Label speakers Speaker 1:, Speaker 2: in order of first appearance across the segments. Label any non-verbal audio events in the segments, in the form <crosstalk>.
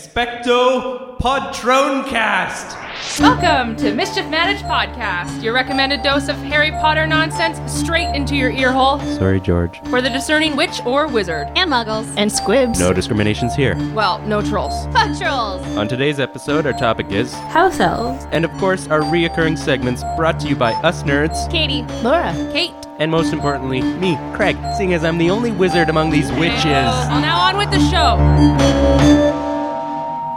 Speaker 1: Expecto Podroncast!
Speaker 2: Welcome to Mischief Managed Podcast, your recommended dose of Harry Potter nonsense straight into your earhole
Speaker 1: Sorry, George.
Speaker 2: for the discerning witch or wizard.
Speaker 3: and muggles
Speaker 4: and squibs.
Speaker 1: No discriminations here.
Speaker 2: Well, no trolls.
Speaker 3: and trolls.
Speaker 1: On today's episode, our topic is,
Speaker 4: House elves.
Speaker 1: and of course, our reoccurring segments brought to you by us nerds,
Speaker 2: Katie,
Speaker 4: Laura.
Speaker 2: Kate,
Speaker 1: and most importantly, me, Craig, seeing as I'm the only wizard among these witches.
Speaker 5: Uh,
Speaker 2: Well, now on with the show.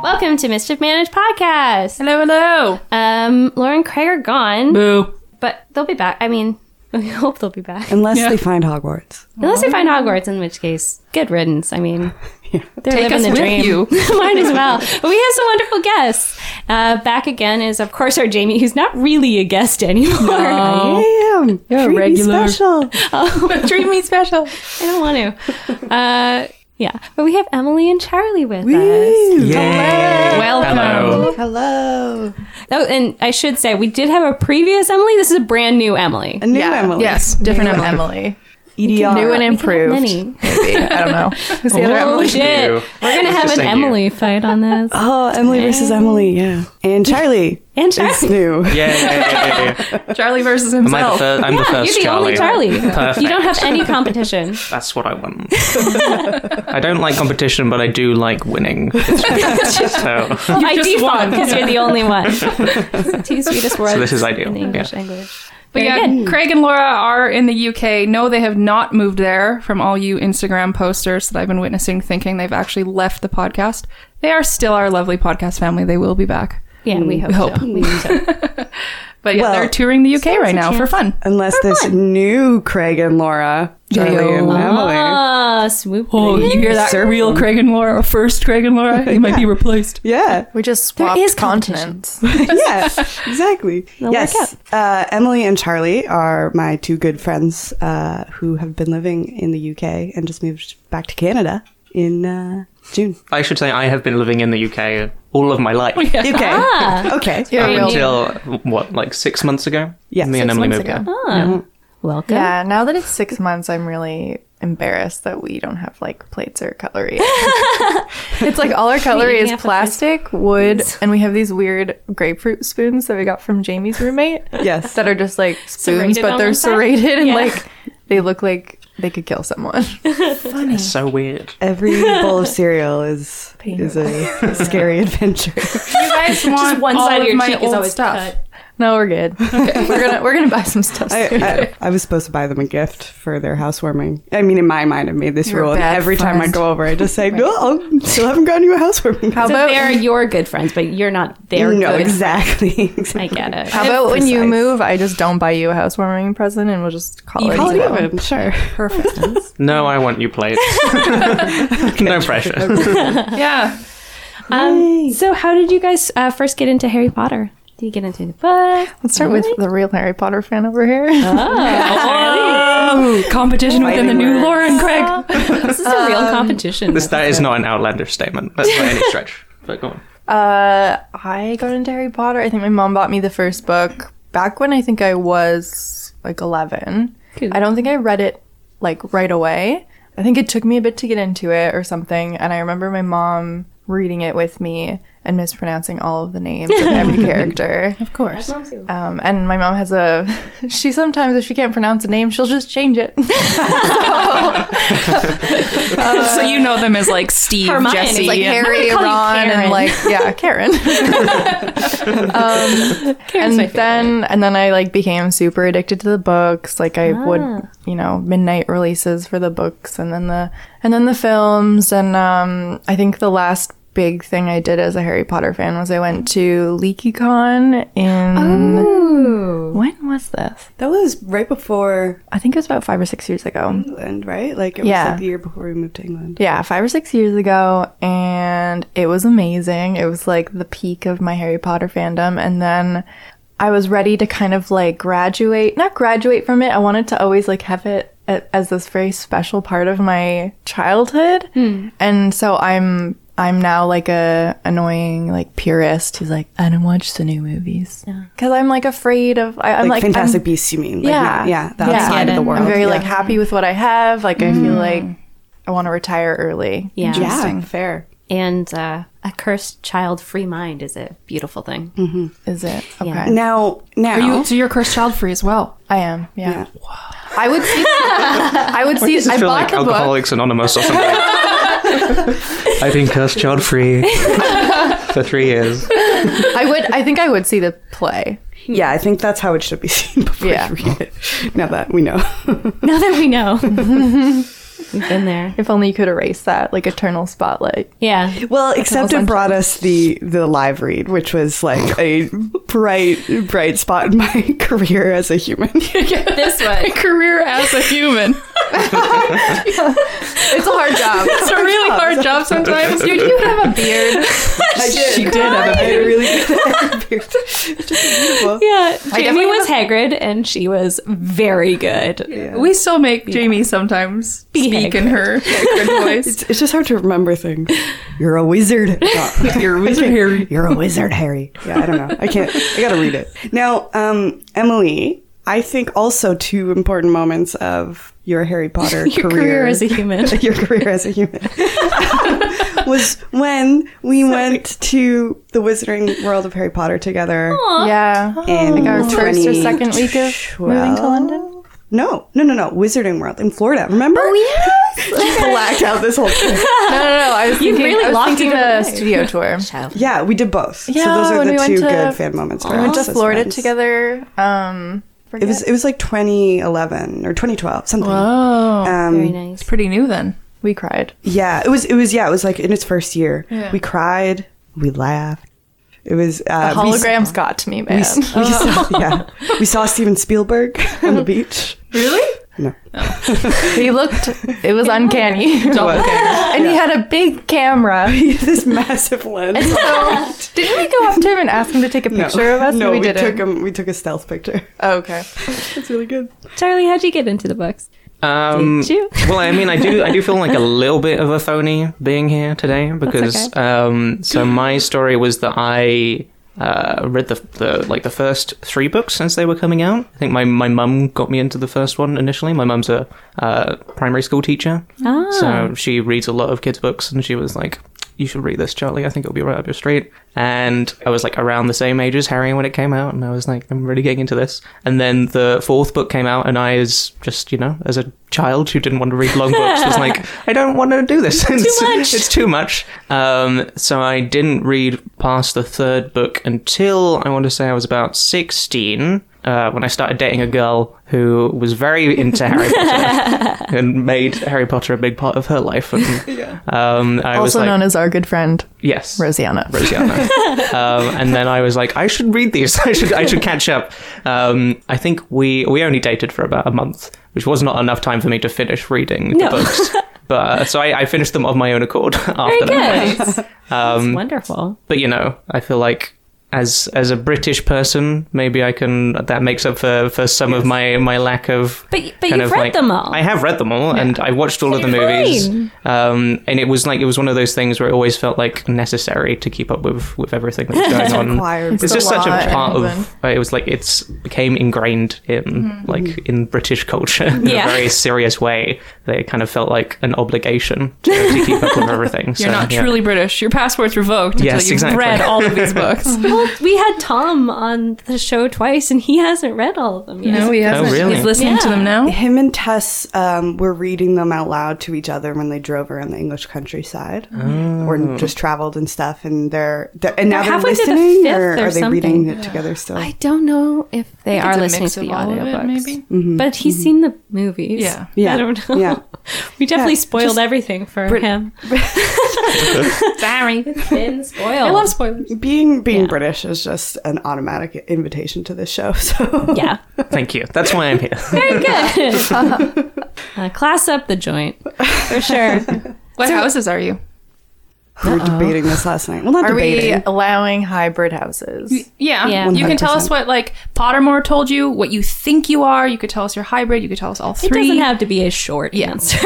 Speaker 4: Welcome to Mischief Managed Podcast.
Speaker 2: Hello, hello.
Speaker 4: Um, Laura and Craig are gone,
Speaker 5: <laughs>
Speaker 2: Boo.
Speaker 4: but they'll be back. I mean, <laughs> we hope they'll be back.
Speaker 6: Unless
Speaker 2: Yeah.
Speaker 6: they find Hogwarts.
Speaker 4: Unless they find Hogwarts, in which case, good riddance. I
Speaker 5: <laughs>
Speaker 4: mean, they're
Speaker 2: Take
Speaker 4: living
Speaker 2: us
Speaker 4: the
Speaker 2: with
Speaker 4: dream.
Speaker 2: you.
Speaker 4: <laughs> Might as well. But we have some wonderful guests. Uh, back again is, of course, our Jamie, who's not really a guest anymore.
Speaker 6: Damn,
Speaker 2: a
Speaker 6: treat me
Speaker 2: regular.
Speaker 6: special.
Speaker 4: Oh, treat me special. <laughs> I don't want to. Uh, yeah, but we have Emily and Charlie with us.
Speaker 1: Yay!
Speaker 2: Welcome.
Speaker 1: Hello.
Speaker 6: Hello,
Speaker 4: Oh, and I should say we did have a previous Emily. This is a brand new Emily. Uh,
Speaker 6: a new Emily.
Speaker 5: Oh,
Speaker 6: E
Speaker 5: Yes, different Emily. Emily.
Speaker 6: EDR.
Speaker 5: New and
Speaker 4: We have
Speaker 5: improved.
Speaker 4: many.
Speaker 5: Maybe. I don't know. Who's the other
Speaker 4: Oh
Speaker 5: Emily?
Speaker 4: shit!
Speaker 1: You.
Speaker 4: We're gonna have an
Speaker 1: saying you.
Speaker 4: Emily fight on this.
Speaker 6: Oh, Emily versus Emily. Yeah, and Charlie
Speaker 4: And
Speaker 6: is
Speaker 4: Charlie.
Speaker 6: new.
Speaker 1: Yay!
Speaker 5: <laughs> Charlie versus
Speaker 1: Am I the
Speaker 5: himself.
Speaker 1: first? I'm the
Speaker 4: You're
Speaker 1: first
Speaker 4: the
Speaker 1: Charlie.
Speaker 4: only Charlie.
Speaker 1: <laughs> Perfect.
Speaker 4: You don't have any
Speaker 1: <laughs>
Speaker 4: competition.
Speaker 1: That's what I want. I don't like competition, but I do like winning. so,
Speaker 4: Well, by
Speaker 2: just
Speaker 4: default,
Speaker 2: won.
Speaker 4: because you're the <laughs> only one. It's the two sweetest words.
Speaker 1: this is ideal.
Speaker 4: In the
Speaker 1: Yeah.
Speaker 4: English language.
Speaker 5: But yeah, Craig and Laura are in the UK. No, they have not moved there from all you Instagram posters that I've been witnessing, thinking they've actually left the podcast. They are still our lovely podcast family. They will be back.
Speaker 4: Yeah, we hope,
Speaker 5: hope.
Speaker 4: so. We hope so.
Speaker 5: But yeah,
Speaker 6: Well,
Speaker 5: they're touring the UK right
Speaker 4: a
Speaker 5: now for
Speaker 4: chance.
Speaker 5: fun.
Speaker 6: Unless this new Craig and Laura, Charlie
Speaker 5: Video.
Speaker 6: and Emily.
Speaker 4: Ah, swoop.
Speaker 5: Oh, you hear that? Real Craig and Laura, first Craig and Laura. You might be replaced.
Speaker 6: Yeah,
Speaker 5: We just
Speaker 4: There
Speaker 5: swapped
Speaker 4: is
Speaker 5: continents.
Speaker 6: yeah, exactly.
Speaker 4: They'll
Speaker 6: yes, uh, Emily and Charlie are my two good friends uh, who have been living in the UK and just moved back to Canada in uh, June.
Speaker 1: I should say I have been living in the UK all of my life.
Speaker 6: UK.
Speaker 4: Ah.
Speaker 6: <laughs> Okay.
Speaker 5: You're
Speaker 1: Up
Speaker 5: real.
Speaker 1: until what, like six months ago?
Speaker 6: Yes.
Speaker 1: me and
Speaker 6: Six
Speaker 1: Emily
Speaker 5: months
Speaker 1: moved
Speaker 5: ago.
Speaker 4: Ah,
Speaker 1: here.
Speaker 4: Welcome.
Speaker 7: Yeah, now that it's six months, I'm really embarrassed that we don't have like plates or
Speaker 4: <laughs>
Speaker 7: cutlery. it's like all our cutlery
Speaker 4: eating
Speaker 7: is
Speaker 4: half of this.
Speaker 7: plastic, wood, and we have these weird grapefruit spoons that we got from
Speaker 4: <laughs>
Speaker 7: Jamie's roommate
Speaker 6: Yes.
Speaker 7: that are just like spoons,
Speaker 4: Serrated on
Speaker 7: but they're
Speaker 4: one side?
Speaker 7: serrated and
Speaker 4: Yeah.
Speaker 7: like they look like they could
Speaker 4: <laughs>
Speaker 7: kill someone.
Speaker 1: It's so weird.
Speaker 6: Every bowl of cereal
Speaker 7: <laughs>
Speaker 6: is is a scary adventure.
Speaker 5: You
Speaker 4: <laughs>
Speaker 5: guys want
Speaker 4: One
Speaker 5: all
Speaker 4: side of
Speaker 5: of
Speaker 4: your
Speaker 5: my
Speaker 4: cheek
Speaker 5: old
Speaker 4: is always
Speaker 5: stuff.
Speaker 4: cut.
Speaker 7: no, we're good.
Speaker 4: <laughs>
Speaker 7: We're gonna we're gonna buy some stuff. soon.
Speaker 6: I, I, I was supposed to buy them a gift for their housewarming. I mean, in my mind, I made this
Speaker 7: You're a
Speaker 6: rule, and
Speaker 7: bad
Speaker 6: every time I
Speaker 7: friend.
Speaker 6: go over, I just
Speaker 7: <laughs>
Speaker 6: say, "No, I still haven't gotten you a housewarming."
Speaker 7: How
Speaker 4: So
Speaker 7: about
Speaker 4: they're your good friends, but you're not their
Speaker 6: no,
Speaker 4: good.
Speaker 6: exactly. <laughs>
Speaker 4: I get it.
Speaker 7: how about when you
Speaker 6: precise.
Speaker 7: move? I just don't buy you a housewarming present, and we'll just call it.
Speaker 6: Call
Speaker 7: a
Speaker 6: it
Speaker 7: day.
Speaker 6: even, sure.
Speaker 7: Perfect.
Speaker 1: No, I want you plates. no pressure.
Speaker 5: Yeah.
Speaker 4: Um, so, how did you guys uh, first get into Harry Potter? Did you get into the book?
Speaker 7: Let's start with the real Harry Potter fan over here.
Speaker 5: <laughs> Oh, competition within the new Laura and Craig. Um,
Speaker 4: This is a
Speaker 5: <laughs>
Speaker 4: real competition.
Speaker 1: This, that is not an outlandish statement. That's by any stretch. But go on.
Speaker 7: <laughs> Uh, I got into Harry Potter. I think my mom bought me the first book back when I think I was like 11.
Speaker 4: Cool.
Speaker 7: I don't think I read it like right away. I think it took me a bit to get into it or something. And I remember my mom reading it with me and mispronouncing all of the names of every
Speaker 4: <laughs>
Speaker 7: character. Of course. Um, and my mom has a. <laughs> She sometimes, if she can't pronounce a name, she'll just change
Speaker 4: <laughs>
Speaker 7: it.
Speaker 5: so you know them as like Steve,
Speaker 4: Hermione is
Speaker 5: Jesse,
Speaker 4: like
Speaker 5: and-
Speaker 7: Harry,
Speaker 4: I'm gonna call
Speaker 7: Ron,
Speaker 4: you Karen.
Speaker 7: and like yeah, Karen. um,
Speaker 4: Karen's my
Speaker 7: and then and then I like became super addicted to the books. Like I
Speaker 4: Ah.
Speaker 7: would, you know, midnight releases for the books, and then the and then the films. And um, I think the last big thing I did as a Harry Potter fan was I went to LeakyCon in
Speaker 4: Oh.
Speaker 7: when was this?
Speaker 6: That was right before
Speaker 7: I think it was about five or six years ago.
Speaker 6: England, right? Like it was
Speaker 7: Yeah.
Speaker 6: like the year before we moved to England.
Speaker 7: Yeah, five or six years ago, and it was amazing. It was like the peak of my Harry Potter fandom, and then I was ready to kind of like graduate, not graduate from it. I wanted to always like have it a- as this very special part of my childhood, and so I'm I'm now like a annoying like purist who's like I don't watch the new movies because I'm like afraid of I, I'm
Speaker 6: Like,
Speaker 7: like,
Speaker 6: Fantastic
Speaker 7: I'm-
Speaker 6: Beasts, you mean? Like, not- yeah, the outside
Speaker 4: Yeah.
Speaker 6: of the world.
Speaker 7: I'm very
Speaker 6: yeah.
Speaker 7: like <laughs> happy with what I have. Like I feel like I want to retire early.
Speaker 4: yeah.
Speaker 6: yeah, fair.
Speaker 8: And uh, a cursed child free mind is a beautiful thing.
Speaker 7: Is it? Okay.
Speaker 8: Yeah.
Speaker 6: Now, now,
Speaker 5: Are you, so you're cursed child free as well.
Speaker 7: I am.
Speaker 6: Yeah.
Speaker 7: Yeah. I
Speaker 6: <laughs>
Speaker 7: would see. I would see.
Speaker 1: Does it
Speaker 7: I
Speaker 1: feel
Speaker 7: bought
Speaker 1: like
Speaker 7: the book.
Speaker 1: Alcoholics Anonymous or something? I've been cursed child free for three years.
Speaker 7: I would. I think I would see the play.
Speaker 6: yeah, I think that's how it should be <laughs> seen before
Speaker 7: Yeah.
Speaker 6: you read it. Now that we know.
Speaker 8: <laughs> Now that we know, <laughs> we've been there.
Speaker 7: If only you could erase that, like eternal spotlight.
Speaker 8: Yeah.
Speaker 6: Well, except it
Speaker 7: Central.
Speaker 6: brought us the the live read, which was like <laughs> a bright bright spot in my <laughs> career as a <laughs> human.
Speaker 8: This <laughs> one.
Speaker 5: Career as a human.
Speaker 7: It's a hard job.
Speaker 5: It's a really hard job sometimes. You, you have a <laughs> beard.
Speaker 6: she did have a very really <laughs> good beard.
Speaker 8: Yeah. Jamie
Speaker 7: definitely
Speaker 8: was Hagrid, and she was very good.
Speaker 5: We still make Jamie sometimes speak in her good voice.
Speaker 6: It's just hard to remember things. You're a wizard. <laughs> You're a wizard, Harry. You're a wizard, Harry. Yeah, I don't know. I can't. I gotta read it now. Um, Emily, I think also two important moments of <laughs> your Harry Potter
Speaker 8: Your career, as a human.
Speaker 6: <laughs> your career as a human <laughs> was when we went to the Wizarding World of Harry Potter together
Speaker 7: <laughs> Yeah.
Speaker 6: in
Speaker 7: Our first or
Speaker 6: 20
Speaker 7: second week of moving to London. Oh,
Speaker 6: No, no, no, no. Wizarding World in Florida. Remember?
Speaker 7: Yes.
Speaker 6: <laughs> Blacked out this whole thing.
Speaker 7: <laughs> No, no, no. I was
Speaker 8: You've
Speaker 7: thinking,
Speaker 8: really
Speaker 7: I was
Speaker 8: locked
Speaker 7: thinking
Speaker 8: into
Speaker 7: the
Speaker 8: life.
Speaker 7: studio tour.
Speaker 6: Yeah, we did both. so
Speaker 7: Yeah,
Speaker 6: those are
Speaker 7: when
Speaker 6: the
Speaker 7: we went
Speaker 6: two
Speaker 7: to-
Speaker 6: good fan moments. for
Speaker 7: We went
Speaker 6: us
Speaker 7: to
Speaker 6: as
Speaker 7: Florida
Speaker 6: friends.
Speaker 7: together. Um,
Speaker 6: It was it was like 2011 or 2012 something.
Speaker 5: Oh,
Speaker 6: Um,
Speaker 8: Very nice.
Speaker 5: pretty new then.
Speaker 7: we cried.
Speaker 6: Yeah, it was. It was. Yeah, it was like in its first year.
Speaker 5: Yeah.
Speaker 6: We cried. We laughed. It was
Speaker 7: The
Speaker 6: uh, we-
Speaker 7: holograms got to me,
Speaker 6: We,
Speaker 7: man.
Speaker 6: s- we saw, <laughs> yeah, we saw Steven Spielberg on the beach. <laughs>
Speaker 5: Really?
Speaker 6: No,
Speaker 7: he looked. It
Speaker 6: <laughs>
Speaker 7: was uncanny. <laughs> and he had a big camera.
Speaker 6: this massive lens.
Speaker 7: So, didn't we go up to him and ask him to take a
Speaker 6: No.
Speaker 7: picture of us?
Speaker 6: No,
Speaker 7: Or
Speaker 6: we,
Speaker 7: didn't.
Speaker 6: took him. We took a stealth <laughs> picture.
Speaker 7: Oh, okay.
Speaker 6: It's really good.
Speaker 8: <laughs> Charlie, how'd you get into the books?
Speaker 1: Um,
Speaker 8: Did you?
Speaker 1: well, I mean, I do, I do feel like a little bit of a phony being here today because, um, so my story was that I uh, read the, the like the first three books since they were coming out. I think my my mum got me into the first one initially. My mum's a uh, primary school teacher,
Speaker 8: Ah.
Speaker 1: so she reads a lot of kids' books, and she was like. You should read this, Charlie. I think it'll be right up your street. And I was like around the same age as Harry when it came out, and I was like, I'm really getting into this. And then the fourth book came out, and I, as just you know, as a child who didn't want to read long books, was like, I don't want to do this. it's,
Speaker 8: much.
Speaker 1: it's too much. Um, so I didn't read past the third book until I want to say I was about 16 uh, when I started dating a girl who was very into Harry Potter <laughs> and made Harry Potter a big part of her life. And, um, I was
Speaker 7: also
Speaker 1: like,
Speaker 7: known as our good friend
Speaker 1: yes,
Speaker 7: Rosianna.
Speaker 1: Rosianna. um, and then I was like, I should read these. <laughs> I should I should catch up. Um, I think we we only dated for about a month, which was not enough time for me to finish reading
Speaker 8: No.
Speaker 1: the books. But so I, I finished them of my own accord
Speaker 8: Very
Speaker 1: after that.
Speaker 8: good. That's wonderful.
Speaker 1: But you know, I feel like as as a British person, maybe I can that makes up for, for some of my, my lack of
Speaker 8: But y- but
Speaker 1: kind
Speaker 8: you've
Speaker 1: of,
Speaker 8: read
Speaker 1: like-
Speaker 8: them all.
Speaker 1: I have read them all, and I watched all of the movies. Um, and it was like it was one of those things where it always felt like necessary to keep up with with everything
Speaker 8: <laughs>
Speaker 1: that was going on.
Speaker 6: required.
Speaker 1: It's,
Speaker 7: It's
Speaker 1: just
Speaker 7: a
Speaker 1: such
Speaker 7: lot
Speaker 1: a
Speaker 7: in
Speaker 1: part
Speaker 7: England.
Speaker 1: of. uh, It was like it's became ingrained in like in British culture in
Speaker 8: Mm-hmm. Yeah.
Speaker 1: a very serious way. That it kind of felt like an obligation to, to keep up with
Speaker 8: <laughs>
Speaker 1: everything.
Speaker 5: You're not truly British. Your passport's revoked
Speaker 1: Yes,
Speaker 5: until you've
Speaker 1: exactly.
Speaker 5: read all of
Speaker 1: <laughs>
Speaker 5: these books.
Speaker 8: Well, we had Tom on the show twice, and he hasn't read all of them yet.
Speaker 5: he
Speaker 1: hasn't. really?
Speaker 5: He's listening to
Speaker 8: Yeah.
Speaker 5: them now.
Speaker 6: Him and Tess um, were reading them out loud to each other when they drove around the English countryside, or just traveled and stuff. And they're, they're and now
Speaker 8: They're
Speaker 6: they're,
Speaker 8: halfway through the
Speaker 6: listening,
Speaker 8: fifth
Speaker 6: or
Speaker 8: or
Speaker 6: are they
Speaker 8: something.
Speaker 6: reading it together still?
Speaker 8: I don't know if they
Speaker 5: It's
Speaker 8: are
Speaker 5: a
Speaker 8: listening
Speaker 5: mix
Speaker 8: to
Speaker 5: of
Speaker 8: the
Speaker 5: all of it,
Speaker 8: audiobooks.
Speaker 5: maybe.
Speaker 8: But he's seen the movies.
Speaker 5: Yeah.
Speaker 6: Yeah.
Speaker 8: I don't know.
Speaker 6: Yeah.
Speaker 8: <laughs> We definitely
Speaker 6: Yeah,
Speaker 8: spoiled
Speaker 6: just-
Speaker 8: everything for him.
Speaker 5: <laughs> Sorry.
Speaker 8: Been spoiled.
Speaker 5: I love spoilers.
Speaker 6: being being
Speaker 8: Yeah.
Speaker 6: British is just an automatic invitation to this show. <laughs> So
Speaker 8: Yeah.
Speaker 1: Thank you. That's why I'm here.
Speaker 5: <laughs>
Speaker 8: Very good. Uh, class up the joint. For sure.
Speaker 5: What houses are you?
Speaker 6: we were debating this last night. Well, not
Speaker 7: Are we
Speaker 6: debating.
Speaker 7: allowing hybrid houses?
Speaker 5: Yeah.
Speaker 8: Yeah.
Speaker 5: You can tell
Speaker 6: 100%.
Speaker 5: us what like Pottermore told you, what you think you are. You could tell us your hybrid. You could tell us all
Speaker 8: It
Speaker 5: three.
Speaker 8: doesn't have to be a short
Speaker 5: Yeah.
Speaker 8: answer.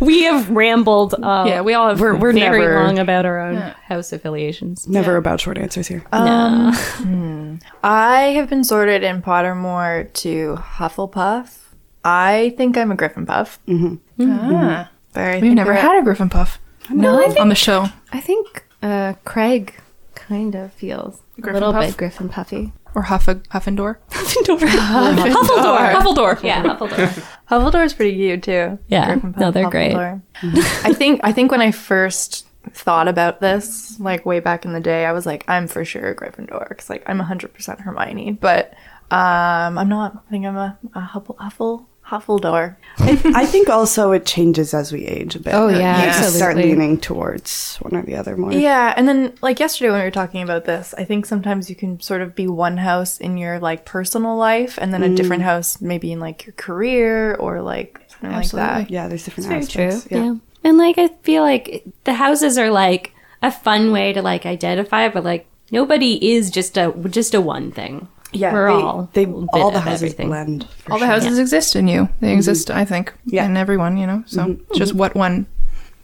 Speaker 8: we have rambled. Uh,
Speaker 5: yeah, we all have.
Speaker 7: We're, we're
Speaker 8: very
Speaker 7: never.
Speaker 8: long about our own house affiliations.
Speaker 6: Never about short answers here.
Speaker 7: Um, I have been sorted in Pottermore to Hufflepuff. I think I'm a Griffin Puff.
Speaker 5: Ah.
Speaker 7: But I
Speaker 6: Mm-hmm.
Speaker 5: We've
Speaker 7: think
Speaker 5: never
Speaker 7: that-
Speaker 5: had a Griffin Puff.
Speaker 8: No, I
Speaker 5: on
Speaker 8: think
Speaker 5: the show.
Speaker 8: I think uh, Craig kind of feels a
Speaker 5: Griffin
Speaker 8: little
Speaker 5: Puff?
Speaker 8: bit Griffin puffy.
Speaker 5: Or Huff- Huffendor.
Speaker 8: Huffledore.
Speaker 5: Huffledore.
Speaker 8: Yeah, Huffledore.
Speaker 7: Huffledore's pretty cute too.
Speaker 8: Yeah. No, they're great.
Speaker 7: <laughs> I think I think when I first thought about this, like way back in the day, I was like, I'm for sure a Gryffindor because like I'm 100% Hermione, but um, I'm not. I think I'm a, a Huffle, Huffle Huffledore.
Speaker 6: I think also it changes as we age a bit. Uh,
Speaker 8: Oh, yeah,
Speaker 6: You start
Speaker 8: absolutely.
Speaker 6: leaning towards one or the other more.
Speaker 7: Yeah, and then like yesterday when we were talking about this, I think sometimes you can sort of be one house in your like personal life, and then a different house maybe in like your career or like something like that.
Speaker 6: Yeah, there's different
Speaker 8: Very true.
Speaker 6: aspects.
Speaker 8: Yeah. And like I feel like the houses are like a fun way to like identify, but like nobody is just a just a one thing.
Speaker 7: Yeah,
Speaker 8: we're
Speaker 7: they-
Speaker 8: all
Speaker 6: They
Speaker 8: a bit
Speaker 6: all the
Speaker 8: of
Speaker 6: houses
Speaker 8: everything.
Speaker 6: blend. for
Speaker 5: All the
Speaker 6: sure.
Speaker 5: houses exist in you. They exist, I think,
Speaker 6: Yeah.
Speaker 5: in everyone, you know? So just what one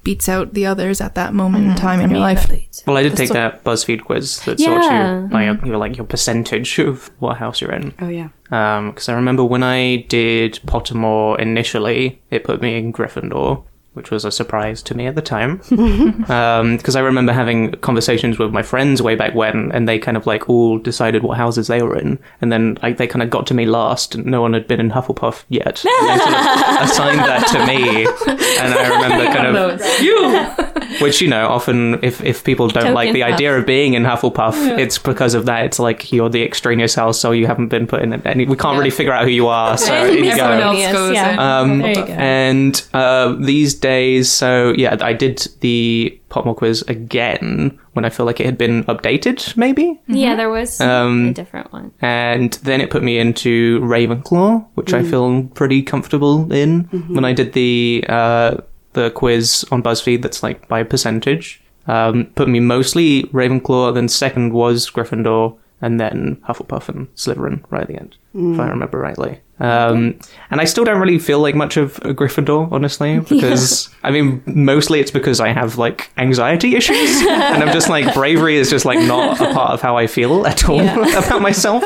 Speaker 5: beats out the others at that moment in time in your life.
Speaker 1: Well, I did take that BuzzFeed quiz that
Speaker 8: Yeah.
Speaker 1: sort you like your like your percentage <laughs> of what house you're in.
Speaker 6: Oh yeah.
Speaker 1: Because I remember when I did Pottermore initially, it put me in Gryffindor, which was a surprise to me at the time. Because Um, I remember having conversations with my friends way back when, and they kind of like all decided what houses they were in, and then like they kind of got to me last. And no one had been in Hufflepuff yet. And they sort
Speaker 8: <laughs>
Speaker 1: of assigned that to me, and I remember kind of which you know often if, if people don't like
Speaker 8: Token
Speaker 1: the
Speaker 8: puff.
Speaker 1: idea of being in hufflepuff it's because of that it's like you're the extraneous house so you haven't been put in any we can't really figure out who you are so in you
Speaker 5: Everyone
Speaker 1: go
Speaker 5: else goes
Speaker 8: Yeah.
Speaker 5: in.
Speaker 1: um,
Speaker 8: There you go.
Speaker 1: and uh, these days so yeah i did the potmore quiz again when i feel like it had been updated maybe
Speaker 8: Yeah, there was a different one.
Speaker 1: and then it put me into Ravenclaw, which
Speaker 8: Mm.
Speaker 1: I feel pretty comfortable in.
Speaker 8: Mm-hmm.
Speaker 1: When I did the uh, the quiz on BuzzFeed, that's like by percentage, um, put me mostly Ravenclaw. Then second was Gryffindor, and then Hufflepuff and Slytherin right at the end, if I remember rightly. Um, and I still don't really feel like much of a Gryffindor, honestly, because I mean, mostly it's because I have like anxiety issues, and I'm just like bravery is just like not a part of how I feel at all <laughs> about myself.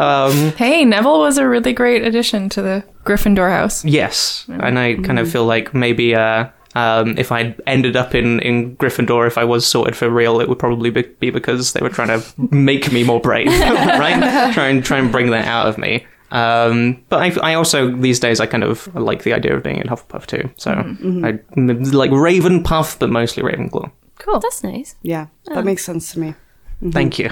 Speaker 1: Um,
Speaker 5: Hey, Neville was a really great addition to the Gryffindor house.
Speaker 1: yes, and I kind of feel like maybe uh, um, if I ended up in in Gryffindor, if I was sorted for real, it would probably be, be because they were trying to make me more brave, <laughs> right? try and try and bring that out of me. Um, but I, I also these days I kind of like the idea of being in Hufflepuff too. So I like Raven Puff, but mostly Ravenclaw.
Speaker 8: Cool. That's nice.
Speaker 6: Yeah.
Speaker 8: Oh.
Speaker 6: That makes sense to me.
Speaker 1: Thank you.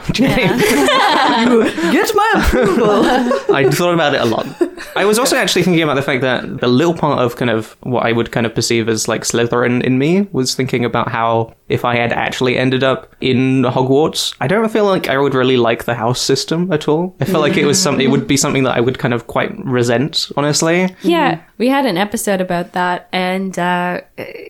Speaker 6: Get my approval.
Speaker 8: <laughs>
Speaker 1: I thought about it a lot. I was also actually thinking about the fact that the little part of kind of what I would kind of perceive as like Slytherin in me was thinking about how if I had actually ended up in Hogwarts, I don't feel like I would really like the house system at all. I feel like it was something it would be something that I would kind of quite resent, honestly.
Speaker 8: Yeah, Mm-hmm. <laughs> we had an episode about that, and uh,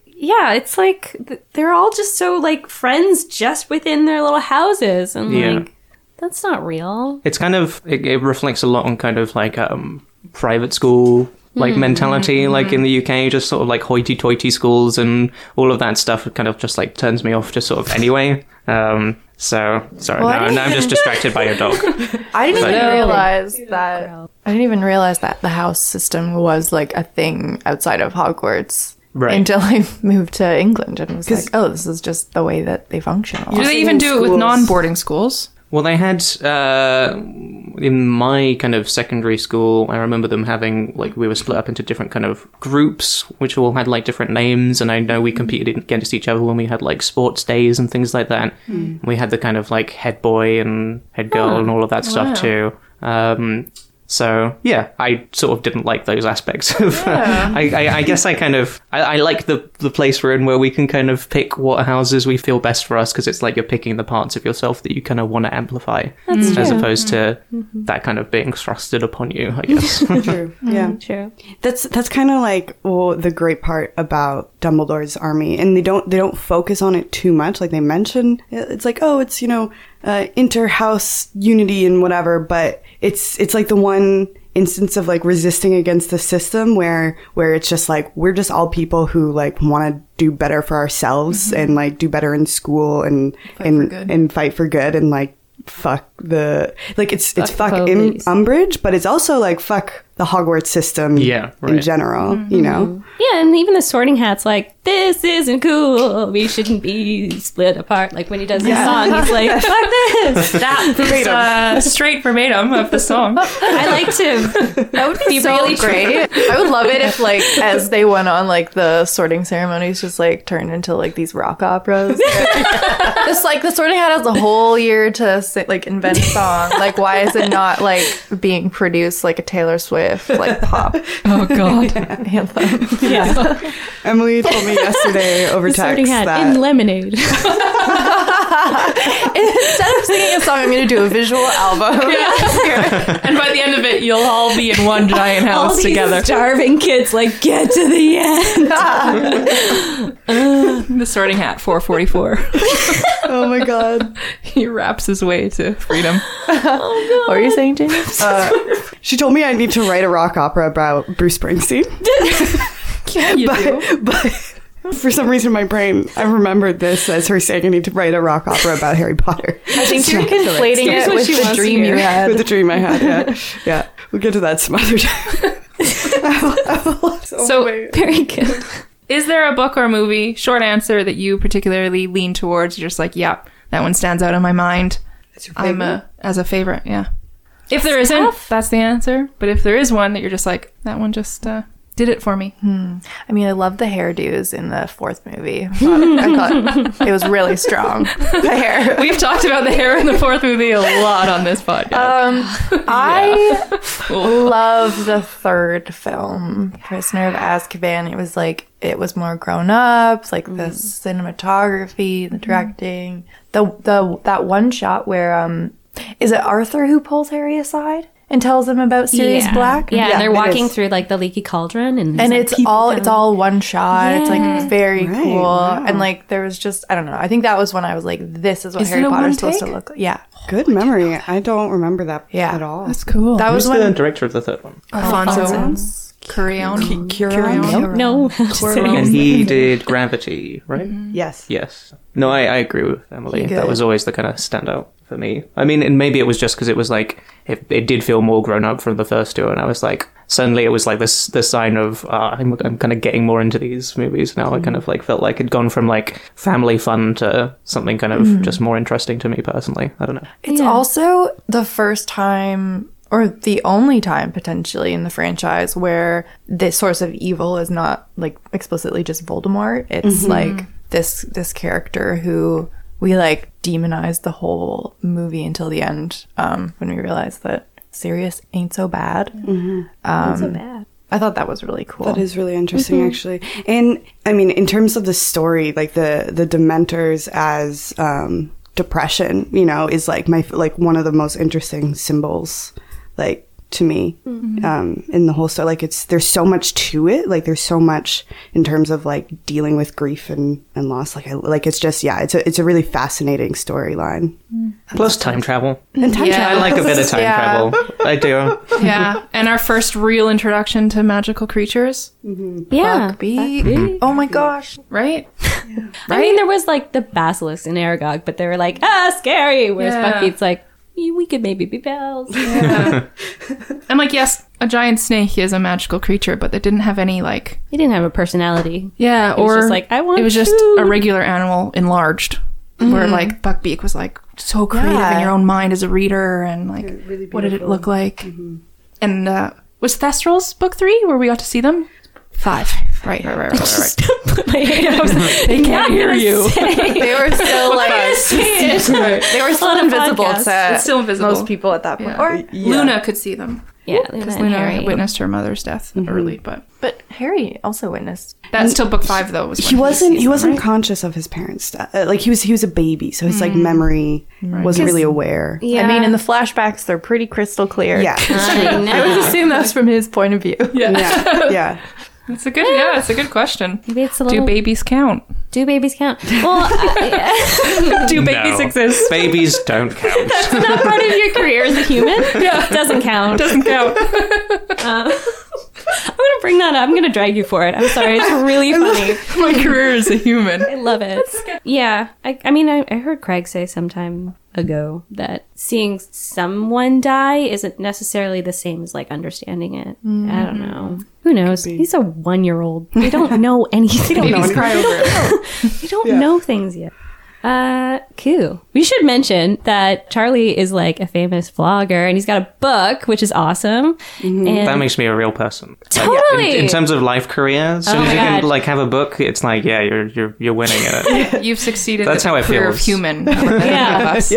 Speaker 8: yeah, it's like th- they're all just so like friends just within their little houses, and
Speaker 1: Yeah.
Speaker 8: like that's not real.
Speaker 1: it's kind of it, it reflects a lot on kind of like um private school like mentality like in the UK just sort of like hoity-toity schools and all of that stuff it kind of just like turns me off just sort of anyway um so sorry
Speaker 7: Well, I
Speaker 1: now,
Speaker 7: didn't
Speaker 1: now I'm just distracted by your dog
Speaker 7: I didn't
Speaker 1: But-
Speaker 7: even
Speaker 1: Really?
Speaker 7: realize that. I didn't even realize that the house system was like a thing outside of Hogwarts
Speaker 1: Right.
Speaker 7: until I <laughs> moved to England and was like, oh, this is just the way that they function.
Speaker 5: Do they even do it with non boarding schools?
Speaker 1: Well, they had uh, in my kind of secondary school. I remember them having like we were split up into different kind of groups, which all had like different names. And I know we competed against each other when we had like sports days and things like that. We had the kind of like head boy and head girl and all of that stuff too. Um, so yeah, I sort of didn't like those aspects of. <laughs> I, I, I guess I kind of I, I like the the place we're in where we can kind of pick what houses we feel best for us because it's like you're picking the parts of yourself that you kind of want to amplify, as opposed to that kind of being thrusted upon you. I guess.
Speaker 6: true. Yeah.
Speaker 8: True.
Speaker 6: That's that's kind of like well, the great part about Dumbledore's army, and they don't they don't focus on it too much. Like they mention, it's like oh, it's you know, uh, inter-house unity and whatever. But it's it's like the one instance of like resisting against the system where where it's just like we're just all people who like want to do better for ourselves and like do better in school and and and Mm-hmm. fight for good and like fuck the like it's it's fuck,
Speaker 8: the
Speaker 6: Im-
Speaker 8: police.
Speaker 6: umbrage but it's also like fuck the Hogwarts system
Speaker 1: Yeah,
Speaker 6: in
Speaker 1: right.
Speaker 6: general,
Speaker 7: Mm-hmm.
Speaker 6: you know?
Speaker 8: Yeah, and even the sorting hat's like, this isn't cool. We shouldn't be split apart. Like when he does the song,
Speaker 6: <laughs>
Speaker 8: he's like, fuck this.
Speaker 4: That is uh, straight verbatim of the song.
Speaker 8: I like <laughs> to. That
Speaker 1: <laughs>
Speaker 8: would be, really great.
Speaker 7: <laughs> I would love it if, like, as they went on, like the sorting ceremonies just like turned into like these rock operas. <laughs> just like the sorting hat has a whole year to si- like invent a song. Like, why is it not like being produced like a Taylor Swift like pop <laughs>
Speaker 5: Oh God,
Speaker 7: anthem?
Speaker 6: Emily told me
Speaker 7: <laughs>
Speaker 6: yesterday over
Speaker 8: The sorting
Speaker 6: text
Speaker 8: hat
Speaker 6: that
Speaker 8: in lemonade.
Speaker 7: Instead of singing a song, I'm gonna do a visual album.
Speaker 4: And by the end of it, you'll all be in
Speaker 5: <laughs>
Speaker 4: one giant
Speaker 8: All
Speaker 4: house
Speaker 8: these
Speaker 4: together.
Speaker 8: starving kids like get to the end.
Speaker 5: the Sorting Hat 444.
Speaker 6: oh my god.
Speaker 5: <laughs>
Speaker 7: <laughs>
Speaker 5: he raps his way to freedom.
Speaker 7: What were you saying, Jamie?
Speaker 6: Uh, She told me I need to write a rock opera about Bruce Springsteen. <laughs>
Speaker 5: You do.
Speaker 6: but, but for some reason, my brain, I remembered this as her saying I need to write a rock opera about Harry Potter.
Speaker 7: I
Speaker 6: <laughs>
Speaker 7: think you're conflating
Speaker 5: Here's
Speaker 7: it
Speaker 5: what
Speaker 7: with
Speaker 5: she
Speaker 7: the
Speaker 5: wants to
Speaker 7: dream you
Speaker 5: hear.
Speaker 7: had.
Speaker 6: With the dream I had, yeah.
Speaker 7: <laughs>
Speaker 6: Yeah. We'll get to that some other time.
Speaker 5: So,
Speaker 8: Very good.
Speaker 5: Oh, <laughs> is there a book or movie, short answer, that you particularly lean towards? You're just like, yeah, that one stands out in my mind. I'm a, as a favorite, yeah. If there isn't, that's the answer. But if there is one that you're just like, that one just uh, did it for me.
Speaker 7: I mean, I love the hairdos in the fourth movie. I thought, I thought it was really strong. The hair.
Speaker 5: We've talked about the hair in the fourth movie a lot on this podcast.
Speaker 8: <laughs>
Speaker 7: Um, I love the third film, Prisoner of Azkaban. It was like it was more grown up, like the
Speaker 8: Mm. Mm-hmm.
Speaker 7: cinematography, the directing, the the that one shot where um, is it Arthur who pulls Harry aside and tells him about Sirius Black?
Speaker 8: Yeah, and
Speaker 6: Yeah,
Speaker 8: they're
Speaker 6: it
Speaker 8: walking
Speaker 6: is.
Speaker 8: through like the leaky cauldron, and,
Speaker 7: and it's all it's all one shot. It's
Speaker 8: Yeah.
Speaker 7: like very
Speaker 6: Right,
Speaker 7: cool.
Speaker 6: wow.
Speaker 7: And like there was just I don't know. I think that was when I was like, this is what
Speaker 5: Isn't
Speaker 7: Harry
Speaker 5: it
Speaker 7: Potter's
Speaker 5: one
Speaker 7: supposed
Speaker 5: take?
Speaker 7: to look. like. Yeah,
Speaker 6: Good memory. I don't remember that
Speaker 7: Yeah.
Speaker 6: at all.
Speaker 5: cool.
Speaker 7: that was
Speaker 1: Who's
Speaker 7: when
Speaker 1: the director of the third one?
Speaker 5: Oh, Alfonso Cuarón.
Speaker 6: Curon?
Speaker 8: no,
Speaker 7: Oh,
Speaker 1: And he did Gravity, right?
Speaker 6: Yes.
Speaker 1: Yes. No, I, I agree with Emily.
Speaker 7: He
Speaker 1: That
Speaker 7: good.
Speaker 1: was always the kind of standout for me. I mean, and maybe it was just because it was like it, it did feel more grown up from the first two, and I was like, suddenly it was like this the sign of uh, I'm I'm kind of getting more into these movies now. I kind of like felt like it'd gone from like family fun to something kind of
Speaker 7: Mm-hmm.
Speaker 1: just more interesting to me personally. I don't know.
Speaker 7: It's also the first time or the only time potentially in the franchise where the source of evil is not like explicitly just Voldemort. It's like this this character who we like demonized the whole movie until the end um, when we realized that Sirius ain't so bad. Um,
Speaker 8: so bad.
Speaker 7: I thought that was really cool.
Speaker 6: That is really interesting, actually. And I mean, in terms of the story, like the the Dementors as um, depression, you know, is like my like one of the most interesting symbols, like to me, um, in the whole story. Like it's there's so much to it. Like there's so much in terms of like dealing with grief and and loss. Like I, like it's just yeah, it's a it's a really fascinating storyline.
Speaker 1: Plus time travel.
Speaker 6: And time
Speaker 7: <laughs>
Speaker 1: I
Speaker 6: travel.
Speaker 1: like a bit of time
Speaker 7: Yeah.
Speaker 1: travel. I
Speaker 7: <laughs>
Speaker 1: do.
Speaker 5: Yeah. And our first real introduction to magical creatures,
Speaker 8: Yeah,
Speaker 7: Bugbeak. Oh my gosh.
Speaker 5: right?
Speaker 8: I mean, there was like the basilisk in Aragog, but they were like, ah, scary. Whereas
Speaker 5: Yeah.
Speaker 8: Bucky's like, "Y- we could maybe be <laughs> pals.
Speaker 5: I'm like, yes, a giant snake is a magical creature, but they didn't have any like
Speaker 8: He didn't have a personality.
Speaker 5: yeah,
Speaker 8: was
Speaker 5: or
Speaker 8: just like, I want
Speaker 5: It was just
Speaker 8: food.
Speaker 5: a
Speaker 8: Mm-hmm.
Speaker 5: regular animal enlarged, where like Buckbeak was like so creative in your own mind as a reader, and like what did it look like? And uh, was Thestral's book three where we got to see them? Five. Right, right, right, right,
Speaker 8: <laughs>
Speaker 5: right. right.
Speaker 8: they can't hear <laughs> you.
Speaker 7: They were still
Speaker 8: <laughs>
Speaker 7: like they were still
Speaker 8: On a
Speaker 7: invisible
Speaker 8: podcast.
Speaker 7: to
Speaker 5: It's still invisible.
Speaker 7: most people at that
Speaker 5: <laughs>
Speaker 7: point.
Speaker 5: Yeah.
Speaker 7: Or
Speaker 5: Luna could see them
Speaker 8: yeah,
Speaker 5: because
Speaker 8: Luna,
Speaker 5: Luna
Speaker 8: Harry. Mm-hmm.
Speaker 5: witnessed her mother's death early, but
Speaker 7: But Harry also witnessed.
Speaker 5: that's till book five though. Was
Speaker 6: he wasn't he wasn't conscious of his parents death. Uh, like he was he was a baby so his like memory wasn't really aware
Speaker 7: I mean, in the flashbacks, they're pretty crystal clear.
Speaker 6: yeah
Speaker 8: I know.
Speaker 7: I would assume that's from his point <laughs> of view. Yeah.
Speaker 6: yeah yeah
Speaker 5: It's a good yeah. It's a good question.
Speaker 8: Maybe it's a
Speaker 5: Do
Speaker 8: little-
Speaker 5: babies
Speaker 6: <laughs>
Speaker 5: count? <laughs>
Speaker 8: Do babies count? <laughs> Well, I,
Speaker 5: Do
Speaker 1: No. Babies don't count.
Speaker 8: not part of your career as a human. Yeah, <laughs> doesn't count.
Speaker 5: Doesn't
Speaker 8: Um,
Speaker 5: count.
Speaker 8: <laughs> I'm gonna bring that up. I'm gonna drag you for it. I'm sorry. It's really funny.
Speaker 5: My career as a human.
Speaker 8: I love it. Yeah, I, I mean, I, I heard Craig say sometime ago that seeing someone die isn't necessarily the same as like understanding it. I don't know. Who knows? He's a one year old. We don't know anything. we don't, know, we don't know things yet. Uh, cool. We should mention that Charlie is like a famous vlogger and he's got a book, which is awesome. And
Speaker 1: That makes me a real person. Like,
Speaker 8: Totally.
Speaker 1: in, in terms of life career, as soon
Speaker 8: Oh
Speaker 1: as
Speaker 8: my
Speaker 1: you can
Speaker 8: God.
Speaker 1: like have a book, it's like yeah, you're you're you're winning at it.
Speaker 5: You've succeeded.
Speaker 1: That's
Speaker 5: at
Speaker 1: how
Speaker 5: the
Speaker 1: it
Speaker 5: career Of
Speaker 1: feels.
Speaker 5: human.
Speaker 8: yeah.
Speaker 6: yes.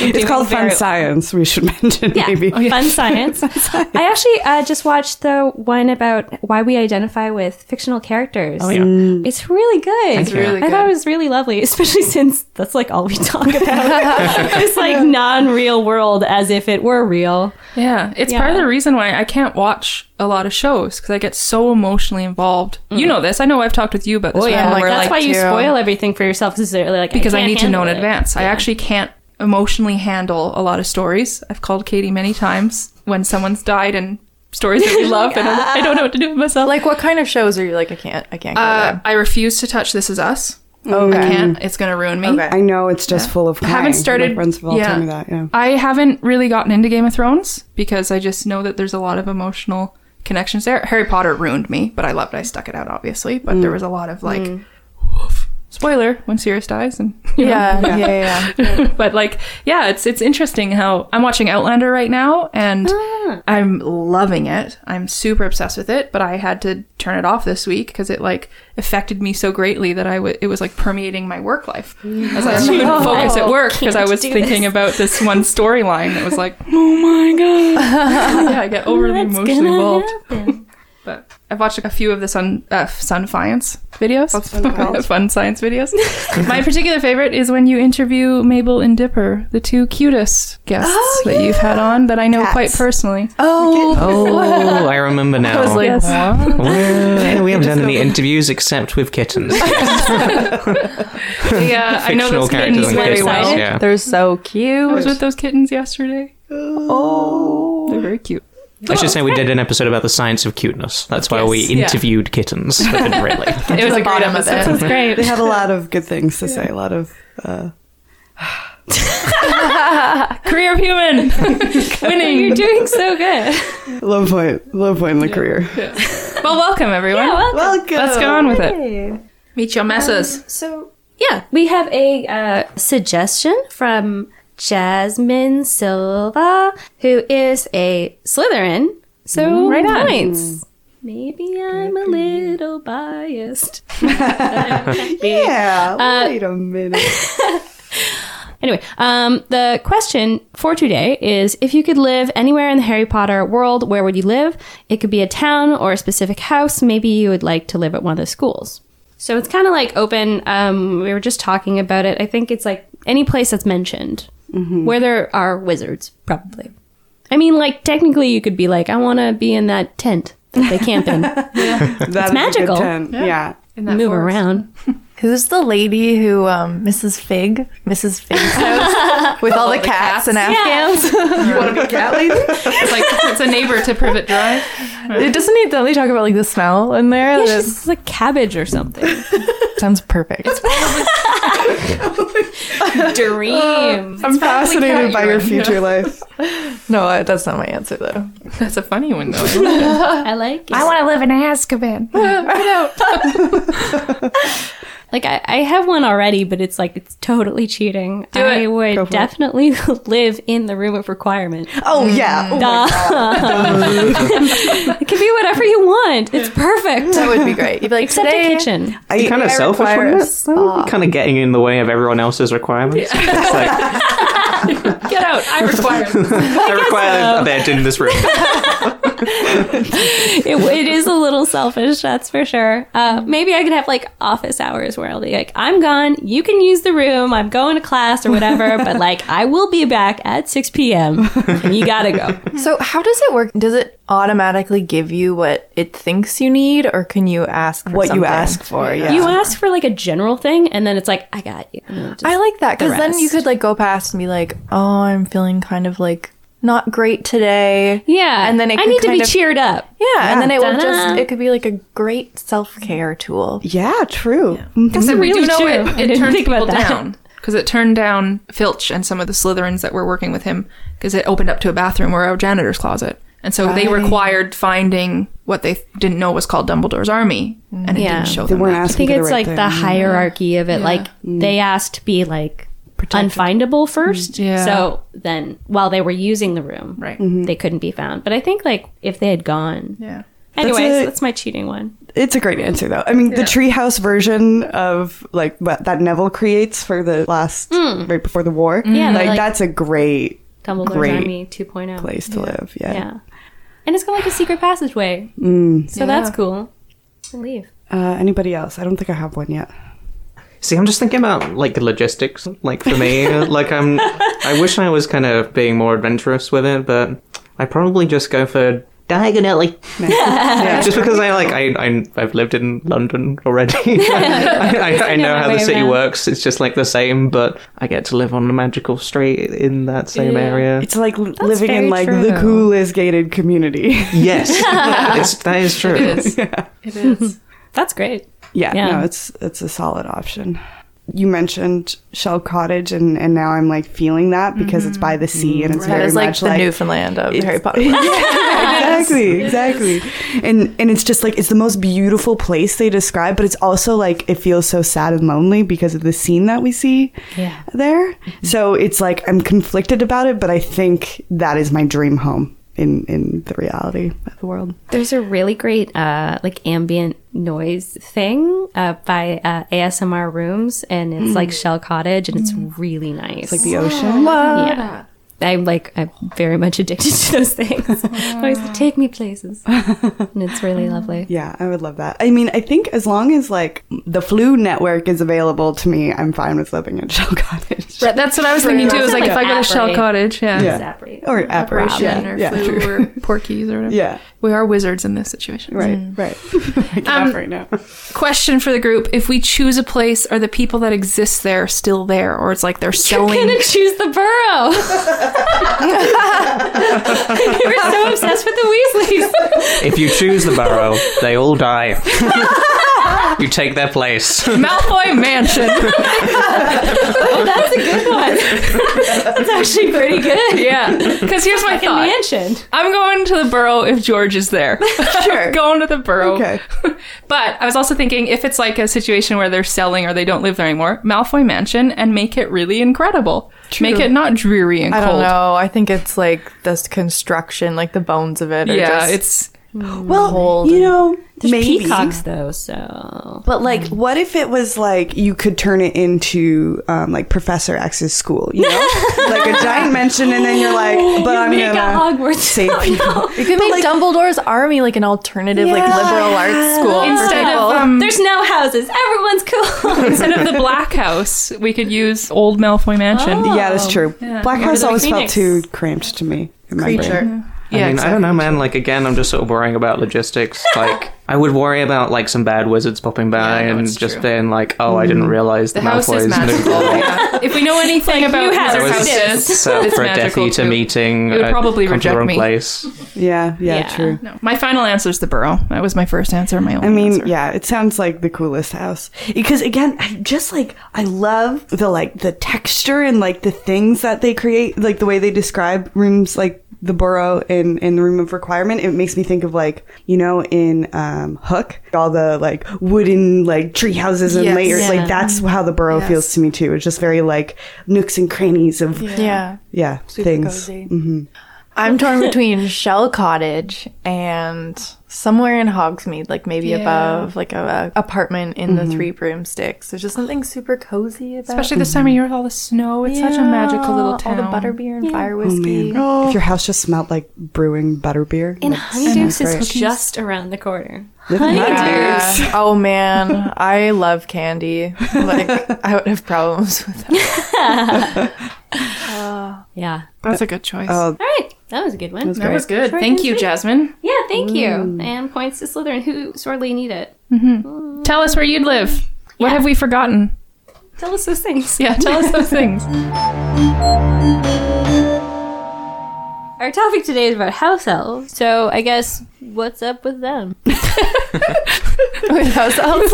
Speaker 6: It's called Fun
Speaker 5: very-
Speaker 6: Science, we should <laughs> mention,
Speaker 8: Yeah,
Speaker 6: maybe.
Speaker 4: Oh,
Speaker 8: fun science. I actually uh, just watched the one about why we identify with fictional characters.
Speaker 1: yeah.
Speaker 8: It's really good. Mm. It's
Speaker 1: really
Speaker 8: I thought it was really lovely, <laughs> especially since that's like all we talk <laughs> about. it's like non-real world as if it were real.
Speaker 5: <laughs> Yeah, it's part of the reason why I can't watch a lot of shows because I get so emotionally involved.
Speaker 6: Mm.
Speaker 5: You know this. I know I've talked with you about this. Oh
Speaker 7: yeah, like, like
Speaker 8: that's why you
Speaker 7: to-
Speaker 8: spoil everything for yourself because like
Speaker 5: because I,
Speaker 8: can't
Speaker 5: need to know in
Speaker 8: handle it.
Speaker 5: advance. I actually can't emotionally handle a lot of stories. I've called Katie many times when someone's died and stories that
Speaker 8: <laughs>
Speaker 5: we love, and I'm- I don't know what to do with myself.
Speaker 7: <laughs> Like, what kind of shows are you like? I can't. I can't. Go
Speaker 5: uh, I refuse to touch This Is Us. I can't. It's gonna ruin me.
Speaker 7: Okay.
Speaker 6: I know it's just full of
Speaker 5: I
Speaker 6: crying.
Speaker 5: haven't
Speaker 6: My
Speaker 5: started.
Speaker 6: friends have all
Speaker 5: yeah.
Speaker 6: told me that, yeah.
Speaker 5: I haven't really gotten into Game of Thrones because I just know that there's a lot of emotional connections there. Harry Potter ruined me, but I loved. I stuck it out, obviously. But
Speaker 6: Mm.
Speaker 5: there was a lot of like, woof. spoiler when Sirius dies, and <laughs>
Speaker 7: there. yeah, <laughs> yeah, yeah, yeah.
Speaker 5: but like, yeah, it's it's interesting how I'm watching Outlander right now, and
Speaker 6: Ah.
Speaker 5: I'm loving it. I'm super obsessed with it, but I had to turn it off this week because it like affected me so greatly that I w- it was like permeating my work life. As I couldn't focus at work because I was thinking about this one storyline that was like, <laughs> oh my god, <laughs> yeah, I get overly emotionally involved. But I've watched a few of the sun uh, sun science videos, <laughs> fun science videos. My particular favorite is when you interview Mabel and Dipper, the two cutest guests that you've had on that I know quite personally.
Speaker 1: oh, I remember now.
Speaker 7: I was like,
Speaker 5: Yes.
Speaker 7: what?
Speaker 1: Well, we haven't done any interviews except with kittens. <laughs>
Speaker 5: Yeah, I know
Speaker 1: Fictional
Speaker 5: those
Speaker 1: characters
Speaker 5: kittens
Speaker 1: in
Speaker 5: very
Speaker 1: case
Speaker 5: well.
Speaker 1: that's- yeah.
Speaker 7: They're so
Speaker 5: I was
Speaker 7: cute.
Speaker 5: with those kittens yesterday. Oh, they're very cute.
Speaker 1: I should say we did an episode about the science of cuteness. That's why we
Speaker 5: Yes. Yeah.
Speaker 1: interviewed kittens.
Speaker 7: <laughs>
Speaker 1: really.
Speaker 5: It was a great
Speaker 7: bottom of
Speaker 5: episode.
Speaker 6: That's great. They had a lot of good things to say, a lot of. Uh,
Speaker 5: Career of human winning.
Speaker 8: You're doing so good.
Speaker 6: low point, low point in the career.
Speaker 5: Well, welcome everyone.
Speaker 6: Welcome.
Speaker 5: Let's go on with it. Meet your messes.
Speaker 8: So yeah, we have a uh, suggestion from Jasmine Silva, who is a Slytherin. So Mm, right points. Maybe I'm a little biased.
Speaker 6: Yeah. wait a minute.
Speaker 8: Anyway, um, the question for today is if you could live anywhere in the Harry Potter world, where would you live? It could be a town or a specific house. Maybe you would like to live at one of the schools. So it's kind of like open. Um, we were just talking about it. I think it's like any place that's mentioned
Speaker 7: Mm-hmm.
Speaker 8: where there are wizards, probably. I mean, like technically, you could be like, I want to be in that tent that they
Speaker 7: <laughs>
Speaker 8: camp in,
Speaker 6: That's
Speaker 8: magical.
Speaker 6: Yeah.
Speaker 7: <laughs>
Speaker 8: move around.
Speaker 7: Who's the lady who, um, Mrs. Fig, Mrs. <laughs> Fig's house with all the cats and afghans?
Speaker 6: You want to be cat
Speaker 7: <laughs>
Speaker 6: lady?
Speaker 5: It's like it's a neighbor to Privet Drive.
Speaker 7: It doesn't need. Don't they talk about like the smell in there?
Speaker 8: Yeah,
Speaker 7: That
Speaker 8: she's just like cabbage or something.
Speaker 7: sounds perfect.
Speaker 8: Dream.
Speaker 6: I'm
Speaker 5: cat
Speaker 6: fascinated by your
Speaker 5: urine.
Speaker 6: future life.
Speaker 7: no, I, that's not my answer though.
Speaker 5: That's a funny one though.
Speaker 8: I like it.
Speaker 5: want to live in Azkaban.
Speaker 8: Like I, I have one already, but it's like it's totally cheating.
Speaker 5: Do
Speaker 8: I
Speaker 5: it.
Speaker 6: Go
Speaker 8: would
Speaker 6: for it.
Speaker 8: definitely <laughs> live in the room of requirement.
Speaker 6: Oh yeah. Oh, my God.
Speaker 8: It can be whatever you want. It's perfect.
Speaker 7: That would be great. You'd be like,
Speaker 8: Except
Speaker 7: <laughs> today,
Speaker 8: a kitchen.
Speaker 6: I-
Speaker 1: kind of
Speaker 7: I
Speaker 1: selfish,
Speaker 7: require
Speaker 1: wouldn't
Speaker 7: a
Speaker 1: it? That would be kind of getting in the way of everyone else's requirements. It's like,
Speaker 5: Get out! I require.
Speaker 1: I require a bed in this room.
Speaker 8: It, it is a little selfish, that's for sure. Uh, maybe I could have like office hours where I'll be like, I'm gone. You can use the room. I'm going to class or whatever. but like, I will be back at 6 p.m. and you gotta go.
Speaker 7: So how does it work? Does it automatically give you what it thinks you need, or can you ask for
Speaker 6: What you
Speaker 7: something?
Speaker 6: ask for? Yeah.
Speaker 8: You ask for like a general thing, and then it's like, I got you. And then it just-
Speaker 7: I like that because
Speaker 8: The
Speaker 7: then you
Speaker 8: rest.
Speaker 7: could like go past and be like, "Oh, I'm feeling kind of like not great today.
Speaker 8: Yeah.
Speaker 7: And then it
Speaker 8: I
Speaker 7: could
Speaker 8: need to
Speaker 7: kind
Speaker 8: be
Speaker 7: of-
Speaker 8: cheered up.
Speaker 7: Yeah, and then it will
Speaker 8: Ta-da.
Speaker 7: just it could be like a great self care tool.
Speaker 6: Yeah, true. Mm-hmm.
Speaker 5: Because we
Speaker 8: really
Speaker 5: do know
Speaker 8: true. I
Speaker 5: it, it
Speaker 8: didn't
Speaker 5: turned
Speaker 8: think about
Speaker 5: people
Speaker 8: that.
Speaker 5: down. Because it turned down Filch and some of the Slytherins that were working with him because it opened up to a bathroom or a janitor's closet. And so they required finding what they th- didn't know was called Dumbledore's army. And it
Speaker 8: Yeah.
Speaker 5: didn't show
Speaker 6: They
Speaker 5: them.
Speaker 6: weren't
Speaker 5: that.
Speaker 8: I
Speaker 6: asking
Speaker 8: think
Speaker 6: for
Speaker 8: it's
Speaker 6: the right
Speaker 8: like the
Speaker 6: thing.
Speaker 8: hierarchy of it. Like
Speaker 5: Mm.
Speaker 8: they asked to be like unfindable first.
Speaker 5: Yeah.
Speaker 8: So then while they were using the room,
Speaker 5: Right.
Speaker 8: they couldn't be found. But I think like if they had gone.
Speaker 5: Yeah.
Speaker 8: Anyways,
Speaker 6: a-
Speaker 8: that's, my cheating one.
Speaker 6: It's a great answer, though. I mean, the treehouse version of like what, that Neville creates for the last
Speaker 8: Hmm.
Speaker 6: right before the war.
Speaker 8: Yeah,
Speaker 6: like,
Speaker 8: like-
Speaker 6: that's a great
Speaker 8: Dumbledore's
Speaker 6: Great
Speaker 8: Army oh. 2.0.
Speaker 6: place to live. Yeah.
Speaker 8: Yeah. And it's got like a secret passageway. So that's cool. I Leave.
Speaker 6: Uh, anybody else? I don't think I have one yet.
Speaker 1: See, I'm just thinking about like the logistics. Like
Speaker 6: <laughs>
Speaker 1: for me, like I'm, I wish I was kind of being more adventurous with it, but I probably just go for
Speaker 6: <laughs>
Speaker 1: diagonally. just because I like I, I I've lived in London already. <laughs> I, I, I know
Speaker 8: my
Speaker 1: how the
Speaker 8: way
Speaker 1: city
Speaker 8: around.
Speaker 1: works. It's just like the same, but I get to live on a magical street in that same area.
Speaker 6: It's like l- living
Speaker 8: very
Speaker 6: in like
Speaker 8: true.
Speaker 6: the coolest gated community. <laughs>
Speaker 1: yes, it's, that is true.
Speaker 8: That's great.
Speaker 6: yeah,
Speaker 8: Yeah.
Speaker 6: no, it's it's a solid option. You mentioned Shell Cottage, and and now I'm like feeling that because
Speaker 8: Mm-hmm.
Speaker 6: it's by the sea and it's
Speaker 7: That
Speaker 6: very
Speaker 7: is like
Speaker 6: much
Speaker 7: the
Speaker 6: like
Speaker 7: Newfoundland of Harry
Speaker 6: <laughs>
Speaker 7: Potter.
Speaker 6: exactly, exactly. And and it's just like it's the most beautiful place they describe, but it's also like it feels so sad and lonely because of the scene that we see
Speaker 8: Yeah.
Speaker 6: there. So it's like I'm conflicted about it, but I think that is my dream home in in the reality of the world.
Speaker 8: There's a really great uh, like ambient noise thing uh, by uh, ASMR Rooms, and it's like
Speaker 5: Mm.
Speaker 8: Shell Cottage, and it's really nice.
Speaker 6: Like the ocean.
Speaker 8: yeah. I'm like I'm very much addicted to those things. <laughs> Always like, take me places,
Speaker 5: <laughs>
Speaker 8: and it's really lovely.
Speaker 6: Yeah, I would love that. I mean, I think as long as like the flu network is available to me, I'm fine with living in <laughs> Shell Cottage.
Speaker 5: Right, that's what I was thinking too. Is like if I go to Shell
Speaker 8: Apparate.
Speaker 5: Cottage, yeah.
Speaker 6: Yeah.
Speaker 8: Zapparate.
Speaker 6: Or apparition
Speaker 5: Operation or
Speaker 6: yeah,
Speaker 5: flu
Speaker 6: true.
Speaker 5: or porkies or whatever.
Speaker 6: <laughs> Yeah.
Speaker 5: We are wizards in this situation.
Speaker 6: Right, right. <laughs> I can
Speaker 5: Um,
Speaker 6: laugh right now.
Speaker 5: Question for the group: If we choose a place, are the people that exist there still there, or it's like they're selling?
Speaker 8: gonna choose the burrow. <laughs> you were so obsessed with the Weasleys. <laughs>
Speaker 1: If you choose the burrow, they
Speaker 6: <laughs>
Speaker 1: all die. you take their place.
Speaker 5: Malfoy
Speaker 6: <laughs>
Speaker 5: Mansion.
Speaker 8: Oh, that's a good one. <laughs> It's actually pretty good.
Speaker 5: yeah. Because here's my
Speaker 8: Like a
Speaker 5: thought.
Speaker 8: mansion.
Speaker 5: I'm going to the burrow if George is there. <laughs> Sure. going to the burrow.
Speaker 6: Okay.
Speaker 5: <laughs> but I was also thinking if it's like a situation where they're selling or they don't live there anymore, Malfoy Mansion and make it really incredible. Make it not dreary and
Speaker 7: I
Speaker 5: cold.
Speaker 7: don't know. I think it's like this construction, like the bones of it. Are
Speaker 5: Yeah,
Speaker 7: just,
Speaker 5: it's <laughs>
Speaker 6: Well, you know, maybe.
Speaker 8: Peacocks though, so
Speaker 6: But like, what if it was like you could turn it into um, like Professor X's school, you <laughs> know, like a giant mansion, and then you're like, but I'm
Speaker 8: make a Oh,
Speaker 6: gonna
Speaker 8: Hogwarts. <laughs>
Speaker 6: save people.
Speaker 7: you could make Dumbledore's army like an alternative, like
Speaker 6: Yeah.
Speaker 7: liberal arts school.
Speaker 5: instead of um,
Speaker 8: There's no houses. Everyone's cool.
Speaker 5: instead of the black house, we could use old Malfoy Mansion.
Speaker 6: Yeah, that's true. Black
Speaker 8: Remember
Speaker 6: House
Speaker 8: the
Speaker 6: always
Speaker 8: Phoenix?
Speaker 6: felt too cramped to me. in my brain.
Speaker 1: I
Speaker 5: Yeah,
Speaker 1: mean, I don't know, man. Like again, I'm just sort of worrying about
Speaker 5: <laughs>
Speaker 1: logistics. Like I would worry about like some bad wizards popping by
Speaker 5: Yeah, I know,
Speaker 1: and
Speaker 5: it's
Speaker 1: just
Speaker 5: true. Mm.
Speaker 1: being like, "Oh, I didn't realize the,
Speaker 5: The house is
Speaker 1: Malfoys
Speaker 5: magical.
Speaker 1: knew."
Speaker 5: yeah. If we know anything about
Speaker 8: new
Speaker 5: wizard
Speaker 8: houses.
Speaker 1: I was
Speaker 5: houses,
Speaker 1: set
Speaker 5: it's
Speaker 1: for a Death
Speaker 5: magical
Speaker 1: Eater
Speaker 5: too.
Speaker 1: meeting.
Speaker 5: It would
Speaker 1: uh,
Speaker 5: probably
Speaker 1: come to the
Speaker 5: reject
Speaker 1: wrong
Speaker 5: me.
Speaker 1: Place.
Speaker 6: Yeah, yeah,
Speaker 8: Yeah.
Speaker 6: true.
Speaker 5: No, my final answer is the burrow. That was my first answer. My only
Speaker 6: I mean,
Speaker 5: answer.
Speaker 6: yeah, it sounds like the coolest house because again, I just like I love the like the texture and like the things that they create, like the way they describe rooms like the burrow and and the room of requirement. It makes me think of like you know in um, Hook all the like wooden like tree houses and
Speaker 5: Yes.
Speaker 6: layers.
Speaker 8: Yeah.
Speaker 6: Like that's how the burrow
Speaker 5: Yes.
Speaker 6: feels to me too. It's just very like nooks and crannies of yeah,
Speaker 7: yeah.
Speaker 6: things. Mm-hmm.
Speaker 7: I'm torn between Shell Cottage and somewhere in Hogsmeade, like maybe above, like a, a apartment in
Speaker 6: Mm-hmm.
Speaker 7: the Three Broomsticks. There's just something super cozy about.
Speaker 5: Especially this time of year with all the snow, it's such a
Speaker 7: Yeah,
Speaker 5: magical little town.
Speaker 7: All the butterbeer and fire
Speaker 6: Oh,
Speaker 7: whiskey.
Speaker 6: If your house just smelled like brewing butterbeer,
Speaker 8: And
Speaker 6: like,
Speaker 8: Honeydukes
Speaker 6: smells great.
Speaker 8: is just around the corner.
Speaker 7: Yeah. <laughs> Oh man, I love candy.
Speaker 6: <laughs>
Speaker 7: Like I would have problems <laughs> with that.
Speaker 8: Yeah.
Speaker 5: That's a good choice.
Speaker 8: All right. That was a good one.
Speaker 5: that was good.
Speaker 8: Short
Speaker 5: Thank
Speaker 8: and
Speaker 5: you,
Speaker 8: sweet.
Speaker 5: Jasmine.
Speaker 8: Yeah, thank you. And points to Slytherin, who sorely need it.
Speaker 5: Tell us where you'd live. What have we forgotten?
Speaker 8: Tell us those things.
Speaker 5: Yeah, tell us those things.
Speaker 8: All Our topic today is about house elves. So I guess what's up with them?
Speaker 7: Wait, house elves?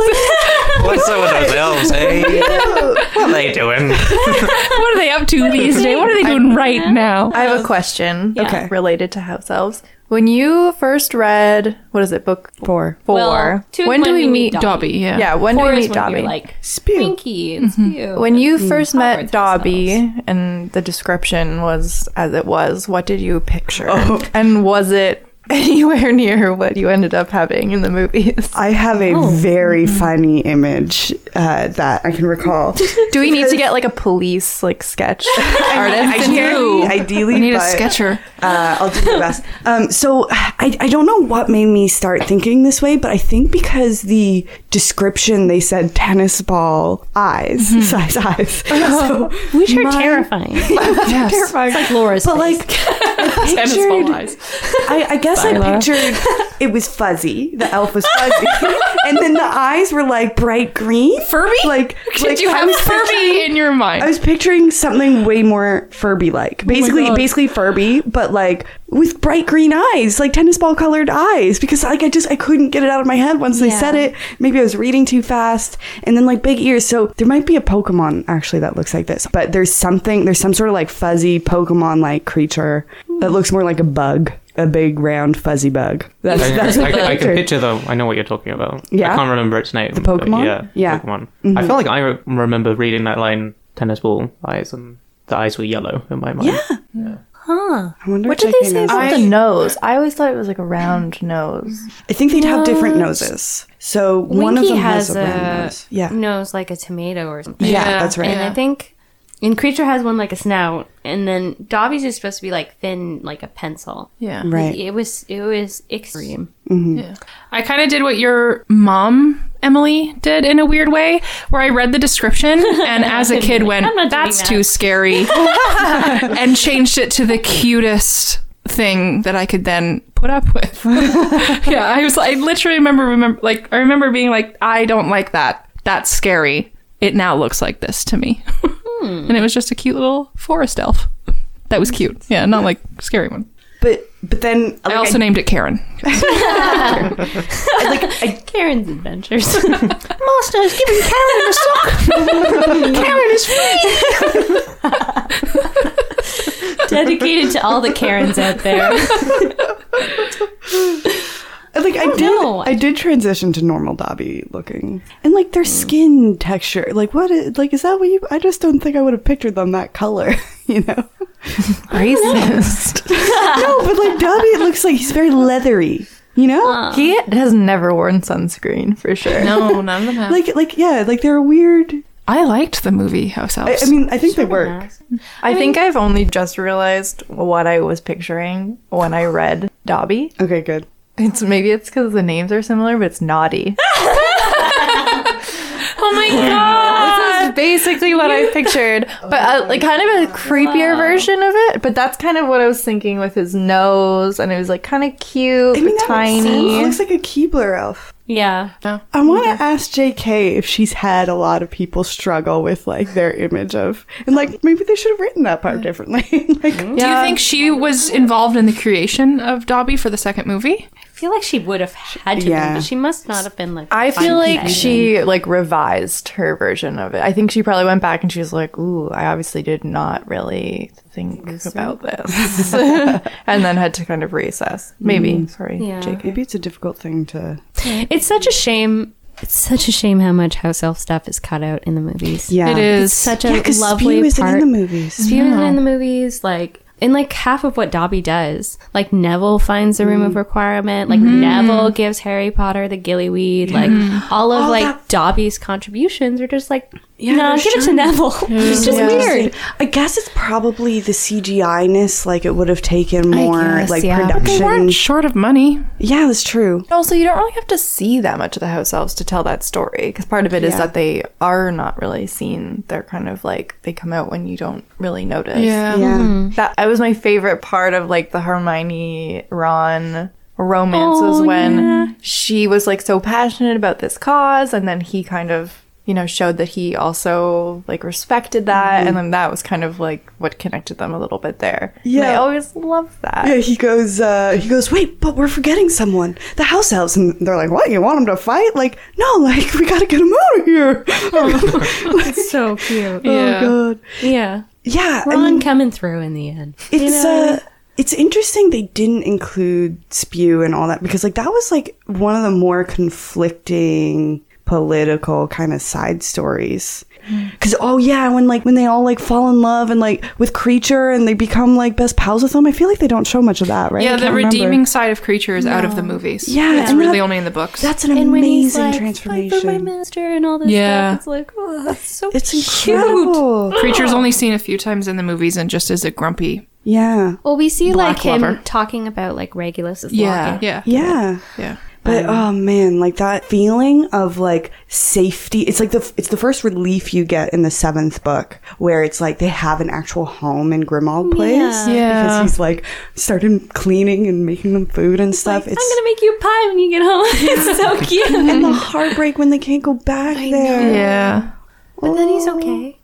Speaker 1: What's up with
Speaker 5: <laughs>
Speaker 1: those elves, eh? what are they <laughs> doing?
Speaker 5: <laughs> What are they up to these days? What are they doing right now?
Speaker 7: I have a question.
Speaker 6: Okay.
Speaker 7: Related to house elves. When you first read, what is it, book
Speaker 6: Four.
Speaker 7: four?
Speaker 8: Well, two is
Speaker 7: when do we meet?
Speaker 8: Dobby.
Speaker 5: Dobby, yeah.
Speaker 7: Yeah, when do
Speaker 8: Or
Speaker 7: we
Speaker 8: is
Speaker 7: meet
Speaker 8: when
Speaker 7: Dobby?
Speaker 8: you're like
Speaker 6: Spew.
Speaker 8: Pinky and Spew.
Speaker 7: when you first met
Speaker 8: Hogwarts house
Speaker 7: Dobby and the description was as it was, what did you picture? And was it <laughs> anywhere near what you ended up having in the movies?
Speaker 6: I have
Speaker 5: Oh.
Speaker 6: a very funny image uh, that I can
Speaker 5: <laughs>
Speaker 6: recall.
Speaker 7: <laughs> Do we need to get like a police like <laughs> sketch artist in here?
Speaker 6: Ideally, ideally,
Speaker 5: I need a
Speaker 6: but,
Speaker 5: sketcher.
Speaker 6: Uh, I'll do my best. Um, so I, I don't know what made me start thinking this way, but I think because the description they said tennis ball eyes,
Speaker 5: Mm-hmm. <laughs>
Speaker 6: size eyes, so
Speaker 8: which are
Speaker 6: my-
Speaker 8: <laughs> terrifying.
Speaker 5: Uh-huh.
Speaker 6: <laughs>
Speaker 5: Yes.
Speaker 6: terrifying.
Speaker 8: like Laura's
Speaker 6: but
Speaker 8: face.
Speaker 6: like I
Speaker 5: Tennis
Speaker 6: pictured,
Speaker 5: ball eyes.
Speaker 6: I, I guess I
Speaker 5: <laughs>
Speaker 6: pictured it was fuzzy. The elf was fuzzy, <laughs> and then the eyes were like bright green.
Speaker 5: Furby?
Speaker 6: Like
Speaker 5: <laughs> Did
Speaker 6: like,
Speaker 5: you
Speaker 6: I
Speaker 5: have
Speaker 6: was
Speaker 5: Furby
Speaker 6: picturing-
Speaker 5: in your mind?
Speaker 6: I was picturing something way more Furby
Speaker 8: Oh
Speaker 6: like. Basically, basically Furby, but like with bright green eyes, like tennis ball colored eyes. Because like I just I couldn't get it out of my head once they said it. Maybe I was reading too fast, and then like big ears. So there might be a Pokemon actually that looks like this, but there's something there's some sort of like fuzzy Pokemon like creature that looks more like a bug. A big round fuzzy bug. That's, that's what
Speaker 1: I, I can
Speaker 6: pictured.
Speaker 1: picture though. I know what you're talking about.
Speaker 6: Yeah?
Speaker 1: I can't remember its name. The
Speaker 6: Pokemon?
Speaker 1: Yeah.
Speaker 6: Yeah.
Speaker 1: Pokemon.
Speaker 5: Mm-hmm.
Speaker 1: I feel like I re- remember reading that line: "Tennis ball eyes," and the eyes were yellow in my mind. Yeah.
Speaker 6: I wonder
Speaker 8: What
Speaker 6: if
Speaker 8: did they
Speaker 6: can
Speaker 8: say
Speaker 6: ask-
Speaker 7: About the nose. I Hmm. always thought it was like a round nose.
Speaker 6: I think they'd have different noses. So one of
Speaker 8: Winky
Speaker 6: them
Speaker 8: has,
Speaker 6: has, a round nose.
Speaker 8: a
Speaker 6: Yeah.
Speaker 8: nose like a tomato or something.
Speaker 6: Yeah, that's right.
Speaker 8: And I think and creature has one like a snout, and then Dobby's is supposed to be like thin, like a pencil.
Speaker 7: Yeah.
Speaker 6: Right.
Speaker 8: It was it was extreme.
Speaker 5: I kind of did what your mom, Emily, did in a weird way, where I read the description
Speaker 8: <laughs>
Speaker 5: and as a kid went,
Speaker 8: I'm not doing
Speaker 5: that's
Speaker 8: that."
Speaker 5: too
Speaker 8: <laughs>
Speaker 5: scary, and changed it to the cutest thing that I could then put up
Speaker 8: <laughs>
Speaker 5: with. yeah, I was I literally remember remember like I remember being like I don't like that. That's scary. It now looks like this to me.
Speaker 8: Hmm.
Speaker 5: And it was just a cute little forest elf. That was cute. Yeah, not like scary one.
Speaker 6: But but then
Speaker 5: I
Speaker 6: like,
Speaker 5: also named it Karen.
Speaker 6: I, like I
Speaker 8: Karen's <laughs> adventures. Master is giving Karen a <laughs> sock. Karen is free. <laughs> Dedicated to all the Karens out there.
Speaker 6: uh, like I, did
Speaker 8: know.
Speaker 6: I did transition to normal Dobby looking and like their skin texture like what is, like is that what you I just don't think I would have pictured them that color <laughs> you know
Speaker 7: Racist.
Speaker 6: no but like Dobby it looks like he's very leathery you know
Speaker 7: He has never worn sunscreen for sure.
Speaker 5: No, none of them have.
Speaker 6: like like yeah like they're a weird
Speaker 5: I liked the movie House Elves.
Speaker 6: I, I mean I think they work
Speaker 7: I, think I've only just realized what I was picturing when I read Dobby.
Speaker 6: okay good
Speaker 7: It's maybe it's because the names are similar, but it's naughty.
Speaker 5: <laughs> oh my god.
Speaker 7: That's basically what I
Speaker 6: <laughs>
Speaker 7: pictured, but
Speaker 6: Oh
Speaker 7: uh, like kind of a creepier version of it. But that's kind of what I was thinking with his nose, and it was like kind of cute,
Speaker 6: I mean
Speaker 7: but
Speaker 6: that makes sense. It
Speaker 7: tiny.
Speaker 6: looks like a Keebler elf
Speaker 8: Yeah.
Speaker 6: I want to ask JK if she's had a lot of people struggle with like their image of and like maybe they should have written that part differently <laughs> like
Speaker 8: Mm-hmm.
Speaker 5: Do you think she was involved in the creation of Dobby for the second movie?
Speaker 8: I feel like she would have had to
Speaker 6: Yeah.
Speaker 8: be, but she must not have been like
Speaker 7: I feel
Speaker 8: fine
Speaker 7: like
Speaker 8: today.
Speaker 7: she like revised her version of it. I think she probably went back and she was like, "Ooh, I obviously did not really think about this," <laughs> and then had to kind of reassess. Maybe
Speaker 6: Mm.
Speaker 7: sorry,
Speaker 8: Yeah.
Speaker 7: Jake.
Speaker 6: maybe it's a difficult thing to
Speaker 8: It's such a shame. It's such a shame how much house elf stuff is cut out in the movies.
Speaker 6: yeah
Speaker 5: It is.
Speaker 8: such a
Speaker 6: Yeah, 'cause
Speaker 8: lovely
Speaker 6: Spew isn't
Speaker 8: part.
Speaker 6: in the movies.
Speaker 8: Spew isn't in the movies, like in like half of what Dobby does. Like Neville finds the
Speaker 5: Mm.
Speaker 8: room of requirement. Like Neville gives Harry Potter the gillyweed.
Speaker 5: Mm-hmm.
Speaker 8: Like all of like Dobby's contributions are just like, yeah, no,
Speaker 6: they're
Speaker 8: give it to Neville. it's just weird.
Speaker 6: I guess it's probably the CGI ness. Like it would have taken more
Speaker 8: guess,
Speaker 6: like
Speaker 8: yeah. But
Speaker 5: They
Speaker 6: production.
Speaker 5: weren't short of money.
Speaker 6: Yeah, that's true.
Speaker 7: Also, you don't really have to see that much of the house elves to tell that story because part of it is
Speaker 6: Yeah.
Speaker 7: that they are not really seen. They're kind of like they come out when you don't really notice.
Speaker 8: Um,
Speaker 6: Yeah,
Speaker 8: hmm.
Speaker 7: That I was my favorite part of like the Hermione Ron romance
Speaker 8: Oh,
Speaker 7: was when she was like so passionate about this cause and then he kind of you know, showed that he also like respected that,
Speaker 6: Mm-hmm.
Speaker 7: and then that was kind of like what connected them a little bit there. And I
Speaker 6: Yeah.
Speaker 7: always love that.
Speaker 6: Yeah, he goes. Uh, he goes. Wait, but we're forgetting someone. The house elves, and they're like, "What? You want them to fight? Like, no. Like, we gotta get him out of
Speaker 8: <laughs>
Speaker 6: here." <laughs>
Speaker 8: It's so cute.
Speaker 6: Oh god.
Speaker 8: Yeah.
Speaker 6: Yeah. I
Speaker 8: Ron
Speaker 6: mean,
Speaker 8: <laughs> coming through in the end. You
Speaker 6: it's
Speaker 8: know?
Speaker 6: uh, it's interesting they didn't include spew and all that because like that was like one of the more conflicting political kind of side stories.
Speaker 8: Hmm.
Speaker 6: Cause oh yeah, when like when they all like fall in love and like with creature and they become like best pals with them, I feel like they don't show much of that, right? I
Speaker 5: Yeah, the
Speaker 6: can't remember.
Speaker 5: redeeming side of Creature is out of the movies.
Speaker 6: Yeah,
Speaker 5: it's
Speaker 6: and
Speaker 5: really
Speaker 6: that-
Speaker 5: only in the books.
Speaker 6: That's an
Speaker 8: and when he's
Speaker 6: amazing
Speaker 8: like, "Fight for my
Speaker 6: transformation.
Speaker 8: master and all this
Speaker 5: Yeah.
Speaker 8: stuff. It's like, oh, that's so
Speaker 6: It's
Speaker 8: cute.
Speaker 6: incredible. <gasps>
Speaker 5: Creature's only seen a few times in the movies and just as a grumpy.
Speaker 6: Yeah.
Speaker 8: Well, we see
Speaker 5: Black
Speaker 8: like him
Speaker 5: lover.
Speaker 8: talking about like Regulus is walking.
Speaker 5: yeah,
Speaker 6: Yeah.
Speaker 5: yeah.
Speaker 6: But
Speaker 8: Um,
Speaker 6: oh man, like that feeling of like safety. It's like the it's the first relief you get in the seventh book, where it's like they have an actual home in Grimald Place
Speaker 5: Yeah.
Speaker 6: because he's like started cleaning and making them food and stuff.
Speaker 8: Like, I'm
Speaker 6: it's
Speaker 8: gonna make you pie when you get home. <laughs>
Speaker 6: <laughs>
Speaker 8: it's so cute.
Speaker 6: and the heartbreak when they can't go back there.
Speaker 5: Yeah.
Speaker 8: but then he's okay.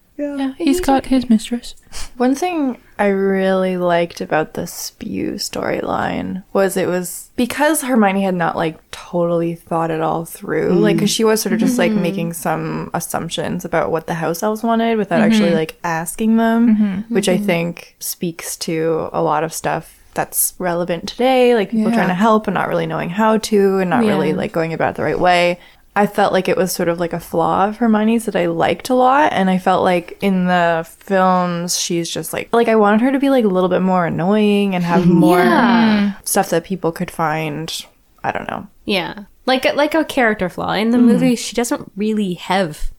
Speaker 5: He's got his mistress.
Speaker 7: One thing I really liked about the spew storyline was it was because Hermione had not like totally thought it all through. Like 'cause she was sort of just like making some assumptions about what the house elves wanted without actually like asking them, which I think speaks to a lot of stuff that's relevant today, like people trying to help and not really knowing how to and not really like going about it the right way. I felt like it was sort of like a flaw of Hermione's that I liked a lot, and I felt like in the films she's just like like I wanted her to be like a little bit more annoying and have more stuff that people could find. I don't know.
Speaker 8: Yeah, like a, like a character flaw in the movie. She doesn't really have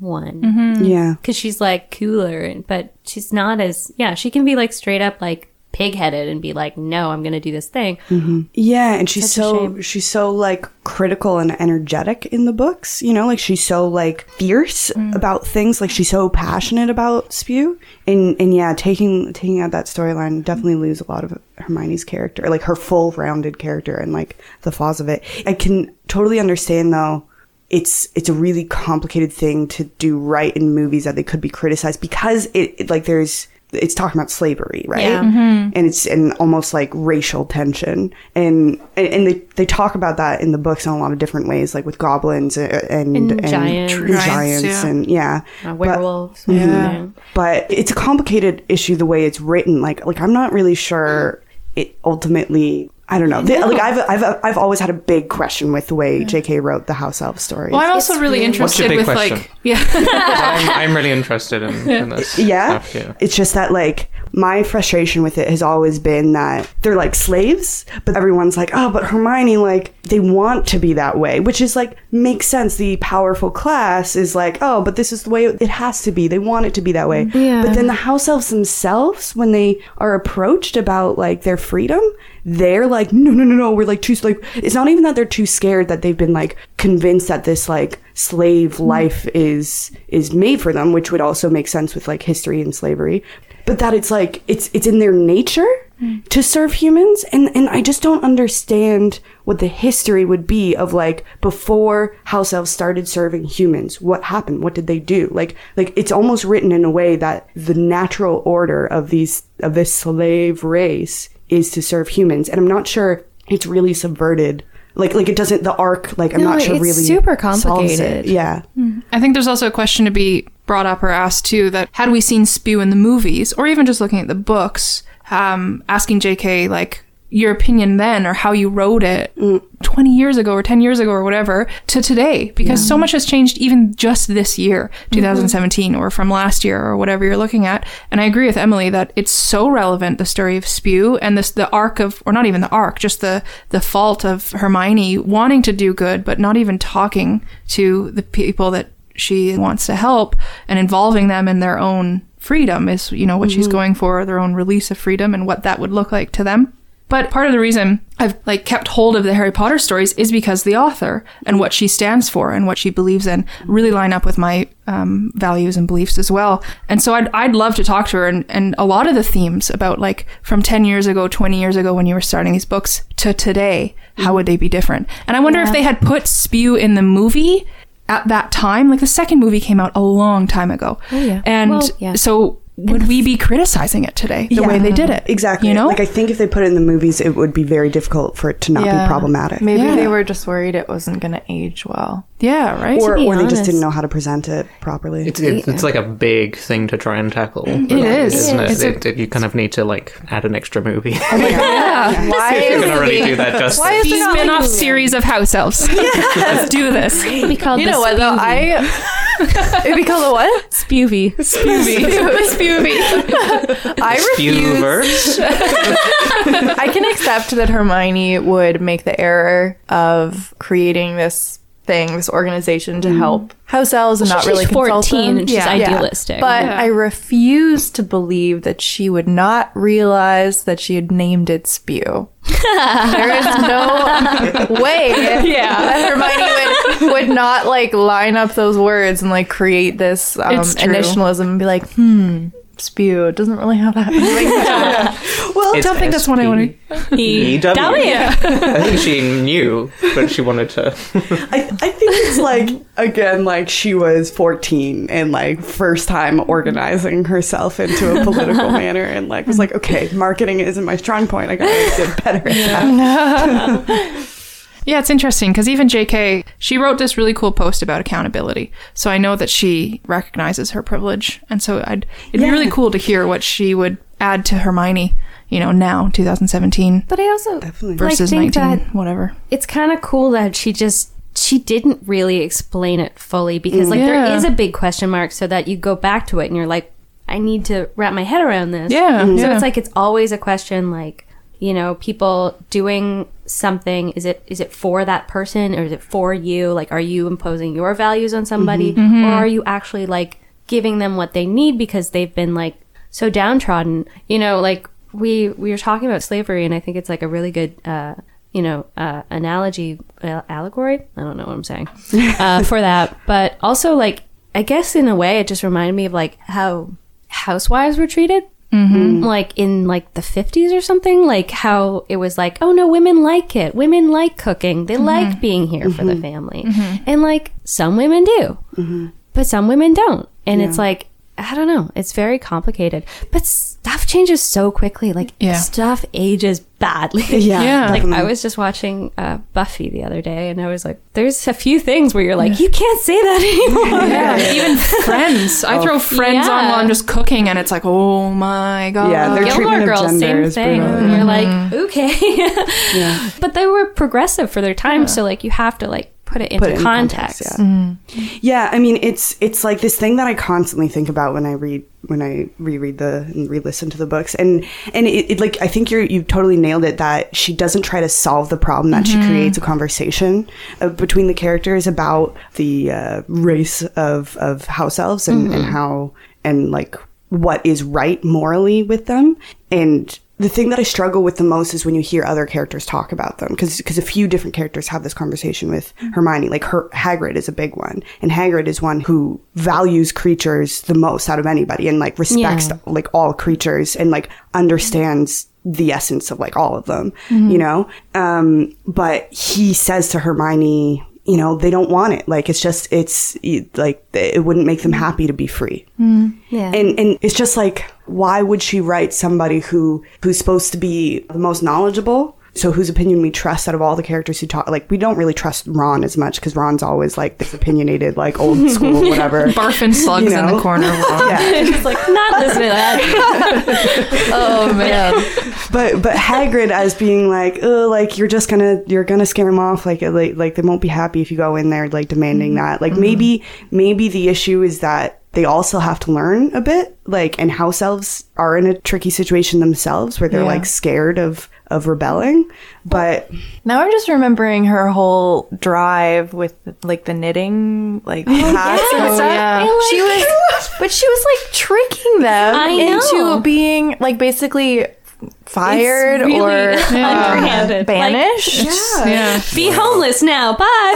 Speaker 8: one because
Speaker 6: Yeah.
Speaker 8: she's like cooler, and but she's not as yeah. She can be like straight up like pig-headed and be like, no, I'm gonna do this thing.
Speaker 6: Yeah, and she's
Speaker 8: Mm-hmm. Such a
Speaker 6: so
Speaker 8: shame.
Speaker 6: she's so like critical and energetic in the books, you know, like she's so like fierce
Speaker 8: Mm.
Speaker 6: about things, like she's so passionate about Spew. And and yeah, taking taking out that storyline definitely lose a lot of Hermione's character, like her full rounded character and like the flaws of it. I can totally understand though it's it's a really complicated thing to do right in movies that they could be criticized because it, it- like there's it's talking about slavery right
Speaker 8: Yeah. Mm-hmm.
Speaker 6: and it's an almost like racial tension and and, and they, they talk about that in the books in a lot of different ways like with goblins and and,
Speaker 8: And
Speaker 6: and
Speaker 8: giants.
Speaker 6: tr-
Speaker 5: Giants,
Speaker 6: giants
Speaker 5: yeah.
Speaker 6: and yeah
Speaker 8: Uh,
Speaker 6: But- mm-hmm.
Speaker 8: werewolves.
Speaker 6: yeah. But it's a complicated issue the way it's written. Like like I'm not really sure it ultimately I don't know. The- Like I've I've I've always had a big question with the way JK wrote the house elf story.
Speaker 5: Well, I'm also really
Speaker 1: What's
Speaker 5: interested
Speaker 1: your big
Speaker 5: with
Speaker 1: question?
Speaker 5: like
Speaker 6: <laughs>
Speaker 5: yeah,
Speaker 1: I'm, I'm really interested in, in this.
Speaker 6: yeah.
Speaker 1: stuff, yeah.
Speaker 6: It's just that like my frustration with it has always been that they're like slaves, but everyone's like, "Oh, but Hermione like they want to be that way," which is like makes sense. The powerful class is like, "Oh, but this is the way it has to be. They want it to be that way." But then the house elves themselves when they are approached about like their freedom, they're like, "No, no, no, no. We're like too like it's not even that they're too scared that they've been like convinced that this like slave life is is made for them, which would also make sense with like history and slavery. But that it's like it's it's in their nature to serve humans and and I just don't understand what the history would be of like before house elves started serving humans. What happened? What did they do? Like like it's almost written in a way that the natural order of these of this slave race is to serve humans and I'm not sure it's really subverted. Like like it doesn't the arc like I'm
Speaker 8: No,
Speaker 6: not sure
Speaker 8: it's
Speaker 6: really
Speaker 8: super
Speaker 6: solves it.
Speaker 8: complicated.
Speaker 6: Yeah.
Speaker 5: I think there's also a question to be brought up or asked too that had we seen Spew in the movies or even just looking at the books, um, asking JK like your opinion then or how you wrote it 20 years ago or 10 years ago or whatever to today because so much has changed even just this year 2017 or from last year or whatever you're looking at and i agree with emily that it's so relevant the story of spew and this the arc of or not even the arc just the the fault of hermione wanting to do good but not even talking to the people that she wants to help and involving them in their own freedom is you know what she's going for their own release of freedom and what that would look like to them but part of the reason I've like kept hold of the Harry Potter stories is because the author and what she stands for and what she believes in really line up with my um, values and beliefs as well. And so I'd, I'd love to talk to her and, and a lot of the themes about like from 10 years ago, 20 years ago when you were starting these books to today, how would they be different? And I wonder if they had put Spew in the movie at that time. Like the second movie came out a long time ago. Oh,
Speaker 7: yeah.
Speaker 5: And
Speaker 8: Well, yeah.
Speaker 5: so would we be criticizing it today the way they did it?
Speaker 6: Exactly.
Speaker 5: You know?
Speaker 6: like I think if they put it in the movies, it would be very difficult for it to not be problematic.
Speaker 7: Maybe
Speaker 5: Yeah.
Speaker 7: they were just worried it wasn't going to age well.
Speaker 5: yeah, right?
Speaker 6: Or,
Speaker 8: be
Speaker 6: or they just
Speaker 8: honest-
Speaker 6: didn't know how to present it properly. <laughs>
Speaker 1: It's, it's, it's like a big thing to try and tackle.
Speaker 6: Mm-hmm.
Speaker 1: It
Speaker 5: is.
Speaker 1: isn't it?
Speaker 5: It's a-
Speaker 1: It- it- you kind of need to like add an extra movie.
Speaker 6: Oh
Speaker 1: <laughs> you
Speaker 7: Why
Speaker 1: can already do that justice.
Speaker 7: Why is it not
Speaker 5: spin
Speaker 7: like-
Speaker 5: off series of house <laughs> elves. Let's do this.
Speaker 8: It'd be called
Speaker 7: You
Speaker 8: the
Speaker 7: know what though? I <laughs> it'd be called a what?
Speaker 8: Spuvy.
Speaker 7: I refuse.
Speaker 1: Spewverse?
Speaker 7: I can accept that Hermione would make the error of creating this thing, this organization
Speaker 5: Mm.
Speaker 7: to help house elves and not
Speaker 8: she's
Speaker 7: really consult
Speaker 8: 14
Speaker 7: them.
Speaker 8: and she's idealistic.
Speaker 7: But I refuse to believe that she would not realize that she had named it
Speaker 8: <laughs>
Speaker 7: Spew. there is no way that Hermione would, would not like line up those words and like create this um,
Speaker 5: It's true.
Speaker 7: initialism and be like, hmm, Spew it doesn't really
Speaker 5: <laughs>
Speaker 7: have that.
Speaker 1: I
Speaker 5: don't think that's what I wanted.
Speaker 1: I think she knew, but she wanted to.
Speaker 6: I, I think it's
Speaker 8: <laughs>
Speaker 6: like again, like she was fourteen and like first time organizing herself into a
Speaker 8: <laughs>
Speaker 6: political manner, and like was like, okay, marketing isn't my strong point. I gotta get better at that.
Speaker 5: Yeah, it's interesting because even JK, she wrote this really cool post about accountability. So I know that she recognizes her privilege. And so I'd, it'd be really cool to hear what she would add to Hermione, you know, now, 2017
Speaker 8: But I also
Speaker 5: versus
Speaker 8: think
Speaker 5: 19,
Speaker 8: that-
Speaker 5: whatever.
Speaker 8: it's kind of cool that she just she didn't really explain it fully because like there
Speaker 5: Yeah.
Speaker 8: is a big question mark so that you go back to it and you're like I need to wrap my head around this.
Speaker 5: Yeah,
Speaker 8: So
Speaker 5: Mm-hmm. yeah.
Speaker 8: it's like it's always a question like you know people doing something is it is it for that person or is it for you like are you imposing your values on somebody or are you actually like giving them what they need because they've been like so downtrodden you know like we we were talking about slavery and i think it's like a really good uh you know uh analogy uh, allegory i don't know what i'm saying uh for that but also like i guess in a way it just reminded me of like how housewives were treated like in like the 50s or something like how it was like oh no women like it women like cooking they like being here for the family and like some women do but some women don't and it's like i don't know it's very complicated but stuff changes so quickly like
Speaker 5: Yeah.
Speaker 8: stuff ages badly
Speaker 6: Yeah,
Speaker 5: Yeah.
Speaker 8: like i was just watching uh, buffy the other day and i was like there's a few things where you're like you can't say that <laughs> anymore
Speaker 5: Even <laughs> friends. I throw friends
Speaker 8: Yeah.
Speaker 5: on while I'm just cooking and it's like, oh my God.
Speaker 6: Yeah, they're- Their
Speaker 8: Gilmore
Speaker 6: treatment of
Speaker 8: Girls,
Speaker 6: gender
Speaker 8: same
Speaker 6: is
Speaker 8: thing.
Speaker 6: brutal.
Speaker 8: And You're like, okay, <laughs> but they were progressive for their time, so like you have to like put it into
Speaker 6: Put it in
Speaker 8: context.
Speaker 6: context, yeah. Yeah, I mean it's it's like this thing that I constantly think about when I read when I reread the and re-listen to the books and and it, it like I think you're you totally nailed it that she doesn't try to solve the problem that she creates a conversation uh, between the characters about the uh, race of of house elves and, and how and like what is right morally with them and the thing that I struggle with the most is when you hear other characters talk about them because a few different characters have this conversation with Hermione like her Hagrid is a big one and Hagrid is one who values creatures the most out of anybody and like respects like all creatures and like understands the essence of like all of them you know um but he says to Hermione you know they don't want it like it's just it's like it wouldn't make them happy to be free and and it's just like why would she write somebody who who's supposed to be the most knowledgeable so whose opinion we trust out of all the characters who talk like we don't really trust ron as much because ron's always like this opinionated like old school whatever
Speaker 5: Barfing slugs
Speaker 6: You
Speaker 5: in
Speaker 6: know?
Speaker 5: the corner.
Speaker 6: yeah
Speaker 8: <laughs> It's like not listening to
Speaker 6: <laughs>
Speaker 8: that.
Speaker 7: oh man.
Speaker 6: but but Hagrid as being like, oh, like you're just gonna you're gonna scare them off. Like like like they won't be happy if you go in there like demanding that. Like maybe maybe the issue is that they also have to learn a bit. Like and house elves are in a tricky situation themselves where they're
Speaker 7: Yeah.
Speaker 6: like scared of of rebelling. But
Speaker 7: Now I'm just remembering her whole drive with like the knitting, like hats and stuff. She was, but she was like tricking them
Speaker 8: I know.
Speaker 7: into being like basically fired
Speaker 8: It's really <laughs>
Speaker 7: or
Speaker 6: um,
Speaker 7: um,
Speaker 8: underhanded. Like,
Speaker 7: banished.
Speaker 5: Yeah.
Speaker 8: Be homeless now. Bye.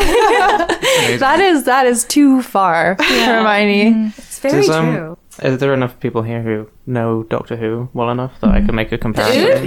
Speaker 7: that is that is too far, Hermione.
Speaker 8: It's very
Speaker 1: Does, um,
Speaker 8: true.
Speaker 1: Are there enough people here who know Doctor Who well enough that I can make a comparison?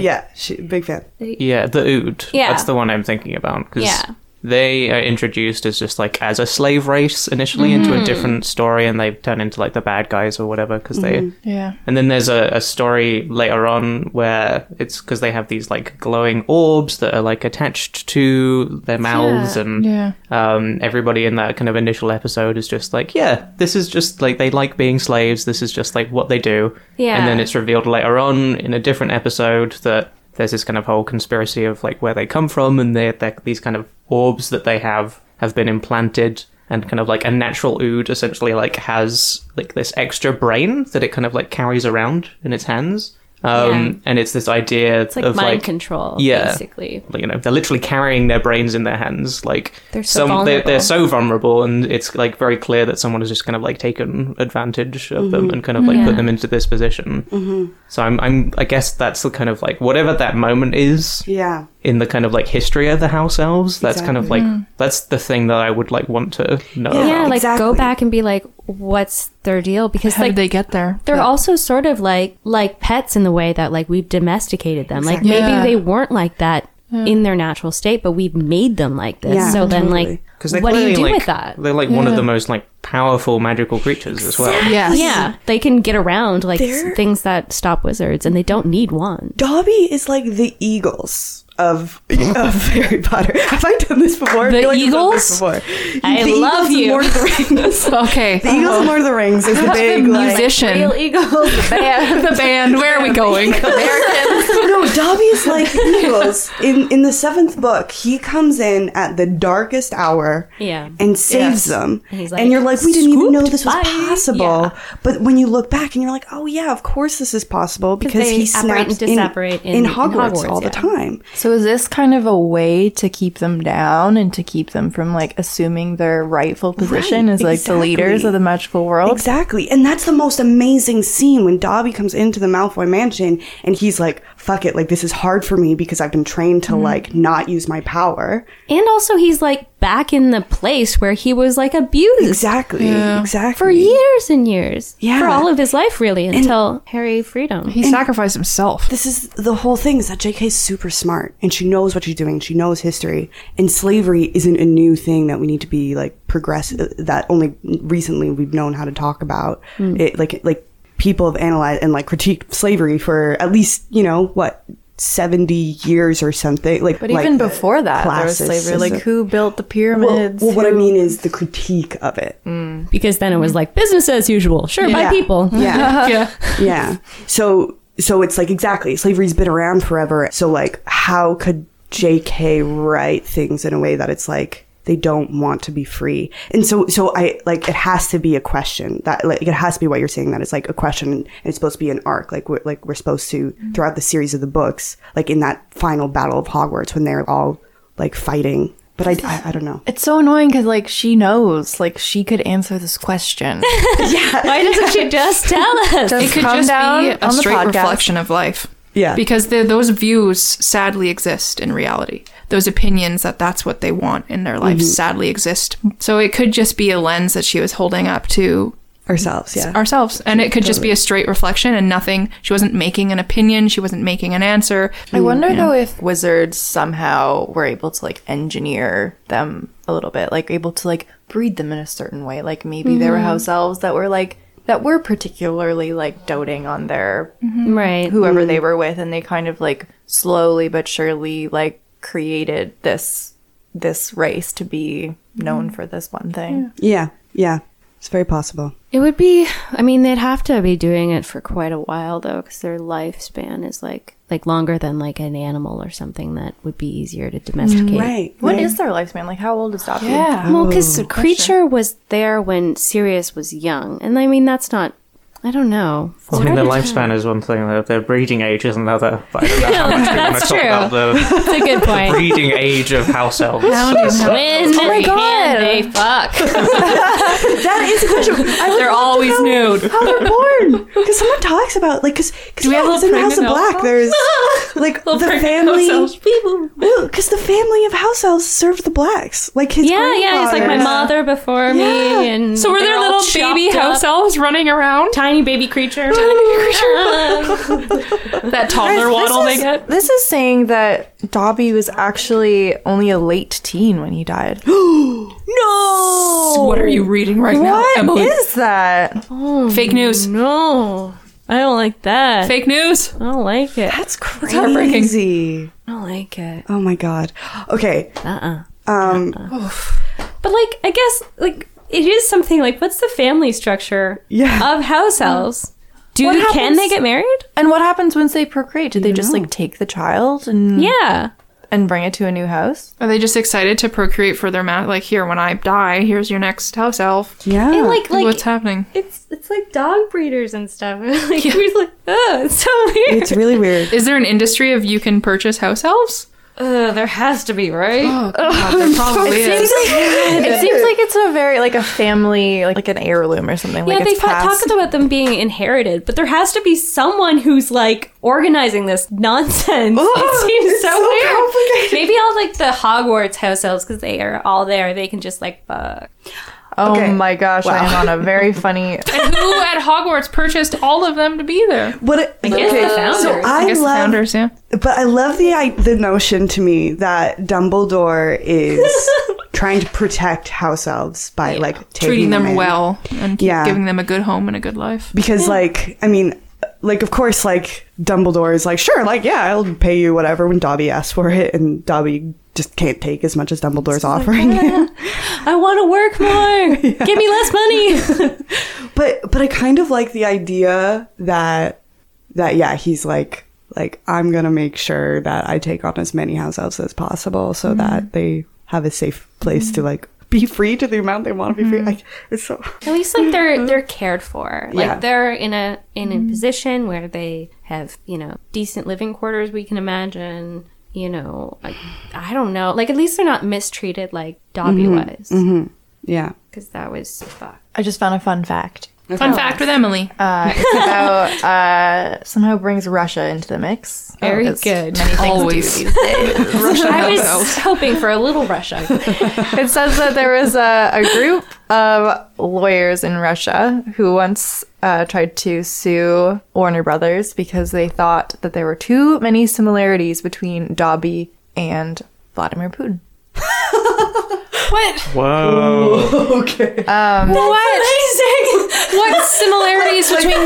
Speaker 6: <laughs> yeah, she, big fan.
Speaker 1: Yeah, the Ood.
Speaker 8: Yeah.
Speaker 1: That's the one I'm thinking about. 'cause
Speaker 8: Yeah.
Speaker 1: they are introduced as just like as a slave race initially
Speaker 8: Mm-hmm.
Speaker 1: into a different story, and they turn into like the bad guys or whatever because
Speaker 8: Mm-hmm.
Speaker 1: they.
Speaker 7: Yeah.
Speaker 1: And then there's a, a story later on where it's because they have these like glowing orbs that are like attached to their mouths, and
Speaker 7: Yeah.
Speaker 1: um, everybody in that kind of initial episode is just like, yeah, this is just like they like being slaves. This is just like what they do.
Speaker 8: Yeah.
Speaker 1: And then it's revealed later on in a different episode that there's this kind of whole conspiracy of like where they come from and they're, they're these kind of orbs that they have have been implanted and kind of like a natural ood essentially like has like this extra brain that it kind of like carries around in its hands. Um,
Speaker 8: Yeah.
Speaker 1: And it's this idea
Speaker 8: It's like
Speaker 1: of
Speaker 8: mind
Speaker 1: like
Speaker 8: control,
Speaker 1: yeah.
Speaker 8: basically.
Speaker 1: like, you know they're literally carrying their brains in their hands like
Speaker 8: They're so
Speaker 1: they're,
Speaker 8: vulnerable.
Speaker 1: they're so vulnerable and it's like very clear that someone has just kind of like taken advantage of them and kind of like
Speaker 8: Mm-hmm. Yeah.
Speaker 1: put them into this position mm-hmm. so I'm, I'm i guess that's the kind of like whatever that moment is
Speaker 6: Yeah.
Speaker 1: in the kind of like history of the house elves that's kind of like
Speaker 8: Mm.
Speaker 1: that's the thing that i would like want to know
Speaker 8: Yeah,
Speaker 1: about.
Speaker 8: like go
Speaker 6: exactly.
Speaker 8: back and be like, what's their deal? Because
Speaker 7: How
Speaker 8: like
Speaker 7: did they get there?
Speaker 8: they're also sort of like like pets in the way that like we've domesticated them. Like maybe
Speaker 7: Yeah.
Speaker 8: they weren't like that in their natural state, but we've made them like this.
Speaker 6: Yeah,
Speaker 8: so then
Speaker 6: totally.
Speaker 8: like
Speaker 1: 'Cause they're
Speaker 8: what do you
Speaker 1: clearly,
Speaker 8: do
Speaker 1: like-
Speaker 8: with that?
Speaker 1: they're like one of the most like powerful magical creatures as well
Speaker 7: Yes.
Speaker 8: Yeah, they can get around like s-
Speaker 6: They're-
Speaker 8: things that stop wizards, and they don't need one.
Speaker 6: Dobby is like the Eagles of of Harry Potter. Have I done this before? I
Speaker 8: The
Speaker 6: feel like I've done
Speaker 8: Eagles?
Speaker 6: this before.
Speaker 8: I
Speaker 6: the
Speaker 8: love
Speaker 6: Eagles of
Speaker 8: you.
Speaker 6: Lord of the
Speaker 8: <laughs>
Speaker 6: Rings.
Speaker 5: Okay.
Speaker 6: The Eagles of Lord of the Rings is the big like,
Speaker 5: musician.
Speaker 8: eagles,
Speaker 5: the band. Where are we going?
Speaker 6: <laughs> no, Dobby is like the Eagles. In in the seventh book, he comes in at the darkest hour
Speaker 8: Yeah.
Speaker 6: and saves
Speaker 8: Yes.
Speaker 6: them.
Speaker 8: And
Speaker 6: And,
Speaker 8: he's like,
Speaker 6: you're like, we didn't even know
Speaker 8: "Scooped
Speaker 6: this was
Speaker 8: by."
Speaker 6: possible.
Speaker 8: Yeah.
Speaker 6: But when you look back and you're like, oh yeah, of course this is possible because
Speaker 8: they
Speaker 6: he
Speaker 8: operate and
Speaker 6: snapped in,
Speaker 8: disoperate in-
Speaker 6: in
Speaker 8: in
Speaker 6: Hogwarts,
Speaker 8: Hogwarts,
Speaker 6: all
Speaker 8: yeah.
Speaker 6: the time.
Speaker 7: So is this kind of a way to keep them down and to keep them from like assuming their rightful position
Speaker 6: Right,
Speaker 7: as like the leaders
Speaker 6: exactly.
Speaker 7: of the magical world?
Speaker 6: Exactly. And that's the most amazing scene when Dobby comes into the Malfoy mansion and he's like, fuck it, like this is hard for me because I've been trained
Speaker 8: Mm-hmm.
Speaker 6: to like not use my power.
Speaker 8: and also he's like back in the place where he was like abused
Speaker 6: Exactly. Exactly.
Speaker 8: for years and years,
Speaker 6: Yeah.
Speaker 8: for all of his life really until Harry Freedom.
Speaker 5: He sacrificed himself.
Speaker 6: This is the whole thing is that JK's super smart and she knows what she's doing. She knows history. And slavery isn't a new thing that we need to be like progress that only recently we've known how to talk about.
Speaker 7: Hmm.
Speaker 6: It like like people have analyzed and like critiqued slavery for at least, you know, what 70 years or something like
Speaker 7: But even
Speaker 6: like the
Speaker 7: before that, there was slavery.
Speaker 6: classicism.
Speaker 7: Like who built the
Speaker 6: well,
Speaker 7: pyramids?
Speaker 6: well, what I
Speaker 7: Who-
Speaker 6: mean is the critique of it.
Speaker 8: because then it was like business as usual. Sure, by
Speaker 6: Yeah.
Speaker 8: people.
Speaker 6: Yeah.
Speaker 5: yeah.
Speaker 6: yeah. So so it's like exactly slavery's been around forever. So like how could JK write things in a way that it's like they don't want to be free. And so so I like it has to be a question that like it has to be what you're saying that it's like a question and it's supposed to be an arc like we're like we're supposed to throughout the series of the books like in that final battle of Hogwarts when they're all like fighting. But I, I, I don't know.
Speaker 7: It's so annoying because like she knows, like she could answer
Speaker 5: <laughs>
Speaker 7: this question.
Speaker 8: Why doesn't
Speaker 6: <laughs>
Speaker 8: you just tell us?
Speaker 7: Just
Speaker 5: It could
Speaker 7: come
Speaker 5: just
Speaker 7: down
Speaker 5: be
Speaker 7: on
Speaker 5: a
Speaker 7: the
Speaker 5: straight
Speaker 7: podcast.
Speaker 5: reflection of life.
Speaker 6: Yeah.
Speaker 5: Because the, those views sadly exist in reality. Those opinions that that's what they want in their life sadly exist. So it could just be a lens that she was holding up to
Speaker 6: Ourselves, yeah.
Speaker 5: ourselves. And it could just be a straight reflection and nothing. She wasn't making an opinion. She wasn't making an answer.
Speaker 7: I wonder though if wizards somehow were able to like engineer them a little bit, like able to like breed them in a certain way. Like maybe there were
Speaker 5: Mm-hmm.
Speaker 7: house elves that were like that were particularly like doting on their
Speaker 8: right.
Speaker 5: Mm-hmm.
Speaker 7: whoever they were with and they kind of like slowly but surely like created this this race to be
Speaker 5: Mm.
Speaker 7: known for this one thing.
Speaker 6: Yeah. Yeah. It's very possible.
Speaker 8: It would be. I mean, they'd have to be doing it for quite a while though, because their lifespan is like like longer than like an animal or something that would be easier to domesticate.
Speaker 6: Right.
Speaker 7: What is their lifespan? Like how old is Dobby?
Speaker 5: Yeah.
Speaker 8: Well, because Oh, creature was there when Sirius was young, and I mean that's not. I don't know. It's
Speaker 1: I mean,
Speaker 8: hard
Speaker 1: their
Speaker 8: to
Speaker 1: lifespan is one thing, their, their breeding age is another. But I don't know how
Speaker 8: tell.
Speaker 1: much we wanna
Speaker 8: that's
Speaker 1: talk about
Speaker 8: true.
Speaker 1: the-
Speaker 8: That's a good
Speaker 1: <laughs>
Speaker 8: point.
Speaker 1: breeding age of house elves.
Speaker 8: When oh my
Speaker 7: God.
Speaker 8: they fuck? <laughs>
Speaker 6: That is a question. I would
Speaker 5: They're
Speaker 6: love to
Speaker 5: always
Speaker 6: know
Speaker 5: nude.
Speaker 6: How they're born? Because someone talks about like because because
Speaker 5: we
Speaker 6: yeah,
Speaker 5: have
Speaker 6: 'cause
Speaker 5: little
Speaker 6: in House of
Speaker 5: pregnant
Speaker 4: <laughs>
Speaker 6: Black,
Speaker 5: elves?
Speaker 6: there's like
Speaker 4: Little
Speaker 6: the
Speaker 4: pregnant
Speaker 6: family.
Speaker 4: house elves.
Speaker 6: Well, because the family of house elves served the blacks. Like his
Speaker 8: Yeah, yeah. It's like my
Speaker 6: grandfathers.
Speaker 8: mother before me, and
Speaker 4: So were
Speaker 8: they're
Speaker 4: there
Speaker 8: all
Speaker 4: little
Speaker 8: chopped
Speaker 4: baby
Speaker 8: up.
Speaker 4: house elves running around?
Speaker 8: tiny baby creature?
Speaker 4: That toddler waddle they
Speaker 7: This
Speaker 4: get?
Speaker 7: is, this is saying that Dobby was actually only a late teen when he
Speaker 8: <gasps>
Speaker 7: died.
Speaker 6: No.
Speaker 4: What are you reading right
Speaker 7: What
Speaker 4: now,
Speaker 7: is
Speaker 4: Emily?
Speaker 7: that?
Speaker 4: Fake news.
Speaker 8: no, I don't like that.
Speaker 4: Fake news.
Speaker 8: I don't like it.
Speaker 6: That's
Speaker 4: heartbreaking.
Speaker 6: crazy.
Speaker 8: I don't like it.
Speaker 6: Oh my god. Okay.
Speaker 8: Uh uh
Speaker 6: Um.
Speaker 8: But like, I guess like it is something like what's the family structure?
Speaker 6: Yeah.
Speaker 8: of house elves. Do
Speaker 7: What
Speaker 8: can
Speaker 7: happens-
Speaker 8: they get married?
Speaker 7: And what happens once they procreate? Do they just like take the child and
Speaker 8: Yeah.
Speaker 7: and bring it to a new house?
Speaker 5: Are they just excited to procreate for their mat? Like, here, when I die, here's your next house elf.
Speaker 6: Yeah.
Speaker 8: And like like
Speaker 5: What's happening?
Speaker 8: it's it's like dog breeders and stuff. <laughs> like we're like, oh, it's so weird.
Speaker 6: it's really weird.
Speaker 5: Is there an industry of you can purchase house
Speaker 8: <laughs>
Speaker 5: elves?
Speaker 8: Ugh, there has to be, right?
Speaker 5: God, there probably is.
Speaker 7: It seems like it's a very like a family like, like an heirloom or something.
Speaker 8: yeah,
Speaker 7: like
Speaker 8: they
Speaker 7: it's
Speaker 8: talk,
Speaker 7: passed.
Speaker 8: talk about them being inherited, but there has to be someone who's like organizing this nonsense. it seems
Speaker 6: it's
Speaker 8: so,
Speaker 6: so
Speaker 8: weird.
Speaker 6: complicated.
Speaker 8: Maybe all like the Hogwarts house elves because they are all there. They can just like fuck.
Speaker 7: Oh
Speaker 6: Okay.
Speaker 7: my gosh, I am on a
Speaker 8: <laughs>
Speaker 7: very funny.
Speaker 5: And who at Hogwarts purchased all of them to be there?
Speaker 6: What? It,
Speaker 8: guess
Speaker 6: okay.
Speaker 8: the founders.
Speaker 6: So
Speaker 8: I
Speaker 6: I,
Speaker 5: I guess the
Speaker 6: love
Speaker 5: founders, yeah.
Speaker 6: But I love the I, the notion to me that Dumbledore is
Speaker 5: <laughs>
Speaker 6: trying to protect house elves by like taking
Speaker 5: Treating them
Speaker 6: in.
Speaker 5: well and
Speaker 6: Yeah.
Speaker 5: giving them a good home and a good life.
Speaker 6: because like I mean like of course like Dumbledore is like sure like yeah I'll pay you whatever when Dobby asks for it and Dobby just can't take as much as Dumbledore's offering.
Speaker 8: I want to work more. Give me less money.
Speaker 6: but but I kind of like the idea that that yeah he's like like I'm gonna make sure that I take on as many house elves as possible
Speaker 7: Mm-hmm.
Speaker 6: so that they have a safe place to like be free to the amount they want to be
Speaker 7: Mm-hmm.
Speaker 6: free. Like it's so
Speaker 8: At least like they're they're cared for. Like
Speaker 6: Mm-hmm. Yeah. Mm-hmm.
Speaker 8: they're in a in a position where they have, you know, decent living quarters we can imagine, you know, like I don't know. Like at least they're not mistreated like Dobby
Speaker 6: Mm-hmm.
Speaker 8: was.
Speaker 6: yeah.
Speaker 8: Cuz that was fuck.
Speaker 7: I just found a fun fact.
Speaker 5: Fun fact with Emily.
Speaker 7: Uh, it's about uh, somehow brings Russia into the mix.
Speaker 8: Very
Speaker 7: as
Speaker 8: good.
Speaker 7: Many things
Speaker 5: Always.
Speaker 7: do these days.
Speaker 8: I was hoping for a little Russia.
Speaker 7: It says that there was a, a group of lawyers in Russia who once uh, tried to sue Warner Brothers because they thought that there were too many similarities between Dobby and Vladimir Putin.
Speaker 1: Whoa.
Speaker 5: What similarities between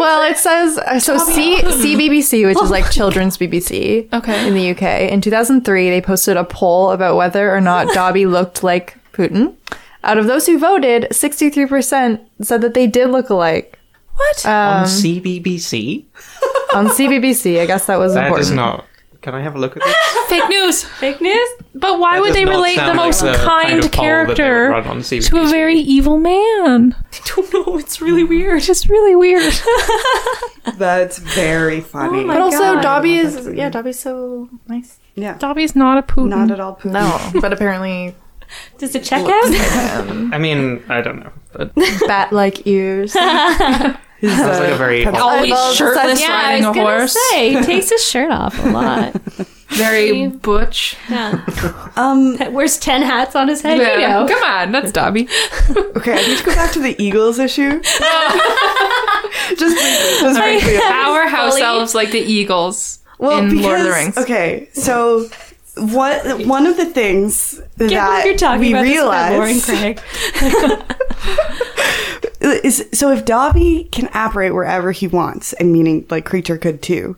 Speaker 7: Well, it says uh, so. C- CBBC, which is like children's BBC,
Speaker 5: Okay.
Speaker 7: in the UK, in 2003, they posted a poll about whether or not Dobby looked like Putin. Out of those who voted, 63% said that they did look alike.
Speaker 5: What?
Speaker 1: On CBBC?
Speaker 7: On CBBC, I guess that was
Speaker 1: That
Speaker 7: important.
Speaker 1: is not. Can I have a look at this?
Speaker 5: Fake news.
Speaker 8: Fake news?
Speaker 5: But why
Speaker 1: That
Speaker 5: would
Speaker 1: does
Speaker 5: they
Speaker 1: not
Speaker 5: relate the
Speaker 1: sound like
Speaker 5: most
Speaker 1: the kind
Speaker 5: kind
Speaker 1: of poll that they would
Speaker 5: character
Speaker 1: run on CBBC.
Speaker 5: to a very evil man?
Speaker 8: I don't know. It's really weird.
Speaker 5: It's just really weird. <laughs>
Speaker 6: That's
Speaker 7: <laughs>
Speaker 6: very funny.
Speaker 7: Oh But also, Dobby is yeah, Dobby's so nice.
Speaker 6: yeah.
Speaker 5: Dobby's not a Putin.
Speaker 6: Not at all. Putin.
Speaker 7: <laughs> No, but apparently,
Speaker 8: Does it check out?
Speaker 1: I mean, I don't know. But
Speaker 7: bat-like ears.
Speaker 6: He's,
Speaker 1: sounds like
Speaker 6: uh,
Speaker 1: a very.
Speaker 5: Always
Speaker 7: Eyeballs,
Speaker 5: shirtless
Speaker 7: such- yeah,
Speaker 5: riding a horse.
Speaker 8: say
Speaker 5: <laughs>
Speaker 8: he takes his shirt off a lot.
Speaker 6: <laughs>
Speaker 5: Very butch.
Speaker 8: Yeah.
Speaker 6: um.
Speaker 8: Wears 10 hats on his head, you know.
Speaker 5: Come on, that's Dobby.
Speaker 6: Okay, I need to go back to the Eagles
Speaker 7: <laughs>
Speaker 6: issue. <laughs> just just briefly.
Speaker 5: Our house
Speaker 8: Fully.
Speaker 5: elves like the eagles
Speaker 6: Well,
Speaker 5: in
Speaker 6: because,
Speaker 5: Lord of the Rings.
Speaker 6: Okay, so what? One of the things that
Speaker 8: you're talking
Speaker 6: we
Speaker 8: about this is kinda boring,
Speaker 6: realize
Speaker 8: Craig.
Speaker 6: is so if Dobby can operate wherever he wants, and meaning like creature could too.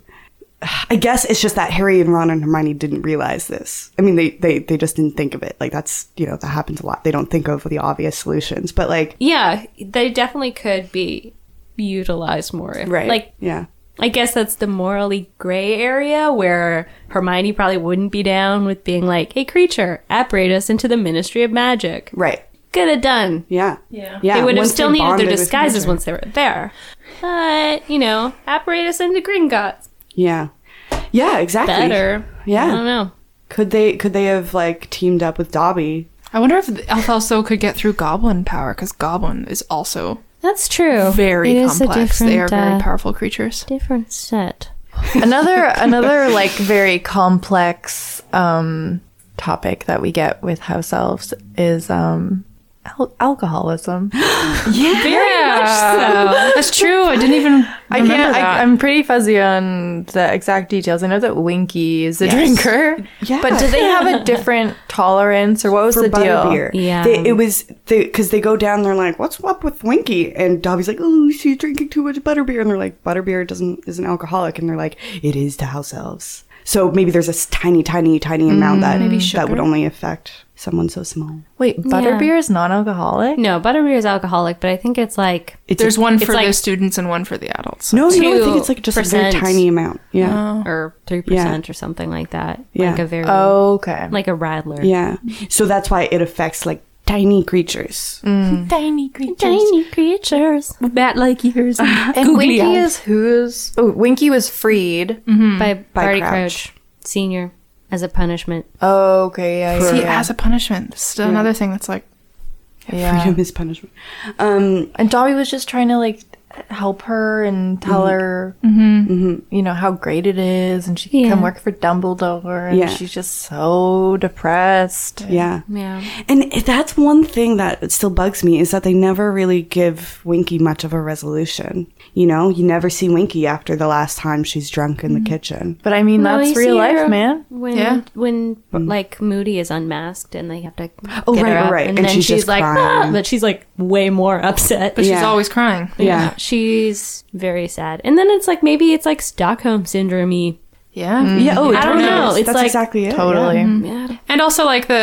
Speaker 6: I guess it's just that Harry and Ron and Hermione didn't realize this. I mean, they, they, they just didn't think of it. Like, that's, you know, that happens a lot. They don't think of the obvious solutions. But, like,
Speaker 8: Yeah, they definitely could be utilized more. If, Like,
Speaker 6: yeah.
Speaker 8: I guess that's the morally gray area where Hermione probably wouldn't be down with being like, "Hey, creature, apparate us into the Ministry of Magic."
Speaker 6: Right.
Speaker 8: Could have done.
Speaker 6: Yeah. Yeah. yeah.
Speaker 8: they would have
Speaker 6: Once
Speaker 8: still needed
Speaker 6: bonded
Speaker 8: their
Speaker 6: with
Speaker 8: disguises
Speaker 6: Creature.
Speaker 8: once they were there. But you know, apparate us into Gringotts
Speaker 6: Yeah. Yeah, exactly.
Speaker 8: better.
Speaker 6: Yeah.
Speaker 8: I don't know.
Speaker 6: Could they could they have like teamed up with Dobby?
Speaker 5: I wonder if Elfalso could get through goblin power because goblin is also
Speaker 8: That's true.
Speaker 5: very
Speaker 8: It is a
Speaker 5: complex. They are
Speaker 8: different,
Speaker 5: very
Speaker 8: uh,
Speaker 5: powerful creatures.
Speaker 8: Different set.
Speaker 7: another another like very complex um topic that we get with house elves is um al- alcoholism
Speaker 4: That's true. I didn't even.
Speaker 7: <gasps> <laughs> i can't I, i'm pretty fuzzy on the exact details i know that winky is a drinker
Speaker 6: Yeah.
Speaker 7: but do <laughs> they have a different tolerance or what was
Speaker 6: for
Speaker 7: the deal
Speaker 6: butterbeer.
Speaker 8: Yeah.
Speaker 6: They, it was because they go down. They're like, "What's up with Winky?" And Dobby's like, "Oh, she's drinking too much butterbeer." And they're like, "Butterbeer doesn't is an alcoholic." And they're like, "It is to house elves." So maybe there's a s- tiny, tiny, tiny amount
Speaker 7: Mm,
Speaker 6: that that would only affect someone so small.
Speaker 7: wait butterbeer is non-alcoholic
Speaker 8: No, butterbeer is alcoholic, but I think it's like
Speaker 5: There's one for
Speaker 8: like-
Speaker 5: the students and one for the adults.
Speaker 6: No, no, I think it's like just a very
Speaker 8: 2%.
Speaker 6: tiny amount.
Speaker 7: Oh,
Speaker 6: Yeah,
Speaker 8: or three percent or something like that.
Speaker 6: Oh. Yeah. Oh.
Speaker 8: Like a very
Speaker 7: okay
Speaker 8: like a rattler.
Speaker 6: yeah. So that's why it affects like tiny creatures.
Speaker 7: Mm, tiny creature
Speaker 8: Tiny creatures. Bat like <laughs> ears.
Speaker 7: and winky is who's oh winky was freed
Speaker 8: by, Barty
Speaker 6: Crouch.
Speaker 8: Crouch. Senior as a punishment.
Speaker 7: okay yeah yeah,
Speaker 5: See,
Speaker 7: yeah.
Speaker 5: as a punishment, this is another thing that's like
Speaker 7: yeah.
Speaker 6: Freedom is punishment. Um,
Speaker 7: And Dobby was just trying to like help her and tell
Speaker 8: Mm-hmm.
Speaker 7: her, you know, how great it is, and she can come
Speaker 8: Yeah.
Speaker 7: work for Dumbledore, and
Speaker 6: Yeah.
Speaker 7: she's just so depressed.
Speaker 6: yeah.
Speaker 8: Yeah.
Speaker 6: And that's one thing that still bugs me is that they never really give Winky much of a resolution. You know, you never see Winky after the last time she's drunk in the kitchen.
Speaker 7: But I mean,
Speaker 8: No, you
Speaker 7: that's
Speaker 8: see
Speaker 7: real life,
Speaker 8: her
Speaker 7: man. Mm.
Speaker 8: When
Speaker 5: Yeah.
Speaker 8: when like Moody is unmasked and they have to
Speaker 6: Oh,
Speaker 8: get
Speaker 6: right,
Speaker 8: her
Speaker 6: right,
Speaker 8: up,
Speaker 6: right.
Speaker 8: and,
Speaker 6: And
Speaker 8: then
Speaker 6: she's
Speaker 8: she's,
Speaker 6: just
Speaker 8: like
Speaker 6: crying.
Speaker 8: "Ah," but she's like way more upset.
Speaker 5: she's
Speaker 6: Yeah.
Speaker 5: always crying.
Speaker 6: Yeah.
Speaker 8: She's very sad. And then it's like maybe it's like Stockholm syndrome
Speaker 5: Yeah.
Speaker 7: Mm-hmm.
Speaker 6: Yeah. Oh,
Speaker 8: I don't
Speaker 6: totally.
Speaker 8: know. It's
Speaker 6: That's
Speaker 8: like-
Speaker 6: exactly it.
Speaker 7: Totally.
Speaker 8: Mm-hmm.
Speaker 5: And also like the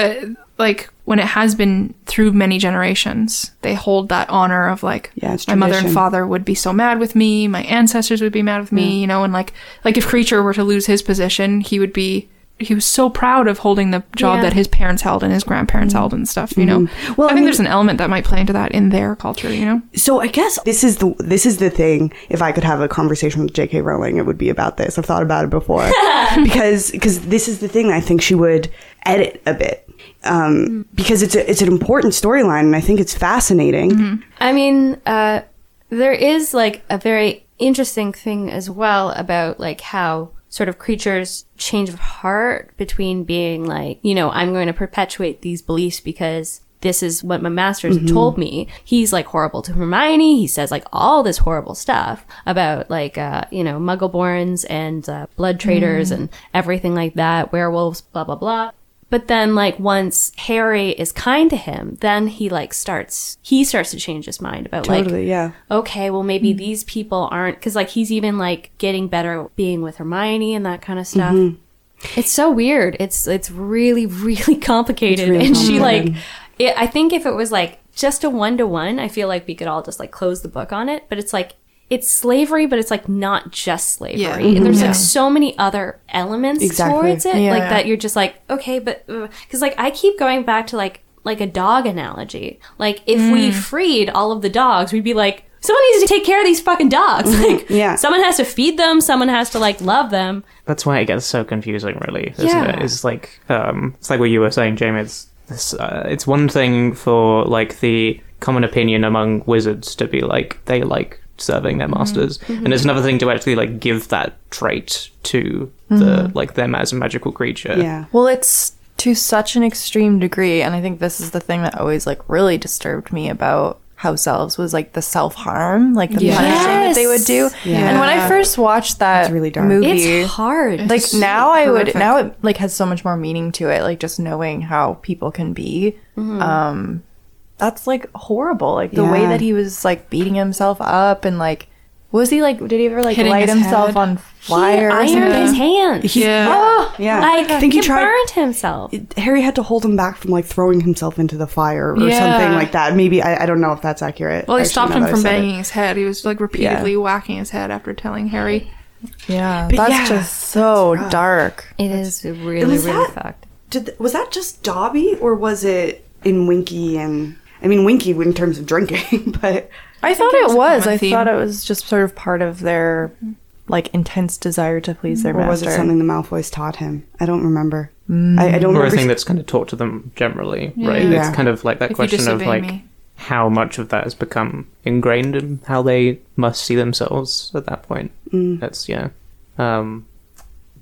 Speaker 5: like when it has been through many generations, they hold that honor of like
Speaker 6: Yeah, it's
Speaker 5: my mother and
Speaker 6: tradition.
Speaker 5: father would be so mad with me, my ancestors would be mad with me, you know, and like like if Creature were to lose his position, he would be he was so proud of holding the job
Speaker 8: Yeah.
Speaker 5: that his parents held and his grandparents held and stuff, you know.
Speaker 6: Mm-hmm. Well,
Speaker 5: Well, I,
Speaker 6: I
Speaker 5: think
Speaker 6: mean-
Speaker 5: there's an element that might play into that in their culture, you know.
Speaker 6: So I guess this is the this is the thing. If I could have a conversation with J.K. Rowling, it would be about this. I've thought about it <laughs> before because because this is the thing. that I think she would edit a bit um, because it's a, it's an important storyline, and I think it's fascinating.
Speaker 8: I mean, uh, there is like a very interesting thing as well about like how sort of creatures change of heart between being like, you know, I'm going to perpetuate these beliefs because this is what my master's told me. He's like horrible to Hermione. He says like all this horrible stuff about like, uh, you know, muggleborns and uh, blood traders and everything like that, werewolves, blah, blah, blah. But then like once Harry is kind to him, then he like starts he starts to change his mind about
Speaker 6: Totally,
Speaker 8: like
Speaker 6: yeah. Mm-hmm.
Speaker 8: okay, well maybe these people aren't cuz like he's even like getting better at being with Hermione and that kind of stuff.
Speaker 6: Mm-hmm.
Speaker 8: It's so weird. It's it's really really <laughs> complicated and she like it, I think if it was like just a one to one, I feel like we could all just like close the book on it, but it's like it's slavery, but it's like not just slavery.
Speaker 5: Yeah.
Speaker 8: And There's like so many other elements
Speaker 6: Exactly.
Speaker 8: towards it,
Speaker 7: Yeah.
Speaker 8: like that you're just like okay but because like i keep going back to like like a dog analogy like if we freed all of the dogs we'd be like someone needs to take care of these fucking dogs <laughs>
Speaker 4: Mm-hmm.
Speaker 8: like
Speaker 6: Mm-hmm. Yeah.
Speaker 8: someone has to feed them someone has to like love them
Speaker 1: That's why it gets so confusing, really, isn't
Speaker 8: Yeah.
Speaker 1: it? It's like um, it's like what you were saying, Jamie. It's it's, uh, it's one thing for like the common opinion among wizards to be like they like serving
Speaker 5: Mm-hmm.
Speaker 1: their masters, and it's another thing to actually like give that trait to
Speaker 5: Mm-hmm.
Speaker 1: the like them as a magical creature.
Speaker 5: <laughs>
Speaker 6: Yeah.
Speaker 7: Well, it's to such an extreme degree, and I think this is the thing that always like really disturbed me about house elves was like the self harm, like the punishing that they would do. And when I first watched that
Speaker 6: really dark.
Speaker 7: movie,
Speaker 8: it's hard
Speaker 7: like now I would
Speaker 5: horrific.
Speaker 7: now it like has so much more meaning to it. Like just knowing how people can be, um, that's like horrible. Like the way
Speaker 6: Yeah.
Speaker 7: that he was like beating himself up and like was he like did he ever like
Speaker 5: Hitting
Speaker 7: light
Speaker 5: his
Speaker 7: himself
Speaker 5: head.
Speaker 7: on
Speaker 8: he
Speaker 7: fire? or
Speaker 8: ironed
Speaker 7: something?
Speaker 8: his hands
Speaker 5: Yeah.
Speaker 8: oh
Speaker 6: Yeah.
Speaker 8: like
Speaker 6: I think
Speaker 8: he,
Speaker 6: he tried-
Speaker 8: burned himself
Speaker 6: Harry had to hold him back from like throwing himself into the fire or
Speaker 5: Yeah.
Speaker 6: something like that. Maybe I, I don't know if that's accurate.
Speaker 5: Well, he
Speaker 6: actually,
Speaker 5: stopped
Speaker 6: now
Speaker 5: him
Speaker 6: that I
Speaker 5: from
Speaker 6: said it.
Speaker 5: banging his head. He was like repeatedly whacking his head after telling Harry.
Speaker 7: Yeah,
Speaker 6: But
Speaker 7: that's
Speaker 6: yeah,
Speaker 7: just so dark.
Speaker 8: it is really really
Speaker 6: was that-
Speaker 8: fucked
Speaker 6: Did th- was that just Dobby or was it in Winky and I mean Winky in terms of drinking, <laughs> but
Speaker 7: I, thought
Speaker 5: it was
Speaker 7: it was.
Speaker 5: a common
Speaker 7: I
Speaker 5: theme.
Speaker 7: thought it was just sort of part of their like intense desire to please their
Speaker 6: or was
Speaker 7: master.
Speaker 6: it something the Malfoys taught him? I don't remember. I, I don't
Speaker 1: Or a
Speaker 6: remember.
Speaker 1: thing that's kind of taught to them generally, right?
Speaker 6: Yeah.
Speaker 1: It's kind of like that
Speaker 5: If you
Speaker 1: question of
Speaker 5: disobey
Speaker 1: like
Speaker 5: me.
Speaker 1: how much of that has become ingrained in how they must see themselves at that point. That's yeah. Um,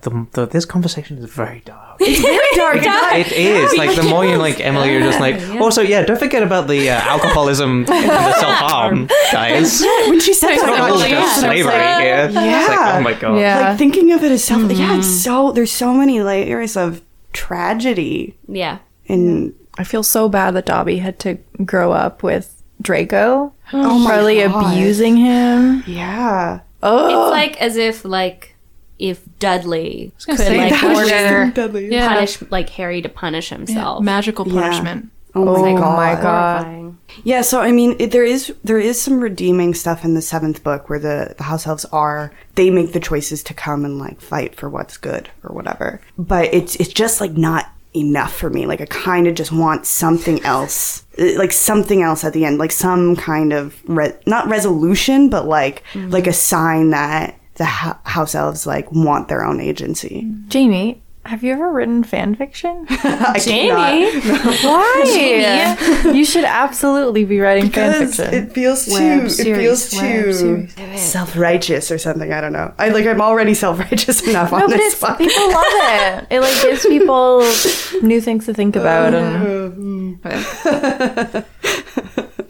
Speaker 1: the, the, this conversation is very
Speaker 5: <laughs>
Speaker 1: <laughs> dark.
Speaker 6: Dark.
Speaker 1: It is like the more you like Emily, you're just like. Also, yeah, don't forget about the uh,
Speaker 5: <laughs>
Speaker 1: alcoholism and the self harm, guys.
Speaker 6: When she said that,
Speaker 1: Got a
Speaker 6: I
Speaker 1: little
Speaker 6: got
Speaker 1: bit of
Speaker 6: chills.
Speaker 1: slavery here. It's like, oh my god.
Speaker 7: Yeah.
Speaker 6: Like thinking of it as self. Yeah,
Speaker 5: Mm-hmm.
Speaker 6: it's so there's so many layers of tragedy
Speaker 8: Yeah.
Speaker 6: in
Speaker 7: I feel so bad that Dobby had to grow up with Draco.
Speaker 6: Oh my
Speaker 7: probably
Speaker 6: God.
Speaker 7: abusing him.
Speaker 6: yeah.
Speaker 7: Oh,
Speaker 8: It's like as if like if Dudley could
Speaker 5: say
Speaker 8: like
Speaker 5: that was
Speaker 8: order
Speaker 6: Dudley.
Speaker 5: Yeah.
Speaker 8: punish like Harry to punish himself.
Speaker 5: Magical punishment.
Speaker 6: Oh my
Speaker 7: oh
Speaker 6: god.
Speaker 7: my god.
Speaker 8: Horrifying.
Speaker 6: Yeah, so I mean, it, there is there is some redeeming stuff in the seventh book where the the house elves are they make the choices to come and like fight for what's good or whatever. But it's it's just like not enough for me. Like I kind of just want something else, eh, like something else at the end, like some kind of re- not resolution, but like like a sign that the ho- house elves like want their own agency. <laughs>
Speaker 7: Jamie, have you ever written
Speaker 5: <laughs>
Speaker 7: fan fiction?
Speaker 6: I cannot-
Speaker 8: Jamie,
Speaker 7: Why? you should absolutely be writing fan
Speaker 6: Because
Speaker 7: fiction.
Speaker 6: it feels too it feels too self righteous or something. I don't know. I like I'm already self righteous <laughs> enough on
Speaker 7: no, but
Speaker 6: this
Speaker 7: it's,
Speaker 6: spot.
Speaker 7: people love it. It like gives people new things to think about.
Speaker 5: Oh,
Speaker 7: And
Speaker 8: do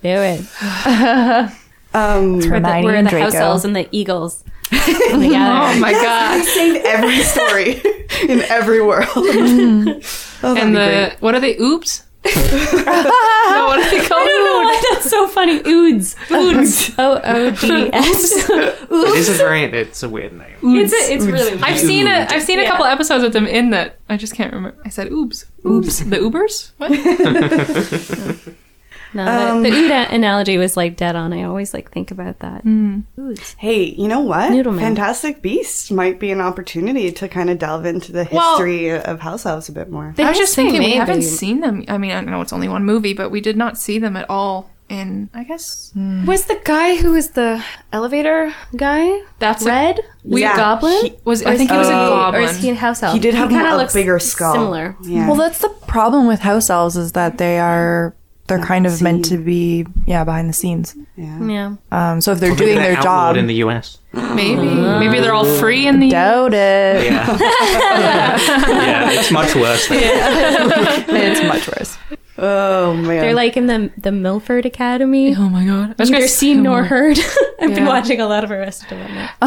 Speaker 8: it.
Speaker 6: <laughs> Um,
Speaker 8: We're the,
Speaker 7: Hermione
Speaker 8: we're
Speaker 7: and
Speaker 8: the house
Speaker 7: Draco.
Speaker 8: elves and the eagles. together.
Speaker 5: Oh my god.
Speaker 6: in
Speaker 7: <laughs>
Speaker 6: every story, <laughs> in every world. Oh, that'd
Speaker 5: And
Speaker 6: be
Speaker 5: the what are they? Oops. <laughs> no, what are they called?
Speaker 8: Oh, that's so funny. Oods. Oods. O O D <laughs> S.
Speaker 1: It is a very. It's a weird name.
Speaker 5: <laughs>
Speaker 8: It's, a, it's really weird.
Speaker 5: I've seen a I've seen a couple episodes with them in that I just can't remember. I said oops, oops, the Ubers. What?
Speaker 8: No, the- the ood a- analogy was like dead on. I always like think about that. Oods.
Speaker 6: Hey, you know what?
Speaker 8: Noodleman.
Speaker 6: Fantastic Beasts might be an opportunity to kind of delve into the
Speaker 5: Well-
Speaker 6: history of house elves a bit more.
Speaker 5: I was just thinking we
Speaker 8: maybe.
Speaker 5: haven't seen them. I mean, I know it's only one movie, but we did not see them at all. In I guess
Speaker 8: Was the guy who was the elevator guy
Speaker 5: that's a-
Speaker 8: red? We
Speaker 6: Yeah.
Speaker 8: goblin? Oh.
Speaker 6: He-
Speaker 5: was I think it was a
Speaker 8: Or
Speaker 5: goblin.
Speaker 8: is he a house elf?
Speaker 6: He did have
Speaker 8: kinda
Speaker 6: a bigger skull.
Speaker 8: Similar.
Speaker 6: Yeah.
Speaker 7: well, that's the problem with house elves is that they are they're kind of meant to be yeah behind the scenes.
Speaker 8: Yeah.
Speaker 7: Um, so if they're doing their job,
Speaker 1: in the U.S.
Speaker 5: <gasps> Maybe maybe they're all free in the
Speaker 7: doubt it.
Speaker 1: Yeah. yeah, it's much
Speaker 5: <laughs>
Speaker 1: worse. Than
Speaker 7: <laughs> It's much worse.
Speaker 6: oh man.
Speaker 8: They're like in the the Milford
Speaker 5: <laughs>
Speaker 8: Academy.
Speaker 5: Oh my god! I was
Speaker 8: Neither
Speaker 5: gonna-
Speaker 8: seen nor
Speaker 5: <laughs>
Speaker 8: heard. <laughs> I've been
Speaker 5: Yeah.
Speaker 8: watching a lot of Arrested Development. I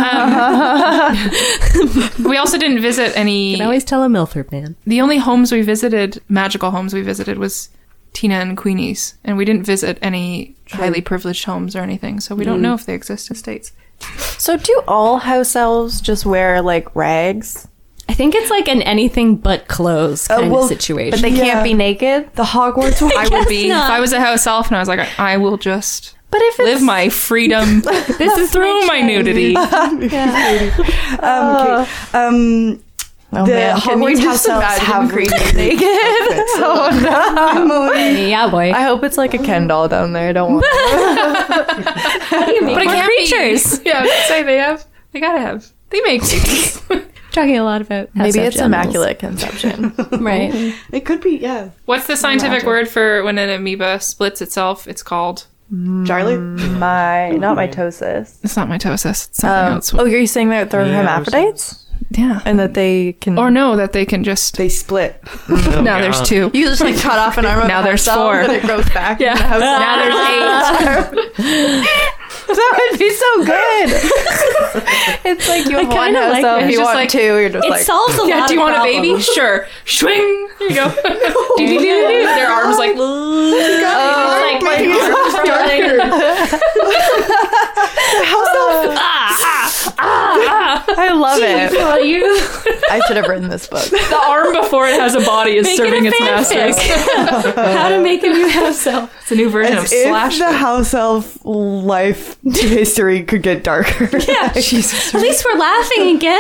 Speaker 5: Um, <laughs> We also didn't visit any.
Speaker 8: can always tell a Milford man.
Speaker 5: the only homes we visited, magical homes we visited, was Tina and Queenie's, and we didn't visit any highly privileged homes or anything, so we don't know if they exist in states.
Speaker 7: So do all house elves just wear like rags?
Speaker 8: I think it's like an anything but clothes kind
Speaker 7: Oh, well,
Speaker 8: of
Speaker 7: But
Speaker 8: situation.
Speaker 7: they
Speaker 6: Yeah.
Speaker 7: can't be naked.
Speaker 6: the Hogwarts one.
Speaker 5: I would be
Speaker 8: not.
Speaker 5: if I was a house elf, and I was like, I, I will just
Speaker 7: But if
Speaker 5: live my freedom
Speaker 8: this is
Speaker 5: through my nudity.
Speaker 6: um, okay. um, the
Speaker 7: oh, man, can you
Speaker 6: Hogwarts
Speaker 7: just
Speaker 6: house elves
Speaker 7: imagine
Speaker 6: have
Speaker 7: Queen- <laughs>
Speaker 6: really
Speaker 7: naked. oh no!
Speaker 6: Emily.
Speaker 8: <laughs> Yeah, boy.
Speaker 7: I hope it's like a Ken doll down there. I don't want.
Speaker 8: but
Speaker 5: it can't be.
Speaker 8: creatures.
Speaker 5: <laughs> yeah, I'd say they have. They gotta have. They make babies.
Speaker 8: Talking a lot about
Speaker 7: <laughs> Maybe it's immaculate conception.
Speaker 8: right?
Speaker 6: It could be, yeah.
Speaker 5: What's the scientific word for when an amoeba splits itself? It's called.
Speaker 6: Charlie?
Speaker 7: <laughs> Mm. my not mitosis.
Speaker 5: It's not mitosis. It's something
Speaker 7: Um,
Speaker 5: else.
Speaker 7: oh, you're saying that they're hermaphrodites
Speaker 5: yeah.
Speaker 7: and that they can.
Speaker 5: Or no, that they can just.
Speaker 6: They split.
Speaker 5: now there's two.
Speaker 7: You just like cut off an arm.
Speaker 5: Now there's four.
Speaker 7: And it grows <laughs> back. Yeah.
Speaker 5: Now there's eight.
Speaker 7: <laughs> that would be so good. <laughs> it's like you have
Speaker 8: kinda
Speaker 7: one house
Speaker 8: like
Speaker 7: elf,
Speaker 8: it.
Speaker 7: If
Speaker 5: It's
Speaker 7: you
Speaker 5: just
Speaker 7: want
Speaker 5: like-
Speaker 7: two, you're just
Speaker 8: It
Speaker 7: like.
Speaker 8: solves a lot.
Speaker 5: Yeah, do you
Speaker 8: of
Speaker 5: want a baby?
Speaker 8: problems.
Speaker 5: <laughs> Sure. Swing. Here you go. Do, do, do, do. Their arms like.
Speaker 8: It's like
Speaker 7: I love it.
Speaker 5: <laughs>
Speaker 8: well, you
Speaker 7: <laughs> I should have written this book.
Speaker 5: the arm <laughs> before it has a body is serving its masters.
Speaker 8: <laughs> how to make a new house self.
Speaker 5: It's a new version of
Speaker 6: if
Speaker 5: Slash.
Speaker 6: the house elf life <laughs> history could get darker. Yeah, Jesus.
Speaker 8: At least we're laughing again.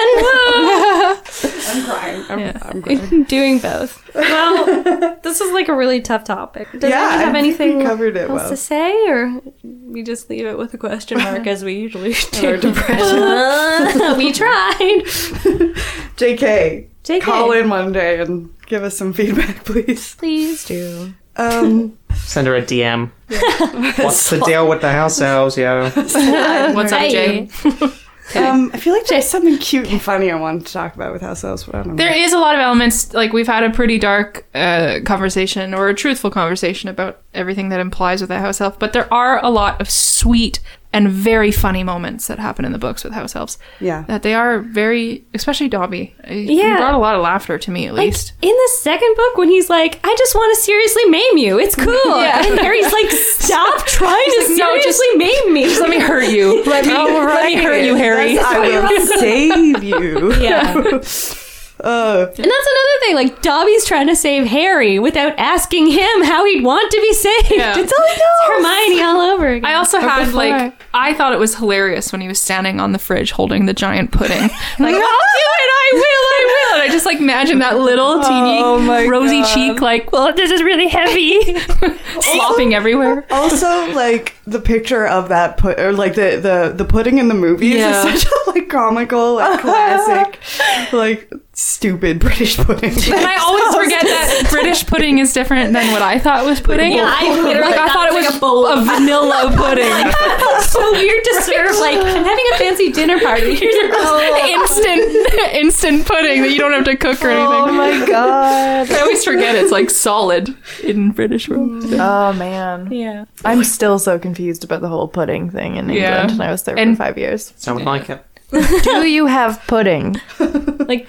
Speaker 6: I'm
Speaker 8: Doing both. Well, this is like a really tough topic. Does
Speaker 6: Yeah, I
Speaker 8: anyone have
Speaker 6: think we
Speaker 8: anything
Speaker 6: covered it
Speaker 8: else
Speaker 6: well.
Speaker 8: to say, or we just leave it with a <laughs> question mark as we usually do? <laughs> we tried.
Speaker 6: JK,
Speaker 8: JK,
Speaker 6: call in one day and give us some feedback, <laughs> please.
Speaker 8: please do. <laughs>
Speaker 6: Um,
Speaker 1: Send her
Speaker 5: <laughs>
Speaker 1: a DM. What's the deal with the house elves, yo?
Speaker 5: What's up,
Speaker 8: Hey.
Speaker 5: Jay?
Speaker 6: Um, I feel like there's something cute and funny I wanted to talk about with House Elves, but I don't know.
Speaker 5: There is a lot of elements. Like we've had a pretty dark uh, conversation or a truthful conversation about everything that implies with a house elf, but there are a lot of sweet and very funny moments that happen in the books with house elves.
Speaker 6: Yeah.
Speaker 5: that they are very, especially Dobby. Yeah,
Speaker 8: Yeah.
Speaker 5: he brought a lot of laughter to me at
Speaker 8: Like,
Speaker 5: least.
Speaker 8: in the second book, when he's like, "I just want to seriously maim you. <laughs> It's cool," and Harry's like,
Speaker 5: <laughs>
Speaker 7: <laughs>
Speaker 8: "Stop trying to
Speaker 5: like, "No, just-
Speaker 8: seriously maim me.
Speaker 5: Let me hurt <laughs> you. Let me, let me hurt you, Harry.
Speaker 6: I will save you.
Speaker 8: <laughs> Yeah. and
Speaker 6: Uh,
Speaker 8: that's another thing. Like Dobby's trying to save Harry without asking him how he'd want to be saved.
Speaker 5: Yeah.
Speaker 8: It's all Hermione all over again.
Speaker 5: I also had like I thought it was hilarious when he was standing on the fridge holding the giant pudding. Like I'll do it, I will, I will. And I just like imagine that little teeny
Speaker 6: Oh my
Speaker 5: rosy
Speaker 6: God.
Speaker 5: cheek, like, well, this is really <laughs> heavy, slopping
Speaker 6: <laughs>
Speaker 5: everywhere.
Speaker 8: <laughs>
Speaker 6: also like the picture of that put or like the the the pudding in the movies
Speaker 5: Yeah.
Speaker 6: is such a like comical
Speaker 8: <laughs>
Speaker 6: like classic like stupid british pudding
Speaker 5: And I always forget that British pudding is different than what I thought was pudding.
Speaker 8: Yeah, I literally
Speaker 5: like I thought it was
Speaker 8: like a bowl
Speaker 5: a
Speaker 8: of
Speaker 5: vanilla pudding.
Speaker 8: so weird to serve. Like I'm having a fancy dinner party. Here's
Speaker 5: <laughs>
Speaker 8: a
Speaker 5: instant <laughs> instant pudding that you don't have to cook or anything.
Speaker 7: <laughs> Oh my <laughs> god.
Speaker 5: I always forget it's like solid in British room.
Speaker 7: Oh man. Yeah. I'm still so confused about the whole pudding thing in England,
Speaker 5: Yeah.
Speaker 7: and I was there
Speaker 5: And-
Speaker 7: for
Speaker 5: <laughs>
Speaker 7: five years.
Speaker 1: Someone like it.
Speaker 7: <laughs> Do you have pudding?
Speaker 8: like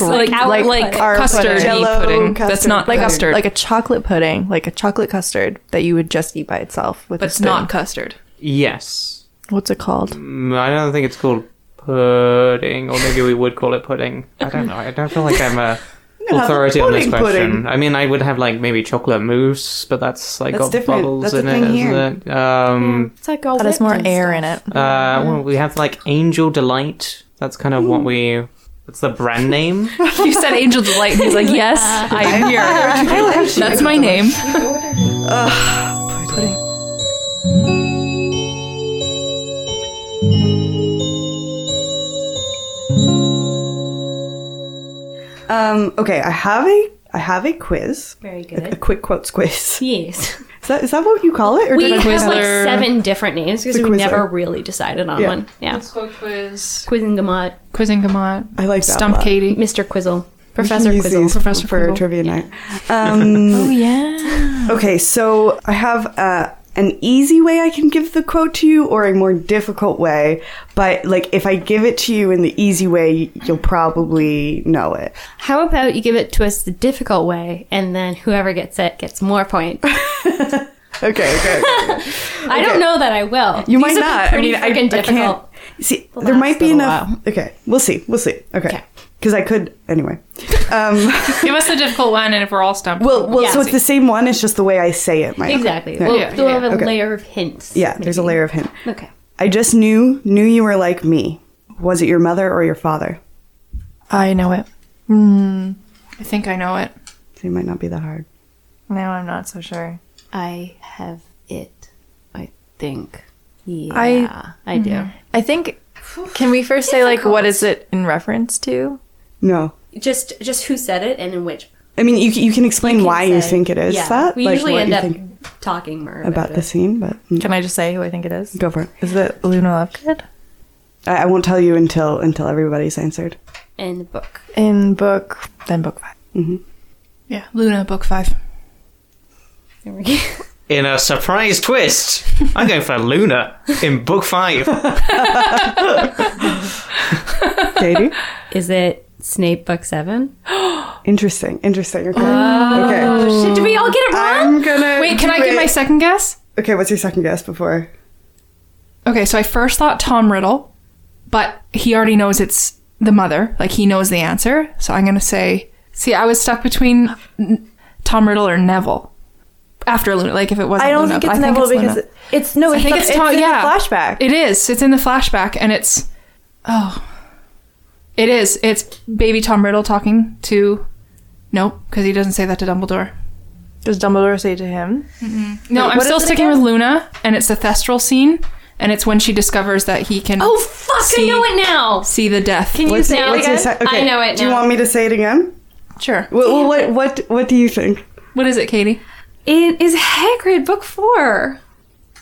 Speaker 5: like,
Speaker 8: our
Speaker 5: like,
Speaker 8: pudding.
Speaker 7: our
Speaker 5: custard
Speaker 7: pudding.
Speaker 6: Jello
Speaker 5: pudding. That's
Speaker 6: custard
Speaker 5: not
Speaker 6: pudding.
Speaker 7: like
Speaker 5: custard.
Speaker 7: a like a chocolate pudding, like a chocolate custard that you would just eat by itself with
Speaker 5: but
Speaker 7: a
Speaker 5: it's
Speaker 7: spoon.
Speaker 5: not custard.
Speaker 1: Yes.
Speaker 7: What's it called?
Speaker 1: Mm, I don't think it's called pudding, or maybe we would call it pudding. I don't know. I don't feel like I'm a
Speaker 6: <laughs> No,
Speaker 1: authority on this
Speaker 6: pudding,
Speaker 1: question.
Speaker 6: pudding.
Speaker 1: I mean, I would have like maybe chocolate mousse, but that's like
Speaker 6: That's
Speaker 1: got
Speaker 6: different.
Speaker 1: bubbles
Speaker 6: That's a
Speaker 1: in it,
Speaker 6: thing
Speaker 1: isn't
Speaker 6: here.
Speaker 1: it? Um,
Speaker 8: it's like all
Speaker 7: That has more air in it.
Speaker 1: uh, well, we have like Angel Delight. That's kind of what we. That's the brand name.
Speaker 5: You said Angel Delight, and he's like, "Yes, I'm here.
Speaker 6: <laughs>
Speaker 5: That's my name."
Speaker 6: um okay i have a i have a quiz
Speaker 8: Very good.
Speaker 6: a, a quick quotes quiz <laughs>
Speaker 8: Yes.
Speaker 6: is that is that what you call it or
Speaker 8: We
Speaker 6: did i
Speaker 8: have like
Speaker 5: Quizler.
Speaker 8: seven different names because
Speaker 6: The
Speaker 8: we
Speaker 6: Quizler.
Speaker 8: never really decided on
Speaker 6: Yeah.
Speaker 8: one. Yeah.
Speaker 5: go quiz.
Speaker 8: Quizzing Gamot,
Speaker 5: Quizzing Gamot.
Speaker 6: I like that
Speaker 5: Stump
Speaker 6: one.
Speaker 5: Katie.
Speaker 8: Mr. Quizzle,
Speaker 6: We
Speaker 8: Professor
Speaker 6: can use
Speaker 8: Quizzle.
Speaker 6: these
Speaker 5: Professor
Speaker 6: for
Speaker 5: Quizzle.
Speaker 6: trivia night um
Speaker 7: Oh yeah.
Speaker 6: Okay, so I have uh, an easy way I can give the quote to you, or a more difficult way. But like, if I give it to you in the easy way, you'll probably know it.
Speaker 8: How about you give it to us the difficult way, and then whoever gets it gets more points.
Speaker 6: Okay, okay. okay.
Speaker 8: <laughs> I don't know that I will.
Speaker 6: You
Speaker 8: These
Speaker 6: might
Speaker 8: have been
Speaker 6: not. I
Speaker 8: pretty
Speaker 6: mean, I,
Speaker 8: freaking
Speaker 6: I can't.
Speaker 8: difficult.
Speaker 6: See,
Speaker 8: The
Speaker 6: there
Speaker 8: last
Speaker 6: might be
Speaker 8: little
Speaker 6: enough.
Speaker 8: while.
Speaker 6: Okay, we'll see. We'll see. Okay,
Speaker 8: Okay.
Speaker 6: because I could
Speaker 8: <laughs>
Speaker 6: anyway. Um,
Speaker 5: Give us the difficult one, and if we're all stumped,
Speaker 6: well, well.
Speaker 8: Yeah.
Speaker 6: So it's the same one. It's just the way I say it. Might
Speaker 8: Exactly.
Speaker 6: Yeah.
Speaker 8: We'll,
Speaker 5: Yeah,
Speaker 8: we'll have
Speaker 5: yeah.
Speaker 8: a
Speaker 6: Okay.
Speaker 8: layer of hints.
Speaker 6: yeah, there's a
Speaker 8: maybe.
Speaker 6: layer of hint.
Speaker 8: Okay.
Speaker 6: I just knew knew you were like me. Was it your mother or your father?
Speaker 7: I know it.
Speaker 5: I think I know it.
Speaker 6: So it might not be that hard.
Speaker 7: No, I'm not so sure.
Speaker 8: I have it. I think. Yeah,
Speaker 7: I-
Speaker 8: I do.
Speaker 6: Mm-hmm.
Speaker 7: I think. Can we first say like what is it in reference to?
Speaker 6: No.
Speaker 8: Just, just who said it and in which.
Speaker 6: I mean, you, c- you can explain why you
Speaker 8: say-
Speaker 6: think it is
Speaker 8: Yeah.
Speaker 6: that.
Speaker 8: We
Speaker 6: like,
Speaker 8: usually
Speaker 6: what
Speaker 8: end
Speaker 6: you
Speaker 8: up
Speaker 6: think
Speaker 8: talking more about,
Speaker 6: about
Speaker 8: it.
Speaker 6: the scene, but mm,
Speaker 7: Can I just say who I think it is?
Speaker 6: go for it.
Speaker 7: Is it Luna Lovegood?
Speaker 6: I, I won't tell you until until everybody's answered.
Speaker 8: in the book.
Speaker 7: In book, then book five.
Speaker 5: Yeah, Luna, book five.
Speaker 8: There we go.
Speaker 1: In a surprise twist, I'm going for Luna in book five.
Speaker 6: Katie,
Speaker 8: <laughs> Is it Snape book seven?
Speaker 6: interesting, interesting. Okay, okay.
Speaker 8: Oh shit! Did we all get it wrong?
Speaker 6: I'm gonna
Speaker 5: Wait, can
Speaker 6: do
Speaker 5: I get
Speaker 6: it.
Speaker 5: my second guess?
Speaker 6: Okay, what's your second guess before?
Speaker 5: Okay, so I first thought Tom Riddle, but he already knows it's the mother. Like he knows the answer. So I'm gonna say, see, I was stuck between n- Tom Riddle or Neville after Luna. Like if it wasn't,
Speaker 7: I don't
Speaker 5: Luna,
Speaker 7: think
Speaker 5: but
Speaker 7: it's Neville
Speaker 5: Luna.
Speaker 7: because it- it's no. It's
Speaker 5: I think
Speaker 7: not-
Speaker 5: it's, Tom.
Speaker 7: in the
Speaker 5: yeah,
Speaker 7: flashback.
Speaker 5: It is. It's in the flashback, and it's oh, it is. It's baby Tom Riddle talking to. Nope, because he doesn't say that to Dumbledore.
Speaker 7: Does Dumbledore say to him?
Speaker 5: No, I'm
Speaker 7: what
Speaker 5: still
Speaker 7: is it
Speaker 5: sticking
Speaker 7: again?
Speaker 5: with Luna, and it's the Thestral scene, and it's when she discovers that he can.
Speaker 8: Oh fuck!
Speaker 5: See-
Speaker 8: I know it now.
Speaker 5: see the death.
Speaker 8: Can you say it
Speaker 6: What's your
Speaker 8: again?
Speaker 6: se-
Speaker 8: I know it
Speaker 6: Do you
Speaker 8: now.
Speaker 6: want me to say it again?
Speaker 5: Sure.
Speaker 6: Well, well, what what what do you think?
Speaker 5: What is it, Katie?
Speaker 8: it is Hagrid book four.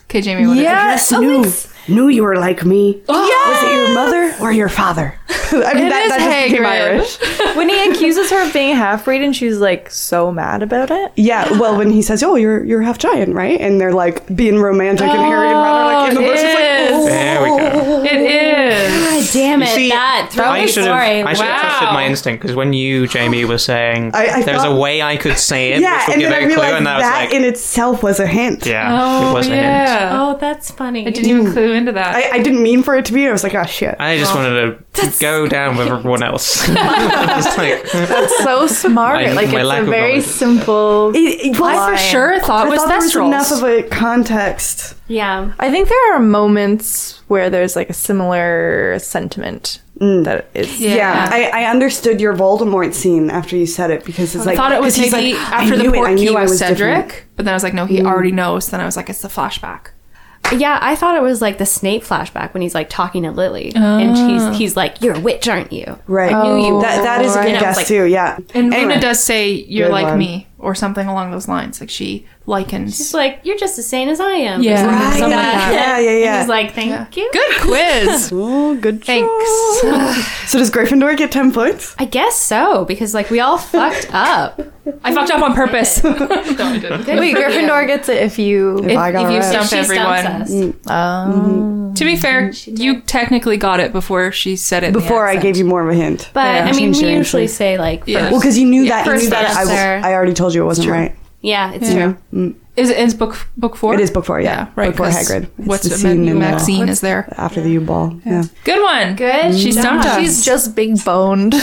Speaker 5: Okay, Jamie, what is
Speaker 7: Yes,
Speaker 6: no.
Speaker 8: oh, it's- Oh.
Speaker 6: knew you were like me. Was it your mother or your father? <laughs> I mean, that,
Speaker 7: is
Speaker 6: that just became
Speaker 7: Hagrid.
Speaker 6: Irish.
Speaker 7: when he accuses her of being half breed and she's like so mad about it.
Speaker 6: Yeah, well, when he says, "Oh, you're you're half giant, right?" and they're like being romantic, and Harry and Ron are like in the bushes, like, <laughs> "Oh."
Speaker 1: There we go.
Speaker 5: It is.
Speaker 8: God damn it!
Speaker 1: See,
Speaker 8: that threw
Speaker 1: I
Speaker 8: me.
Speaker 1: should have
Speaker 8: Sorry.
Speaker 1: I should have trusted my instinct because when you, Jamie, were saying
Speaker 6: I- I
Speaker 1: there's
Speaker 6: thought-
Speaker 1: a way I could say it,
Speaker 6: yeah,
Speaker 1: which would
Speaker 6: and
Speaker 1: give
Speaker 6: then
Speaker 1: it
Speaker 6: I
Speaker 1: a clue,
Speaker 6: realized
Speaker 1: and I was
Speaker 6: that
Speaker 1: like,
Speaker 6: in itself was a hint.
Speaker 1: yeah, it was a hint.
Speaker 5: yeah.
Speaker 8: Oh, that's funny.
Speaker 5: I didn't even clue into that.
Speaker 6: I, I didn't mean for it to be. I was like, "Oh shit."
Speaker 1: I just wanted to go down with everyone
Speaker 8: <laughs>
Speaker 1: else. Just like,
Speaker 7: That's <laughs> so smart.
Speaker 1: My-
Speaker 7: like
Speaker 1: my lack
Speaker 7: it's
Speaker 1: of
Speaker 7: a very
Speaker 1: knowledge.
Speaker 7: simple.
Speaker 6: It- it was-
Speaker 7: I for sure
Speaker 5: thought
Speaker 6: I thought there was enough of a context.
Speaker 8: Yeah.
Speaker 7: I think there are moments where there's like a similar sentiment that is.
Speaker 6: Yeah, I, I understood your Voldemort scene after you said it because it's
Speaker 5: I
Speaker 6: like
Speaker 5: thought it was
Speaker 6: 'cause he's
Speaker 5: maybe
Speaker 6: like, I
Speaker 5: after the
Speaker 6: knew it, I
Speaker 5: porky
Speaker 6: knew I
Speaker 5: was,
Speaker 6: was
Speaker 5: Cedric,
Speaker 6: different.
Speaker 5: but then I was like, no, he already knows. Then I was like, it's the flashback.
Speaker 8: Yeah, I thought it was like the Snape flashback when he's like talking to Lily, and
Speaker 5: Oh.
Speaker 8: she's he's like, "You're a witch, aren't you?"
Speaker 6: Right.
Speaker 8: I knew you.
Speaker 6: That, that is a
Speaker 8: were.
Speaker 6: good
Speaker 8: And I
Speaker 6: guess
Speaker 8: was like,
Speaker 6: too. Yeah.
Speaker 5: And
Speaker 6: Anyway.
Speaker 5: Luna does say, "You're
Speaker 6: Good
Speaker 5: like
Speaker 6: one.
Speaker 5: me," or something along those lines. Like she likens.
Speaker 8: She's like, "You're just as sane as I am." or
Speaker 5: Yeah.
Speaker 8: something-
Speaker 5: Right,
Speaker 8: something like
Speaker 6: yeah,
Speaker 8: that.
Speaker 6: yeah, yeah.
Speaker 8: And he's like, "Thank you."
Speaker 5: Good <laughs> quiz.
Speaker 6: Oh, good.
Speaker 5: Thanks.
Speaker 6: So does Gryffindor get ten points?
Speaker 8: I guess so because like we all fucked up.
Speaker 5: I fucked up on purpose. no, I didn't.
Speaker 7: Wait, Gryffindor gets it if you.
Speaker 6: If I got
Speaker 5: if you
Speaker 6: it
Speaker 5: stump
Speaker 8: She stumps
Speaker 5: everyone.
Speaker 8: us.
Speaker 5: <laughs> To be fair, you technically got it before she said it. in the
Speaker 6: before I
Speaker 5: accent.
Speaker 6: gave you more of a hint.
Speaker 8: But I mean,
Speaker 6: Change
Speaker 8: we
Speaker 6: your
Speaker 8: usually
Speaker 6: answer.
Speaker 8: say like,
Speaker 5: Yeah.
Speaker 8: first.
Speaker 6: Well, because you knew that. You
Speaker 5: First
Speaker 6: knew that I,
Speaker 8: answer.
Speaker 6: I already told you it wasn't right. Mm.
Speaker 8: yeah, it's
Speaker 5: Yeah.
Speaker 8: true.
Speaker 5: Is it is book book four?
Speaker 6: It is book four. Yeah,
Speaker 5: right.
Speaker 6: Book four
Speaker 5: 'cause
Speaker 6: Hagrid. It's
Speaker 5: What's
Speaker 6: the
Speaker 5: it?
Speaker 6: scene in the-
Speaker 5: Maxine is there.
Speaker 6: after the U ball. Yeah.
Speaker 5: Good one.
Speaker 8: Good.
Speaker 5: She stumped us.
Speaker 7: She's just big boned.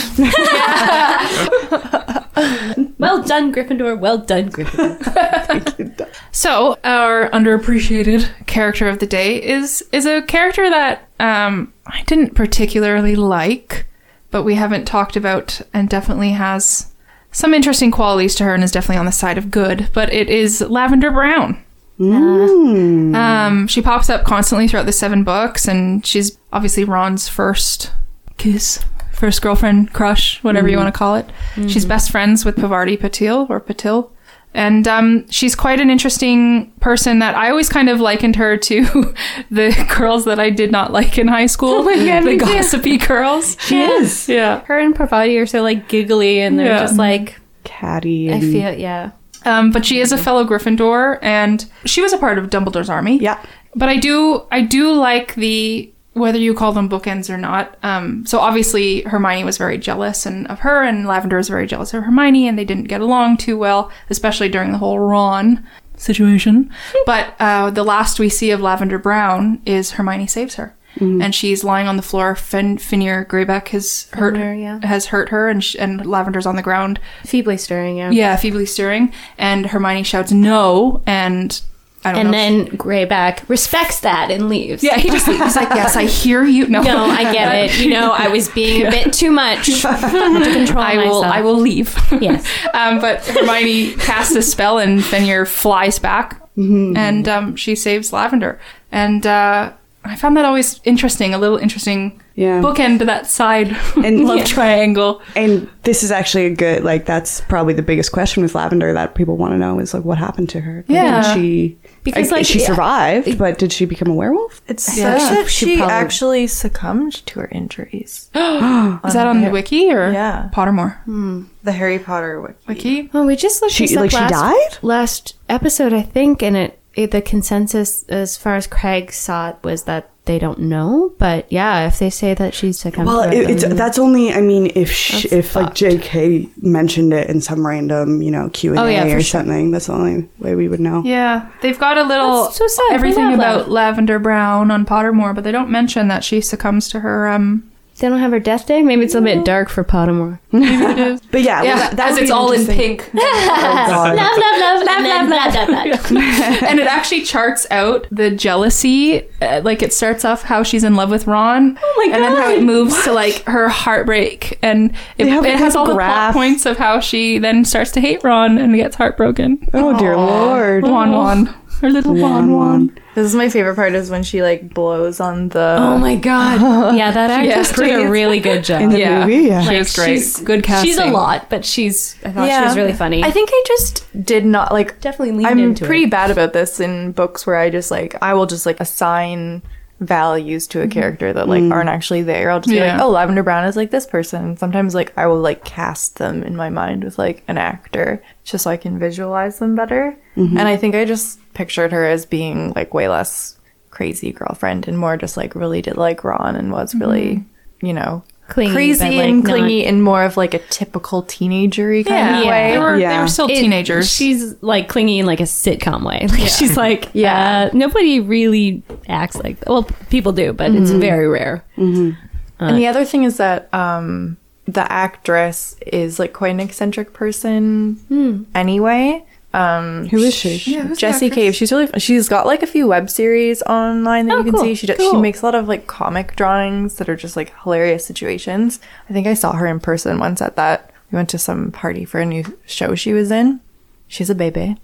Speaker 8: Well done, Gryffindor. Well done, Gryffindor.
Speaker 5: So our underappreciated character of the day is is a character that um, I didn't particularly like, but we haven't talked about, and definitely has some interesting qualities to her, and is definitely on the side of good. But it is Lavender Brown.
Speaker 8: uh,
Speaker 6: Mm.
Speaker 5: Um, she pops up constantly throughout the seven books, and she's obviously Ron's first kiss, first girlfriend, crush, whatever
Speaker 6: Mm.
Speaker 5: you want to call it.
Speaker 6: Mm-hmm.
Speaker 5: She's best friends with Pavarti Patil or Patil. And um, she's quite an interesting person that I always kind of likened her to <laughs> the girls that I did not like in high school. <laughs>
Speaker 6: <laughs>
Speaker 5: the gossipy girls.
Speaker 6: She is
Speaker 5: Yeah.
Speaker 8: Her and Parvati are so like giggly, and they're
Speaker 5: Yeah.
Speaker 8: just like,
Speaker 6: catty.
Speaker 8: I
Speaker 6: And,
Speaker 8: feel yeah.
Speaker 5: Um, but she is a fellow Gryffindor, and she was a part of Dumbledore's army.
Speaker 6: Yeah.
Speaker 5: But I do, I do like the whether you call them bookends or not. Um, so obviously Hermione was very jealous and of her, and Lavender was very jealous of Hermione, and they didn't get along too well, especially during the whole Ron situation. but uh, the last we see of Lavender Brown is Hermione saves her. And she's lying on the floor. Fin- Finnear Greyback has hurt,
Speaker 8: Finnear, yeah.
Speaker 5: has hurt her, and, sh- and Lavender's on the ground
Speaker 8: Feebly stirring, yeah.
Speaker 5: yeah, feebly stirring, and Hermione shouts no, and I don't
Speaker 8: And
Speaker 5: know.
Speaker 8: then Greyback respects that and
Speaker 5: <laughs>
Speaker 8: leaves.
Speaker 5: yeah, he just he's like, yes, I hear you. No,
Speaker 8: No,
Speaker 5: <laughs>
Speaker 8: I <laughs> get it. You know, I was being a bit too <laughs> much to control
Speaker 5: I will,
Speaker 8: myself.
Speaker 5: I will leave.
Speaker 8: Yes.
Speaker 5: <laughs> um, but Hermione casts a spell, and Fenrir flies back,
Speaker 6: Mm-hmm.
Speaker 5: and um, she saves Lavender. And uh, I found that always interesting, a little interesting
Speaker 6: Yeah.
Speaker 5: bookend to that side
Speaker 6: <laughs> And-
Speaker 5: love
Speaker 6: Yeah.
Speaker 5: triangle.
Speaker 6: And this is actually a good like that's probably the biggest question with Lavender that people want to know is like what happened to her? Like,
Speaker 5: Yeah.
Speaker 6: did she
Speaker 8: Because,
Speaker 6: because
Speaker 8: like,
Speaker 6: like she
Speaker 8: yeah.
Speaker 6: survived, but did she become a werewolf?
Speaker 7: It's
Speaker 5: Yeah.
Speaker 7: such that
Speaker 8: She
Speaker 7: she,
Speaker 8: probably-
Speaker 7: actually succumbed to her injuries.
Speaker 5: Is that on the wiki or
Speaker 7: Yeah.
Speaker 5: Pottermore
Speaker 6: Mm-hmm.
Speaker 7: The Harry Potter wiki.
Speaker 5: wiki?
Speaker 8: Well, we just looked
Speaker 6: She-
Speaker 8: this up
Speaker 6: like, she
Speaker 8: last,
Speaker 6: died?
Speaker 8: last episode, I think, and it, it the consensus as far as Craig saw it was that they don't know. But yeah, if they say that she's succumbed,
Speaker 6: Well,
Speaker 8: to
Speaker 6: it, it's
Speaker 8: then-
Speaker 6: that's only I mean if sh
Speaker 8: That's
Speaker 6: if like
Speaker 8: fucked.
Speaker 6: J.K. mentioned it in some random you know Q and
Speaker 8: Oh, yeah,
Speaker 6: A
Speaker 8: for
Speaker 6: or
Speaker 8: sure.
Speaker 6: something. That's the only way we would know.
Speaker 5: Yeah, they've got a little
Speaker 8: That's so sad. We
Speaker 5: everything
Speaker 8: love
Speaker 5: about
Speaker 8: that.
Speaker 5: Lavender Brown on Pottermore, but they don't mention that she succumbs to her. Um,
Speaker 8: they don't have her death day. Maybe it's a bit dark for Pottermore.
Speaker 6: But yeah, well, that- that would be interesting. Oh,
Speaker 8: love, love, love, love, love, love,
Speaker 6: <laughs>
Speaker 8: love, love.
Speaker 5: and it actually charts out the jealousy. Uh, like it starts off how she's in love with Ron,
Speaker 8: my
Speaker 5: and then how it
Speaker 8: God.
Speaker 5: moves to like her heartbreak, and it,
Speaker 6: They have
Speaker 5: it
Speaker 6: a
Speaker 5: has
Speaker 6: good
Speaker 5: all the plot
Speaker 6: graph.
Speaker 5: points of how she then starts to hate Ron and gets heartbroken.
Speaker 6: Oh dear lord.
Speaker 5: Wan Wan, her little Wan Wan.
Speaker 7: This is my favorite part is when she like blows on the
Speaker 8: Oh my god! <laughs> Yeah, that actress did a
Speaker 5: Pretty-
Speaker 8: really good job.
Speaker 6: In the movie, yeah.
Speaker 5: she was great.
Speaker 8: she's-
Speaker 5: Good casting.
Speaker 8: She's a lot, but she's. I thought she was really funny.
Speaker 7: I think I just did not like
Speaker 8: Definitely leaned
Speaker 7: I'm
Speaker 8: into
Speaker 7: pretty
Speaker 8: it.
Speaker 7: bad about this in books where I just like I will just like assign values
Speaker 8: Mm-hmm.
Speaker 7: to a character that like aren't actually there. I'll just be like,
Speaker 5: Yeah.
Speaker 7: oh, Lavender Brown is like this person. And sometimes like I will like cast them in my mind with like an actor just so I can visualize them better.
Speaker 8: Mm-hmm.
Speaker 7: And I think I just pictured her as being like way less crazy girlfriend and more just like really did like Ron and was really, you know,
Speaker 8: Mm-hmm. Clingy,
Speaker 7: crazy
Speaker 8: but, like,
Speaker 7: and
Speaker 8: not-
Speaker 7: clingy and more of like a typical teenagery kind of
Speaker 5: Yeah.
Speaker 7: way.
Speaker 5: They were they
Speaker 6: Yeah.
Speaker 5: were still
Speaker 8: It-
Speaker 5: teenagers.
Speaker 8: She's like clingy in like a sitcom way. <laughs> Like she's like, yeah, nobody really acts like. Well, people do, but it's very rare.
Speaker 7: And
Speaker 8: Uh,
Speaker 7: the other thing is that um, the actress is like quite an eccentric person
Speaker 8: Hmm.
Speaker 7: anyway. Um,
Speaker 6: Who is she?
Speaker 7: Jessie Cave. She's really. She's got like a few web series online that
Speaker 8: Oh,
Speaker 7: you can
Speaker 8: cool,
Speaker 7: see. She does, she
Speaker 8: cool.
Speaker 7: makes a lot of like comic drawings that are just like hilarious situations. I think I saw her in person once at that. We went to some party for a new show she was in. She's a baby.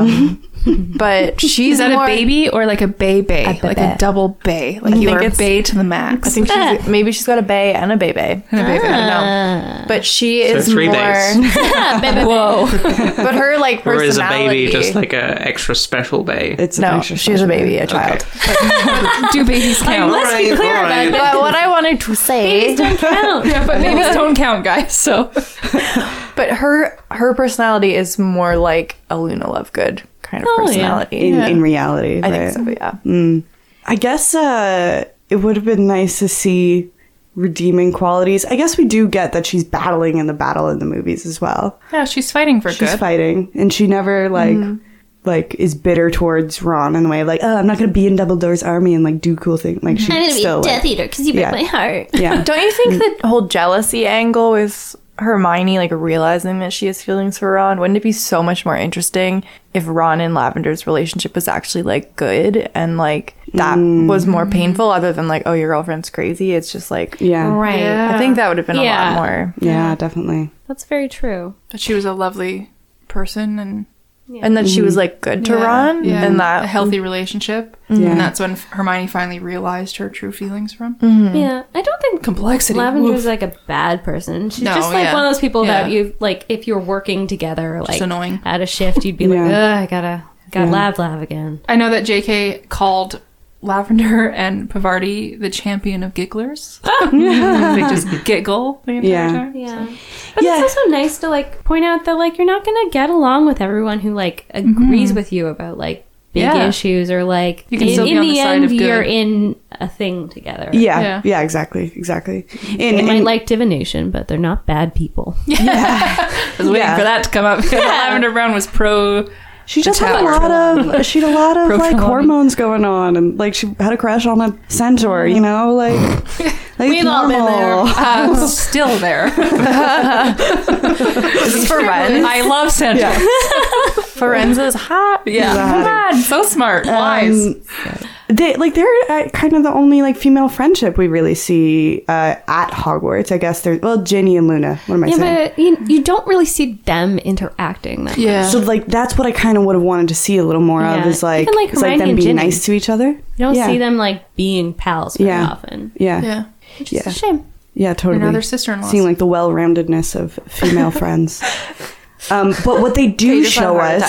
Speaker 7: Um, but she's
Speaker 5: Is that
Speaker 7: more-
Speaker 5: a baby or like a bay bay? Like a
Speaker 7: baby.
Speaker 5: double bay. Like you
Speaker 7: think
Speaker 5: are a
Speaker 7: it's-
Speaker 5: bay to the max.
Speaker 7: I <laughs> think she's maybe she's got a bay and a baby. And a baby. I don't know. But she is
Speaker 1: three
Speaker 7: more.
Speaker 1: bays.
Speaker 8: Whoa,
Speaker 7: <laughs> But her like
Speaker 1: Or
Speaker 7: personality.
Speaker 1: is a baby just like a extra special bay?
Speaker 6: It's an
Speaker 7: no,
Speaker 6: extra
Speaker 7: she's a
Speaker 6: special
Speaker 7: baby, a child.
Speaker 5: <laughs> do babies count?
Speaker 8: let's be
Speaker 1: Right,
Speaker 8: clear
Speaker 1: right.
Speaker 8: about that.
Speaker 7: But what I wanted to say,
Speaker 8: Don't count.
Speaker 5: Yeah, but babies don't count, guys. So
Speaker 7: but her her personality is more like a Luna Lovegood kind of
Speaker 8: Oh, yeah.
Speaker 7: personality.
Speaker 6: in, in Mm. reality.
Speaker 7: I
Speaker 6: right?
Speaker 7: think so. Yeah.
Speaker 6: I guess uh, it would have been nice to see redeeming qualities. I guess we do get that she's battling in the battle in the movies as well.
Speaker 5: yeah, she's fighting for
Speaker 6: She's
Speaker 5: good.
Speaker 6: fighting, and she never like like is bitter towards Ron in the way of like, oh, I'm not gonna be in Dumbledore's army and like do cool things. Like she's
Speaker 8: I'm gonna be
Speaker 6: still
Speaker 8: Death
Speaker 6: like,
Speaker 8: Eater because you broke
Speaker 6: Yeah. <laughs>
Speaker 8: my heart.
Speaker 6: yeah.
Speaker 7: Don't you think
Speaker 6: Mm.
Speaker 7: the whole jealousy angle with Hermione like realizing that she has feelings for Ron wouldn't it be so much more interesting if Ron and Lavender's relationship was actually like good and like that
Speaker 6: Mm.
Speaker 7: was more painful other than like oh your girlfriend's crazy it's just like
Speaker 6: Yeah.
Speaker 8: Right.
Speaker 7: I think that would have been a
Speaker 8: Yeah.
Speaker 7: lot more
Speaker 6: Yeah, definitely.
Speaker 8: That's very true.
Speaker 5: But she was a lovely person and
Speaker 7: and that she
Speaker 6: Mm.
Speaker 7: was like good to Ron
Speaker 5: yeah,
Speaker 7: and
Speaker 5: a
Speaker 7: that Mm.
Speaker 5: healthy relationship.
Speaker 6: Yeah.
Speaker 5: And that's when Hermione finally realized her true feelings from
Speaker 8: Yeah, I don't think
Speaker 5: complexity.
Speaker 8: Mm.
Speaker 5: Oof.
Speaker 8: Lavender's like a bad person. She's
Speaker 5: No,
Speaker 8: just like
Speaker 5: yeah.
Speaker 8: one of those people that
Speaker 5: Yeah.
Speaker 8: you like if you're working together, like
Speaker 5: annoying.
Speaker 8: at a shift, you'd be like,
Speaker 6: Yeah.
Speaker 8: Ugh, I gotta got lab lab again.
Speaker 5: I know that JK called Lavender <laughs> and Pavarti the champion of gigglers. <laughs> they just giggle the entire
Speaker 6: Yeah.
Speaker 5: time.
Speaker 8: Yeah. But
Speaker 6: Yeah.
Speaker 8: it's also nice to like point out that like you're not gonna get along with everyone who like agrees with you about like big
Speaker 5: Yeah.
Speaker 8: issues or like
Speaker 5: You can
Speaker 8: in,
Speaker 5: still be
Speaker 8: in
Speaker 5: on
Speaker 8: the,
Speaker 5: the side
Speaker 8: end
Speaker 5: of good.
Speaker 8: you're in a thing together.
Speaker 6: Yeah, yeah,
Speaker 5: Yeah.
Speaker 6: exactly, exactly. And,
Speaker 8: They might
Speaker 6: and-
Speaker 8: like divination, but they're not bad people.
Speaker 5: <laughs> I was waiting for that to come up. <laughs> Lavender Brown was pro.
Speaker 6: she just had a
Speaker 5: Tower.
Speaker 6: lot of she had a lot of like
Speaker 5: Profilon.
Speaker 6: hormones going on, and like she had a crush on a centaur, you know, like like
Speaker 7: We've all been
Speaker 6: normal.
Speaker 5: Uh, still there.
Speaker 7: this is Forenz
Speaker 5: I love Santa. <laughs>
Speaker 7: Forenz is hot
Speaker 5: Yeah.
Speaker 6: Exactly.
Speaker 5: Come on. So smart. Wise.
Speaker 6: Um, they like they're uh, kind of the only like female friendship we really see uh, at Hogwarts. I guess there's well, Ginny and Luna. What am I
Speaker 8: Yeah,
Speaker 6: saying?
Speaker 8: but you, you don't really see them interacting that
Speaker 5: yeah.
Speaker 6: so like that's what I kind of would have wanted to see a little more of
Speaker 8: Yeah.
Speaker 6: is like
Speaker 8: Even, like,
Speaker 6: is, like
Speaker 8: Hermione
Speaker 6: them
Speaker 8: and
Speaker 6: being
Speaker 8: Ginny.
Speaker 6: nice to each other.
Speaker 8: You don't
Speaker 6: Yeah.
Speaker 8: see them like being pals very
Speaker 6: Yeah.
Speaker 8: often.
Speaker 6: Yeah, yeah,
Speaker 5: yeah.
Speaker 8: Which is
Speaker 6: Yeah.
Speaker 8: a shame.
Speaker 6: totally.
Speaker 5: Another sister in law.
Speaker 6: Seeing like the well-roundedness of
Speaker 8: <laughs>
Speaker 6: female friends. Um, but what they do show us,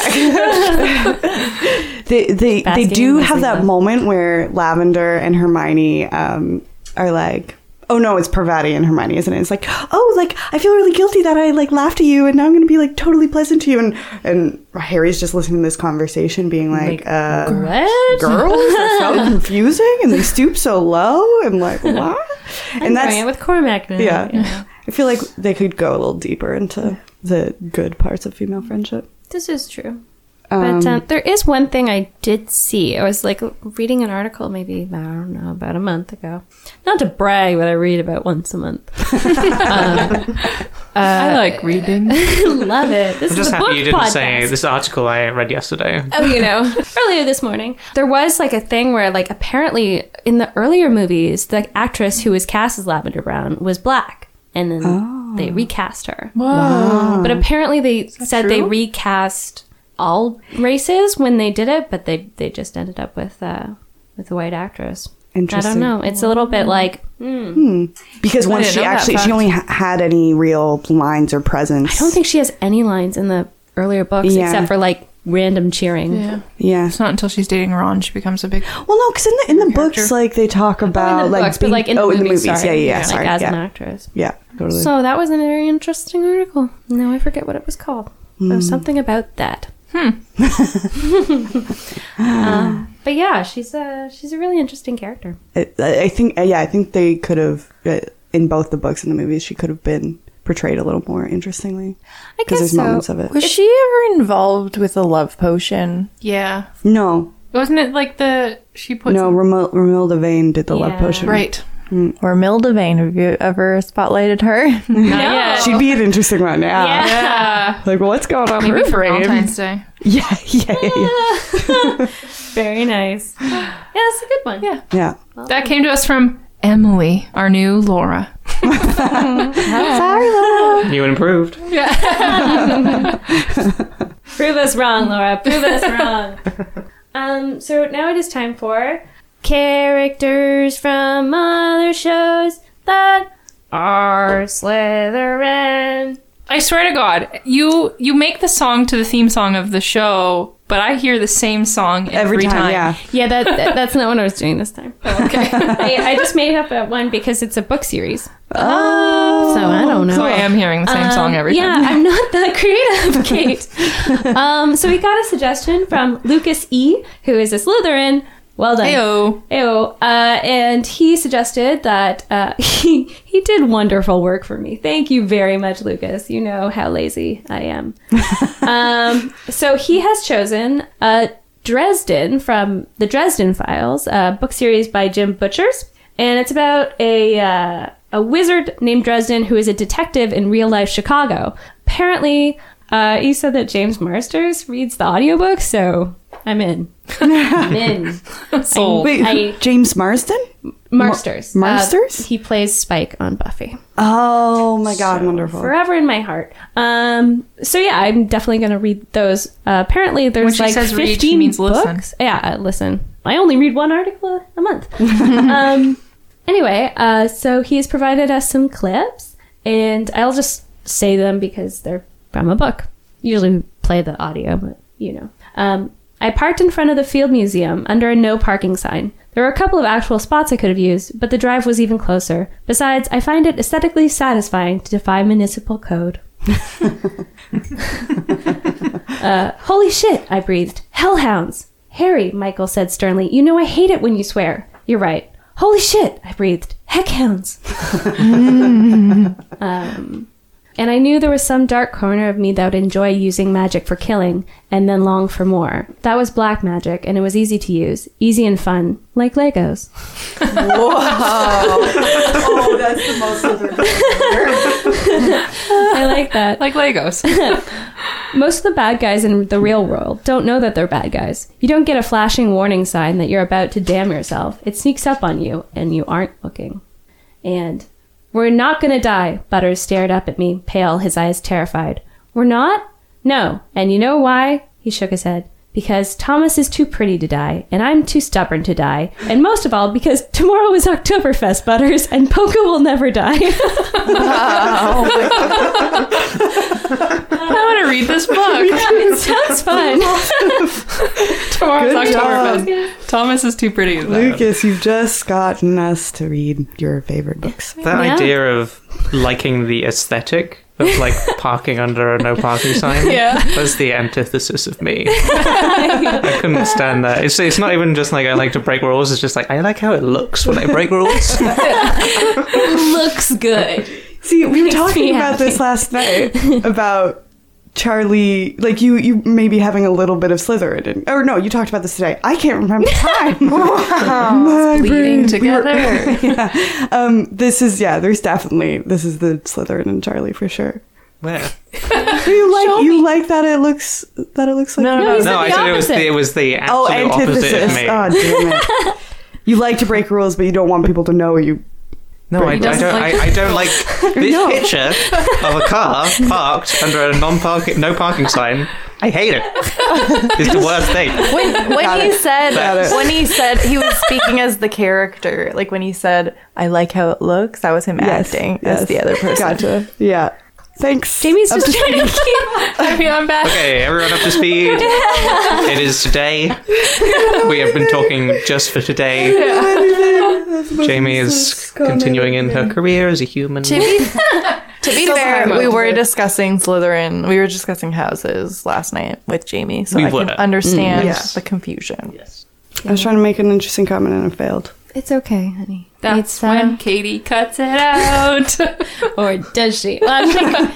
Speaker 6: <laughs> they they, they
Speaker 8: Basking
Speaker 6: do
Speaker 8: in
Speaker 6: have that
Speaker 8: Lisa.
Speaker 6: moment where Lavender and Hermione um, are like, oh no, it's Parvati and Hermione, isn't it? It's like, oh, like I feel really guilty that I like laughed at you, and now I'm gonna be like totally pleasant to you, and and Harry's just listening to this conversation, being like,
Speaker 8: Like,
Speaker 6: uh,
Speaker 8: What?
Speaker 6: girls are
Speaker 8: <laughs>
Speaker 6: so confusing, and they stoop so low, and like what? And
Speaker 8: Doing it with Cormac. now.
Speaker 6: yeah. I feel like they could go a little deeper into the good parts of female friendship.
Speaker 8: This is true.
Speaker 6: Um,
Speaker 8: but um, there is one thing I did see. I was like reading an article maybe, I don't know, about a month ago. Not to brag, but I read about once
Speaker 6: <laughs>
Speaker 8: a month. Um, uh,
Speaker 5: I like <laughs> reading.
Speaker 8: <laughs> Love it. This
Speaker 1: I'm
Speaker 8: is
Speaker 1: just
Speaker 8: a
Speaker 1: happy
Speaker 8: book
Speaker 1: you didn't
Speaker 8: podcast.
Speaker 1: say this article I read yesterday.
Speaker 8: Oh, you know, <laughs> earlier this morning, there was like a thing where, like, apparently in the earlier movies, the actress who was cast as Lavender Brown was black, and then they
Speaker 6: Oh.
Speaker 8: recast her.
Speaker 6: Um,
Speaker 8: But apparently, they said they recast all races when they did it, but they they just ended up with uh, with a white actress. I
Speaker 6: Interesting.
Speaker 8: don't know. It's a little bit like
Speaker 5: didn't
Speaker 6: Because once she
Speaker 5: know that
Speaker 6: actually, she
Speaker 5: fact.
Speaker 6: only ha- had any real lines or presence.
Speaker 8: I don't think she has any lines in the earlier books
Speaker 6: Yeah.
Speaker 8: except for like
Speaker 4: random cheering.
Speaker 5: Yeah.
Speaker 6: Yeah.
Speaker 5: It's not until she's dating Ron she becomes a big.
Speaker 6: Well, no, because in the in the books, like they talk about
Speaker 4: in the
Speaker 6: like
Speaker 4: books, but
Speaker 6: being-
Speaker 4: like in
Speaker 6: oh
Speaker 4: the
Speaker 6: in the
Speaker 4: movies,
Speaker 6: movies,
Speaker 4: sorry.
Speaker 6: yeah, yeah, yeah,
Speaker 4: like
Speaker 6: sorry,
Speaker 4: as
Speaker 6: yeah,
Speaker 4: an actress.
Speaker 6: yeah, totally.
Speaker 4: So that was a very interesting article. Now I forget what it was called. There
Speaker 6: Hmm.
Speaker 4: was something about that. Hmm. <laughs> um, but yeah, she's a she's a really interesting character.
Speaker 6: I, I think yeah, I think they could have uh, in both the books and the movies, she could have been portrayed a little more interestingly.
Speaker 4: I guess
Speaker 6: there's
Speaker 4: so.
Speaker 6: moments of it.
Speaker 7: Was she ever involved with a love potion?
Speaker 5: Yeah.
Speaker 6: No,
Speaker 5: Wasn't it like the she puts
Speaker 6: no, Ramil, Ramil Devane did the
Speaker 4: Yeah.
Speaker 6: love potion.
Speaker 5: right?
Speaker 7: Or Milda Vane? Have you ever spotlighted
Speaker 6: <laughs>
Speaker 7: her?
Speaker 4: Not yet.
Speaker 6: She'd be an interesting one now.
Speaker 5: <laughs> Yeah.
Speaker 6: Like, what's going on?
Speaker 5: Maybe
Speaker 6: with
Speaker 5: for
Speaker 6: her brain?
Speaker 5: Valentine's Day.
Speaker 6: <laughs> Yeah, yeah, yeah, yeah.
Speaker 4: Very
Speaker 8: <gasps>
Speaker 4: nice. Yeah, that's a good one. Yeah.
Speaker 6: <laughs> yeah.
Speaker 5: That came to us from Emily, our new Laura.
Speaker 1: You improved.
Speaker 4: Prove us wrong, Laura. Prove <laughs> us wrong. Um, so now it is time for characters from other shows that are Slytherin.
Speaker 5: I swear to God, you you make the song to the theme song of the show, but I hear the same song every,
Speaker 6: Every, time, yeah.
Speaker 4: Yeah, that, that that's not what I was doing this time. Oh, okay. I, I just made up that one because it's a book series. Oh. So I don't know.
Speaker 5: So I am hearing the same
Speaker 6: Um,
Speaker 5: song every
Speaker 4: yeah,
Speaker 5: time.
Speaker 4: I'm not that creative, <laughs>
Speaker 5: <laughs>
Speaker 4: Kate. um, so we got a suggestion from Lucas E, who is a Slytherin. Well done.
Speaker 5: Ayo.
Speaker 4: Ew. Uh, and he suggested that uh, <laughs> he, he did wonderful work for me. Thank you very much, Lucas. You know how lazy I am. um, so he has chosen uh, Dresden from the Dresden Files, a book series by Jim Butchers. And it's about a, uh, a wizard named Dresden who is a detective in real life Chicago. Apparently, uh, he said that James Marsters reads the audiobook, so I'm in. I'm in.
Speaker 5: Sold.
Speaker 6: Wait,
Speaker 4: I-
Speaker 6: who- <laughs> James Marsden?
Speaker 4: Marsters.
Speaker 6: Mar-
Speaker 4: Uh,
Speaker 6: Marsters?
Speaker 4: he plays Spike on Buffy.
Speaker 6: Oh my God, wonderful.
Speaker 4: Forever in my heart. Um, so yeah, I'm definitely going to read those. Uh, apparently, there's
Speaker 5: When she
Speaker 4: like
Speaker 5: says read, she
Speaker 4: 15
Speaker 5: means
Speaker 4: books.
Speaker 5: listen.
Speaker 4: Yeah, uh, listen. I only read one article
Speaker 5: <laughs>
Speaker 4: a month. um, anyway, uh, so he's provided us some clips, and I'll just say them because they're from a book. Usually we play the audio, but you know. Um, I parked in front of the Field Museum under a no parking sign. There were a couple of actual spots I could have used, but the drive was even closer. Besides, I find it aesthetically satisfying to defy municipal code. Holy shit, I breathed. Hellhounds! Harry, Michael said sternly, you know I hate it when you swear. You're right. Holy shit, I breathed. Heckhounds! <laughs> Um, and I knew there was some dark corner of me that would enjoy using magic for killing and then long for more. That was black magic, and it was easy to use, easy and fun, like Legos.
Speaker 6: <laughs> Oh, that's the
Speaker 4: <laughs>
Speaker 6: most <laughs>
Speaker 4: I like that.
Speaker 5: Like Legos.
Speaker 4: Most of the bad guys in the real world don't know that they're bad guys. You don't get a flashing warning sign that you're about to damn yourself. It sneaks up on you, and you aren't looking. And we're not gonna die. Butters stared up at me, pale, his eyes terrified. We're not? No. And you know why? He shook his head. Because Thomas is too pretty to die, and I'm too stubborn to die, and most of all, because tomorrow is Oktoberfest, Butters, and Poca will never
Speaker 5: <laughs>
Speaker 4: die. <laughs>
Speaker 5: I want to read this book.
Speaker 4: it sounds fun.
Speaker 5: Tomorrow's
Speaker 6: <laughs> Good
Speaker 5: Oktoberfest. Thomas is too pretty. to die.
Speaker 6: Lucas, you've just gotten us to read your favorite books.
Speaker 1: That
Speaker 4: Yeah.
Speaker 1: idea of liking the aesthetic of like parking under a no parking sign was the antithesis of me. I couldn't stand that. It's, it's not even just like I like to break rules, it's just like I like how it looks when I break rules.
Speaker 4: Looks good.
Speaker 6: See, <laughs> we were
Speaker 4: Makes me
Speaker 6: talking about
Speaker 4: happy.
Speaker 6: this last <laughs> night about Charlie, like you, you maybe having a little bit of Slytherin, in- or no, you talked about this today. I can't <laughs> remember the time. <laughs> My brain. We
Speaker 7: Bleeding
Speaker 6: were- <laughs>
Speaker 7: together.
Speaker 6: yeah. Um, this is yeah. There's definitely this is the Slytherin and Charlie for sure.
Speaker 1: Where?
Speaker 6: You like you like that it looks that it looks like
Speaker 7: No,
Speaker 4: No,
Speaker 7: no,
Speaker 4: he's
Speaker 1: No,
Speaker 4: the
Speaker 1: I said it was
Speaker 4: opposite.
Speaker 1: the, it was the
Speaker 6: oh
Speaker 1: absolute opposite of
Speaker 6: antithesis.
Speaker 1: me.
Speaker 6: Oh damn it.
Speaker 1: <laughs>
Speaker 6: You like to break rules, but you don't want people to know you.
Speaker 1: No, I, I
Speaker 5: doesn't
Speaker 1: don't.
Speaker 5: like-
Speaker 1: I, I don't like this picture of a car parked under a non-parking, no parking sign. I hate it. It's the worst thing.
Speaker 7: when when he said
Speaker 6: it.
Speaker 7: when he said he was speaking as the character, like when he said, "I like how it looks," that was him
Speaker 6: Yes,
Speaker 7: acting
Speaker 6: yes.
Speaker 7: as the other person.
Speaker 6: Gotcha. Yeah. Thanks.
Speaker 8: Jamie's
Speaker 6: I'm
Speaker 8: just, trying to keep.
Speaker 5: I mean, I'm back.
Speaker 1: Okay, everyone up to speed. it is today. We have been talking just for today. Jamie is continuing in her career as a human.
Speaker 7: To be fair, we were discussing Slytherin. We were discussing houses last night with Jamie, so
Speaker 1: We
Speaker 7: I can
Speaker 1: were.
Speaker 7: understand
Speaker 6: yes.
Speaker 7: the confusion.
Speaker 6: I was trying to make an interesting comment and I failed.
Speaker 7: It's okay, honey.
Speaker 4: That's when Katie cuts it out.
Speaker 8: <laughs> or does she?
Speaker 5: <laughs>
Speaker 8: Um,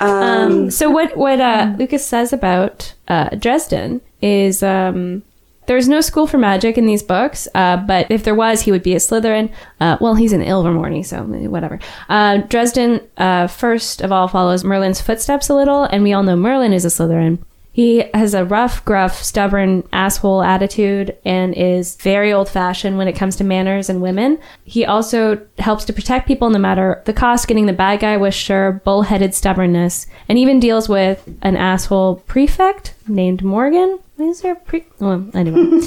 Speaker 8: um, so what? What uh, Lucas says about uh, Dresden is um, there's no school for magic in these books, uh, but if there was, he would be a Slytherin. Uh, well, he's an Ilvermorny, so whatever. Uh, Dresden uh, first of all follows Merlin's footsteps a little, and we all know Merlin is a Slytherin. He has a rough, gruff, stubborn, asshole attitude and is very old fashioned when it comes to manners and women. He also helps to protect people no matter the cost, getting the bad guy with sure, bullheaded stubbornness, and even deals with an asshole prefect named Morgan. Is there a pre? Well, anyway,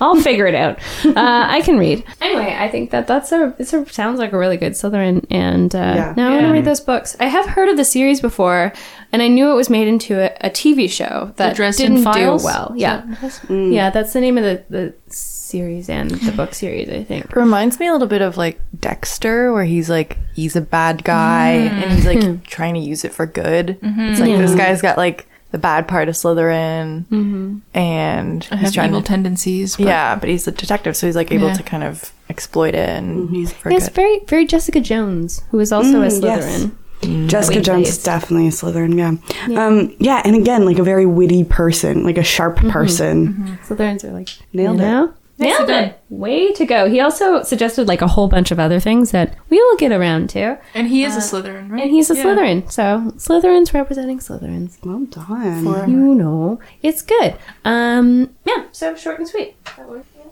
Speaker 8: I'll figure it out. Uh, I can read. Anyway, I think that that's a it sounds like a really good Southern. And uh,
Speaker 6: Yeah.
Speaker 8: now I want to read those books. I have heard of the series before, and I knew it was made into a, a TV show that
Speaker 4: Dresden
Speaker 8: didn't
Speaker 4: Files?
Speaker 8: do well. Yeah, yeah, that's the name of the, the series and the book series. I think.
Speaker 7: Reminds me a little bit of like Dexter, where he's like he's a bad guy and he's like trying to use it for good. It's like this guy's got like the bad part of Slytherin, and
Speaker 5: I
Speaker 7: he's
Speaker 5: have
Speaker 7: trying
Speaker 5: evil
Speaker 7: to.
Speaker 5: tendencies. But
Speaker 7: yeah, but he's a detective, so he's like able
Speaker 5: Yeah.
Speaker 7: to kind of exploit it and use it for
Speaker 8: Yes,
Speaker 7: good.
Speaker 8: very very Jessica Jones, who is also a
Speaker 6: Mm, yes.
Speaker 8: Slytherin.
Speaker 6: Jessica
Speaker 8: Wait,
Speaker 6: Jones
Speaker 8: please.
Speaker 6: is definitely a Slytherin, yeah. yeah. Um yeah, and again, like a very witty person, like a sharp person.
Speaker 8: Slytherins are like
Speaker 6: Nailed
Speaker 8: you know? Nailed it. Way to go. He also suggested like a whole bunch of other things that we will get around to.
Speaker 5: and he is a
Speaker 6: Uh,
Speaker 5: Slytherin, right?
Speaker 8: And he's a Slytherin. So Slytherins representing Slytherins.
Speaker 6: Well done.
Speaker 8: You know. It's good. Um yeah, so short and sweet.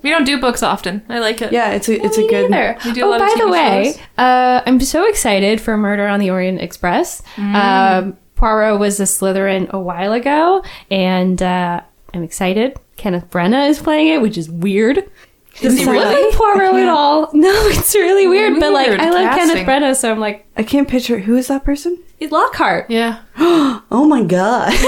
Speaker 5: we don't do books often. I like it.
Speaker 6: yeah, it's a it's a
Speaker 8: Me
Speaker 6: good
Speaker 8: neither.
Speaker 5: We do a
Speaker 8: oh,
Speaker 5: lot of
Speaker 8: by the
Speaker 5: TV
Speaker 8: way,
Speaker 5: shows.
Speaker 8: uh, I'm so excited for Murder on the Orient Express.
Speaker 5: Mm.
Speaker 8: Um, Poirot was a Slytherin a while ago, and uh, I'm excited. Kenneth Brenna is playing it, which is weird. Does
Speaker 5: he
Speaker 8: not
Speaker 5: really?
Speaker 8: <laughs> Like Poirot at all? No, it's really weird. But like,
Speaker 5: Weird
Speaker 8: I love
Speaker 5: casting.
Speaker 8: Kenneth Brenna, so I'm like,
Speaker 6: I can't picture who is that person?
Speaker 8: it's Lockhart.
Speaker 5: Yeah.
Speaker 6: Oh my god. <laughs>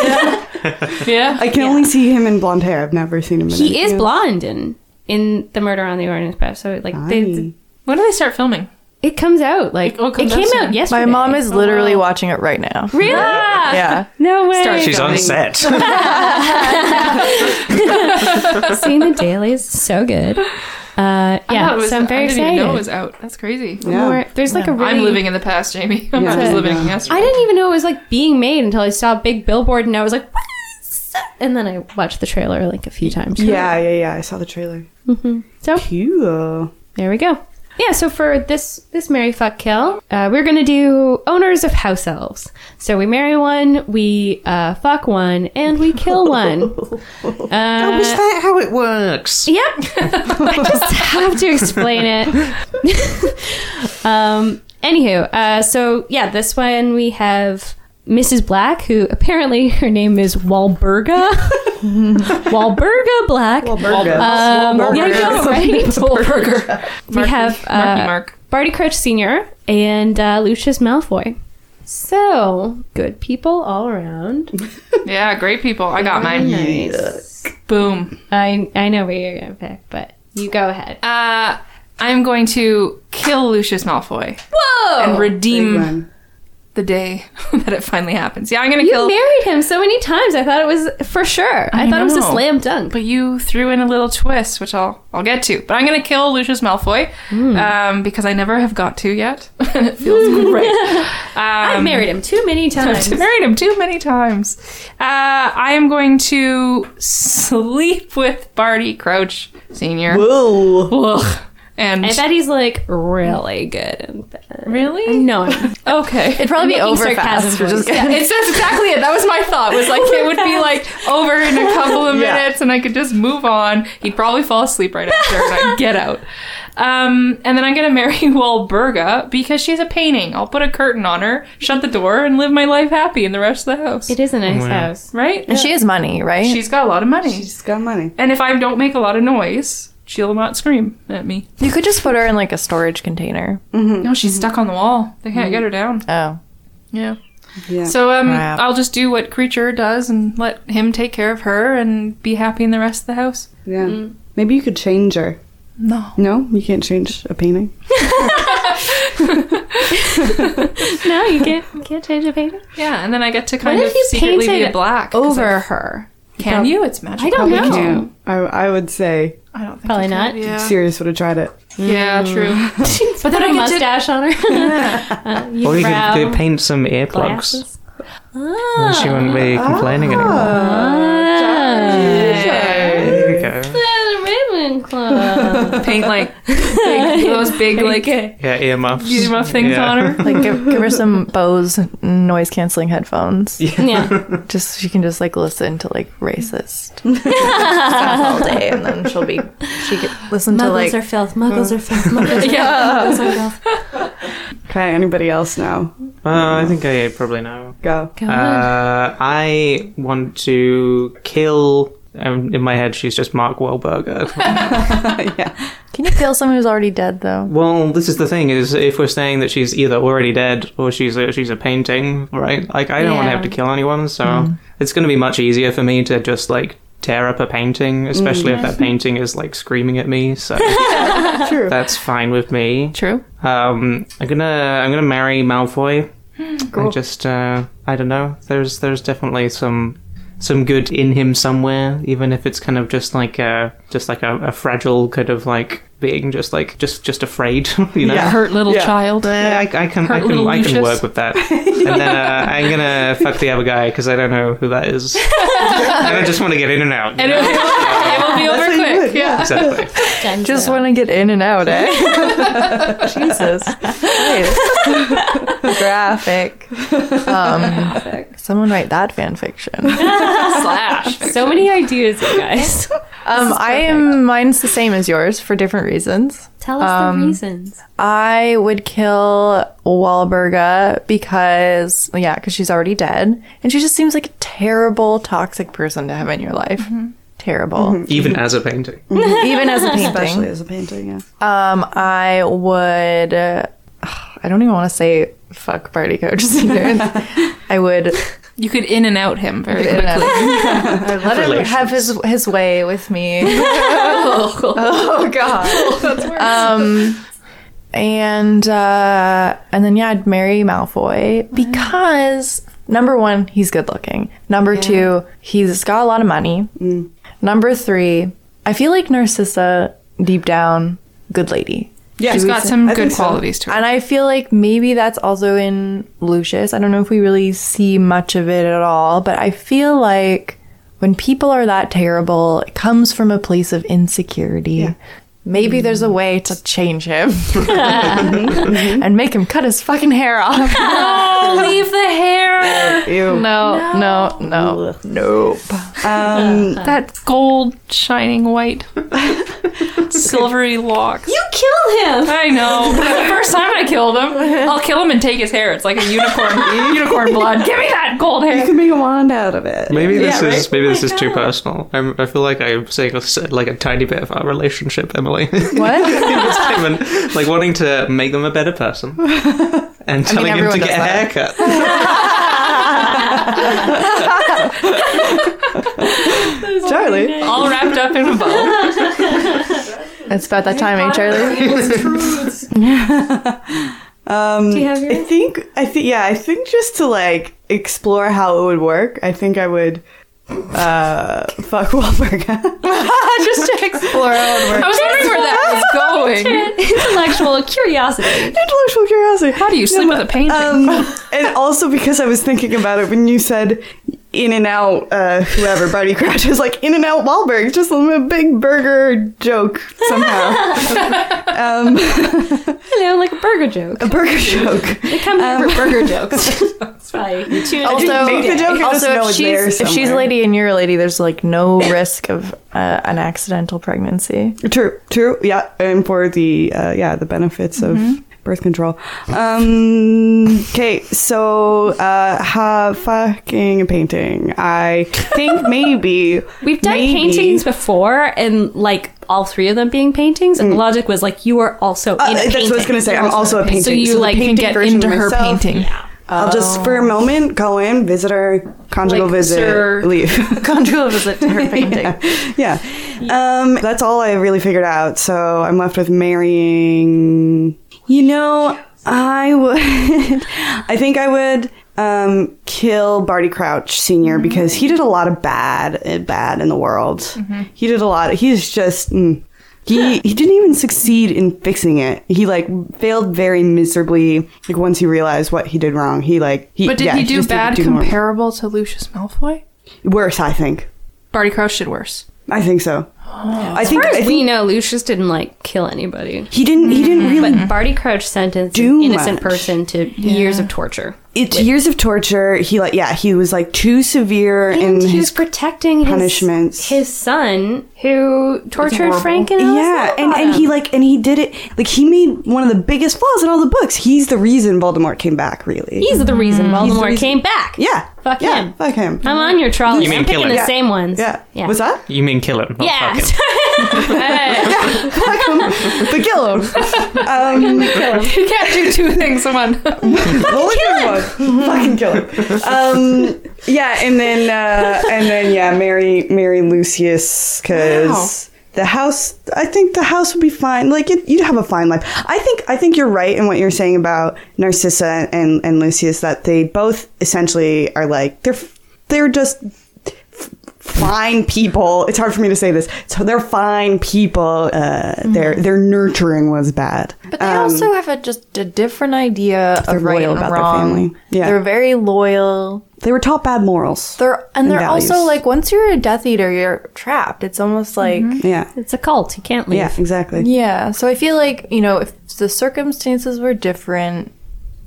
Speaker 5: Yeah.
Speaker 6: I can only see him in blonde hair. I've never seen him in
Speaker 8: He is
Speaker 6: anything else.
Speaker 8: blonde in in the Murder on the Orient Express. So like,
Speaker 6: Aye.
Speaker 8: they,
Speaker 5: When do they start filming?
Speaker 8: it comes out like
Speaker 5: oh, it
Speaker 8: it,
Speaker 5: comes out
Speaker 8: came
Speaker 5: soon.
Speaker 8: out yesterday.
Speaker 7: My mom is literally watching it right now.
Speaker 8: really.
Speaker 7: Yeah,
Speaker 8: No way.
Speaker 1: She's on set. <laughs>
Speaker 5: <laughs>
Speaker 8: Seeing the dailies so good. Uh,
Speaker 5: I
Speaker 8: yeah,
Speaker 5: thought it was-
Speaker 8: so I'm very
Speaker 5: I didn't
Speaker 8: excited.
Speaker 5: Even know it was out. That's crazy.
Speaker 6: Yeah.
Speaker 8: More- there's like a really.
Speaker 5: I'm living in the past, Jamie. <laughs> I'm not
Speaker 6: Yeah.
Speaker 5: just living in
Speaker 8: I
Speaker 5: yesterday.
Speaker 8: didn't even know it was like being made until I saw a big billboard and I was like, what is that?" and then I watched the trailer like a few times.
Speaker 6: Yeah, yeah, yeah. I saw the trailer.
Speaker 8: So
Speaker 6: Cool.
Speaker 8: there we go. Yeah, so for this this Mary Fuck Kill, uh, we're gonna do owners of house elves. So we marry one, we uh, fuck one, and we kill one.
Speaker 1: <laughs>
Speaker 8: Uh,
Speaker 1: Is that how it works?
Speaker 8: Yep. <laughs> I just have to explain it. <laughs> um, anywho, uh, so yeah, this one we have Mrs. Black, who apparently <laughs> her name is Walburga. <laughs> Walburga Black.
Speaker 6: Burger.
Speaker 8: Um, yeah, I know,
Speaker 7: <laughs>
Speaker 8: right? Wahlberger. We
Speaker 5: Marky-
Speaker 8: have
Speaker 5: Marky
Speaker 8: uh,
Speaker 5: Mark.
Speaker 8: Barty Crouch Sr. and uh, Lucius Malfoy. So, good people all around.
Speaker 5: Yeah, great people. I got mine. Boom.
Speaker 8: I, I know where you're going to pick, but you go ahead.
Speaker 5: Uh, I'm going to kill Lucius Malfoy
Speaker 8: Whoa!
Speaker 5: and redeem
Speaker 6: one.
Speaker 5: the day <laughs> that it finally happens. Yeah, I'm going to
Speaker 8: You
Speaker 5: kill.
Speaker 8: married him so many times. I thought it was for sure. I,
Speaker 5: I
Speaker 8: thought it was a
Speaker 5: know.
Speaker 8: slam dunk.
Speaker 5: But you threw in a little twist, which I'll I'll get to. But I'm gonna kill Lucius Malfoy
Speaker 8: Hmm.
Speaker 5: um, because I never have got to yet. <laughs> it feels great.
Speaker 8: I married him um, too many times.
Speaker 5: I've married him too many times. Uh, I am going to sleep with Barty Crouch Senior.
Speaker 6: Whoa.
Speaker 5: Ugh. And
Speaker 8: I bet he's like really good. in bed.
Speaker 5: really,
Speaker 8: No, <laughs> I'm-
Speaker 5: okay.
Speaker 7: it'd probably be
Speaker 8: Making
Speaker 7: over fast.
Speaker 8: sarcasm
Speaker 7: We're just-
Speaker 8: voice.
Speaker 5: Yeah, it's that's exactly it. That was my thought. Was like it would be like over in a couple of
Speaker 6: Yeah.
Speaker 5: minutes, and I could just move on. He'd probably fall asleep right after, and I'd get out. Um, and then I'm gonna <laughs> marry Walburga because she's a painting. I'll put a curtain on her, shut the door, and live my life happy in the rest of the house.
Speaker 8: it is a nice <laughs> house.
Speaker 5: right?
Speaker 7: And she has money, right?
Speaker 5: She's got a lot of money,
Speaker 6: She's got money.
Speaker 5: and if I don't make a lot of noise, she'll not scream at me.
Speaker 7: you could just put her in like a storage container.
Speaker 5: No, she's stuck on the wall. They can't get her down.
Speaker 7: Oh,
Speaker 5: Yeah.
Speaker 6: Yeah.
Speaker 5: So um,
Speaker 7: Crap.
Speaker 5: I'll just do what Creature does and let him take care of her and be happy in the rest of the house.
Speaker 6: yeah. Maybe you could change her.
Speaker 5: No.
Speaker 6: No, you can't change a painting.
Speaker 8: No, you can't, can't change a painting.
Speaker 5: Yeah, and then I get to kind
Speaker 8: if
Speaker 5: of
Speaker 8: you
Speaker 5: secretly be
Speaker 8: painted
Speaker 5: a black 'cause
Speaker 8: Over
Speaker 5: I-
Speaker 8: her.
Speaker 5: Can you? It's magic.
Speaker 8: I don't
Speaker 4: Oh.
Speaker 8: know.
Speaker 6: Yeah. I, I would say
Speaker 5: I don't think. Hmm.
Speaker 8: Probably not.
Speaker 5: Yeah.
Speaker 6: Sirius would have tried it.
Speaker 5: Yeah. True.
Speaker 8: But then a
Speaker 5: I could do-
Speaker 8: mustache on her. uh, you
Speaker 1: Or you
Speaker 8: brow,
Speaker 1: could, could paint some earplugs.
Speaker 8: glasses.
Speaker 1: and She wouldn't be complaining anymore.
Speaker 6: Uh-huh.
Speaker 4: Ah.
Speaker 1: There you go.
Speaker 8: Ravenclaw.
Speaker 5: Paint like big, those big like
Speaker 1: Yeah, earmuffs.
Speaker 5: earmuff things
Speaker 1: Yeah.
Speaker 5: on her.
Speaker 7: Like <laughs> give, give her some Bose noise canceling headphones.
Speaker 8: yeah.
Speaker 7: Just she can just like listen to like racist <laughs> stuff all day, and then she'll be she can listen to
Speaker 8: Muggles
Speaker 7: like
Speaker 8: are filth. Muggles are filth. <laughs> Muggles are filth. Muggles are filth.
Speaker 6: Okay, anybody else now?
Speaker 1: Uh, I think I probably know.
Speaker 6: Go.
Speaker 8: Come on.
Speaker 1: Uh, I want to kill. Um, in my head, she's just Mark Wahlberg.
Speaker 6: <laughs> yeah.
Speaker 7: Can you kill someone who's already dead though?
Speaker 1: well, this is the thing: is if we're saying that she's either already dead or she's a, she's a painting, right? Like, I don't want to
Speaker 8: Yeah.
Speaker 1: have to kill anyone, so it's going to be much easier for me to just like tear up a painting, especially if that painting is like screaming at me. So
Speaker 6: True.
Speaker 1: that's fine with me.
Speaker 5: True.
Speaker 1: Um, I'm gonna I'm gonna
Speaker 5: <gasps>
Speaker 1: marry Malfoy. I just uh, I don't know. There's there's definitely some some good in him somewhere, even if it's kind of just like a just like a, a fragile kind of like being just like just just afraid, <laughs> you know.
Speaker 6: Yeah.
Speaker 5: Hurt little
Speaker 6: Yeah.
Speaker 5: child.
Speaker 1: I, I can I
Speaker 5: Hurt
Speaker 1: can,
Speaker 5: little
Speaker 1: I can
Speaker 5: Lucius.
Speaker 1: work with
Speaker 5: <laughs>
Speaker 1: that, and then uh, I'm gonna fuck the other guy because I don't know who that
Speaker 5: <laughs>
Speaker 1: is, and I just want to get in and out. you
Speaker 5: And it
Speaker 1: know?
Speaker 5: will, it will be over
Speaker 6: you
Speaker 5: quick.
Speaker 6: would,
Speaker 5: yeah. <laughs>
Speaker 1: Exactly.
Speaker 7: Just want to get in and out, eh? <laughs> Jesus. Nice. Graphic. Um, someone write that fan <laughs> fiction.
Speaker 5: Slash.
Speaker 8: So many ideas, you guys.
Speaker 7: Um, I am. Mine's the same as yours for different reasons.
Speaker 8: <laughs> Tell us the <laughs> reasons.
Speaker 7: I would kill Wahlberga because, yeah, because she's already dead, and she just seems like a terrible, toxic person to have in your life. Terrible,
Speaker 1: Even as a painting.
Speaker 7: <laughs> even as a painting.
Speaker 6: Especially as a painting, yeah.
Speaker 7: Um, I would. <sighs> Uh, I don't even want to say fuck party coaches either. I would
Speaker 5: You could in and out him very
Speaker 7: in and out.
Speaker 5: quickly.
Speaker 7: <laughs> I would let him
Speaker 1: Relations.
Speaker 7: have his his way with me. <laughs> oh god. Um, and uh, and then yeah, I'd marry Malfoy because number one, he's good looking. Number two, he's got a lot of money. Number three, I feel like Narcissa deep down, good lady.
Speaker 6: Yeah,
Speaker 5: She's got some
Speaker 6: I think
Speaker 5: good
Speaker 6: so.
Speaker 5: qualities to her.
Speaker 7: And I feel like maybe that's also in Lucius. I don't know if we really see much of it at all, but I feel like when people are that terrible, it comes from a place of insecurity. Maybe there's a way to change him <laughs> and make him cut his fucking hair off.
Speaker 5: leave the hair.
Speaker 6: Ew.
Speaker 7: No, no, no, nope.
Speaker 6: Um,
Speaker 5: That gold shining white, silvery locks.
Speaker 8: You killed him.
Speaker 5: I know. That's the first time I killed him. I'll kill him and take his hair. It's like a unicorn, unicorn blood. Give me that gold
Speaker 6: you
Speaker 5: hair.
Speaker 6: can make a wand out of it.
Speaker 1: Maybe this is maybe
Speaker 8: <laughs>
Speaker 1: this is too personal. I'm, I feel like I'm saying a s- like a tiny bit of our relationship, Emily. <laughs>
Speaker 7: What?
Speaker 1: This
Speaker 8: <laughs>
Speaker 1: statement, like wanting to make them a better person and telling him
Speaker 7: everyone
Speaker 1: to get a
Speaker 7: does that.
Speaker 1: haircut.
Speaker 8: <laughs>
Speaker 6: Charlie.
Speaker 5: All wrapped up in a bow.
Speaker 7: it's about that time, eh, Charlie?
Speaker 6: Um,
Speaker 8: you have your-
Speaker 6: I think I think yeah, I think just to like explore how it would work, I think I would uh
Speaker 5: <laughs>
Speaker 6: fuck <laughs> Wahlberg.
Speaker 7: Just to explore how it
Speaker 5: I was wondering where that was going.
Speaker 8: Intellectual curiosity.
Speaker 6: Intellectual curiosity.
Speaker 5: How do you sleep with a painting?
Speaker 6: Um and also because I was thinking about it when you said in and out, uh, whoever, Barty Crouch is like in and out Wahlberg, just a big burger joke somehow. um,
Speaker 8: You know, like a burger joke.
Speaker 6: a burger <laughs> joke.
Speaker 8: They come here for burger jokes. That's why you tune in.
Speaker 7: also,
Speaker 6: make the joke or just
Speaker 7: also
Speaker 6: know
Speaker 7: if,
Speaker 6: it's there
Speaker 7: she's, if she's a
Speaker 6: somewhere?
Speaker 7: lady and you're a lady, there's like no risk of uh, an accidental pregnancy.
Speaker 6: True, true. Yeah, and for the uh, yeah the benefits
Speaker 8: Mm-hmm.
Speaker 6: of birth control. Um, okay, so uh, have fucking a painting. I think maybe
Speaker 8: <laughs> We've done
Speaker 6: maybe-
Speaker 8: paintings before, and like all three of them being paintings, and the logic was like you are also
Speaker 6: Mm. Uh,
Speaker 8: in a
Speaker 6: that's
Speaker 8: painting.
Speaker 6: what I was gonna say. I'm also a painting.
Speaker 8: So you
Speaker 6: the
Speaker 8: like can
Speaker 6: painting
Speaker 8: get
Speaker 6: version of
Speaker 5: into her
Speaker 6: myself-
Speaker 5: painting.
Speaker 6: I'll just for a
Speaker 8: Oh.
Speaker 6: moment go in, visit our conjugal
Speaker 4: Like,
Speaker 6: visit,
Speaker 4: sir-
Speaker 6: leave.
Speaker 8: <laughs>
Speaker 7: Conjugal visit to her painting.
Speaker 6: <laughs> yeah. Um, that's all I really figured out. So I'm left with marrying. You know, I would. <laughs> I think I would um, kill Barty Crouch Senior because he did a lot of bad, eh, bad in the world.
Speaker 5: Mm-hmm.
Speaker 6: He did a lot. He's just. Mm, he, he didn't even succeed in fixing it. He like failed very miserably. Like once he realized what he did wrong, he like he.
Speaker 5: But did
Speaker 6: yeah,
Speaker 5: he do
Speaker 6: just didn't
Speaker 5: bad
Speaker 6: do more.
Speaker 5: comparable to Lucius Malfoy?
Speaker 6: Worse, I think.
Speaker 5: Barty Crouch did worse.
Speaker 6: I
Speaker 5: <gasps>
Speaker 6: think so. I think I
Speaker 8: As
Speaker 6: think
Speaker 8: we know, Lucius didn't like kill anybody.
Speaker 6: he didn't. He didn't really
Speaker 8: Mm. But Barty Crouch sentenced
Speaker 6: Mm. Do
Speaker 8: an innocent
Speaker 6: much.
Speaker 8: person to years of torture.
Speaker 6: it's years of torture. He like yeah, he was like too severe in
Speaker 8: And he was
Speaker 6: his
Speaker 8: protecting his-
Speaker 6: punishments.
Speaker 8: His, son, who tortured Frank and Alice
Speaker 6: yeah, and,
Speaker 8: Nevada.
Speaker 6: and he like and he did it like he made one of the biggest flaws in all the books. He's the reason Voldemort came back, really.
Speaker 8: He's the reason Voldemort
Speaker 6: Mm. reason-
Speaker 8: came back.
Speaker 6: yeah,
Speaker 8: Fuck
Speaker 6: yeah,
Speaker 8: him.
Speaker 6: fuck him.
Speaker 8: I'm on your trolley.
Speaker 1: You mean
Speaker 8: I'm picking
Speaker 1: kill him.
Speaker 8: the
Speaker 1: Yeah.
Speaker 8: same ones.
Speaker 6: yeah.
Speaker 8: Yeah.
Speaker 6: was that?
Speaker 1: You mean kill him? not
Speaker 8: Yeah. <laughs>
Speaker 1: fuck him.
Speaker 6: Fuck him, but
Speaker 8: <laughs>
Speaker 6: kill him. Um,
Speaker 5: You can't do two things in one.
Speaker 6: kill him. <laughs> Fucking kill him. Um, yeah, and then uh, and then yeah, marry marry Lucius because the house. I think the house would be fine. Like it, you'd have a fine life. I think I think you're right in what you're saying about Narcissa and and Lucius that they both essentially are like they're they're just fine people. It's hard for me to say this. So they're fine people. Uh, Their their nurturing was bad.
Speaker 7: Mm-hmm.
Speaker 6: Um,
Speaker 7: But they also have a, just a different idea
Speaker 6: They're
Speaker 7: of right
Speaker 6: loyal
Speaker 7: and
Speaker 6: about their
Speaker 7: wrong.
Speaker 6: family. Yeah.
Speaker 7: They're very loyal.
Speaker 6: They were taught bad morals.
Speaker 7: They're and they're also
Speaker 6: values.
Speaker 7: like once you're a Death Eater, you're trapped. It's almost like
Speaker 6: yeah.
Speaker 8: It's a cult. You can't leave.
Speaker 6: Yeah, exactly.
Speaker 7: yeah. So I feel like you know if the circumstances were different,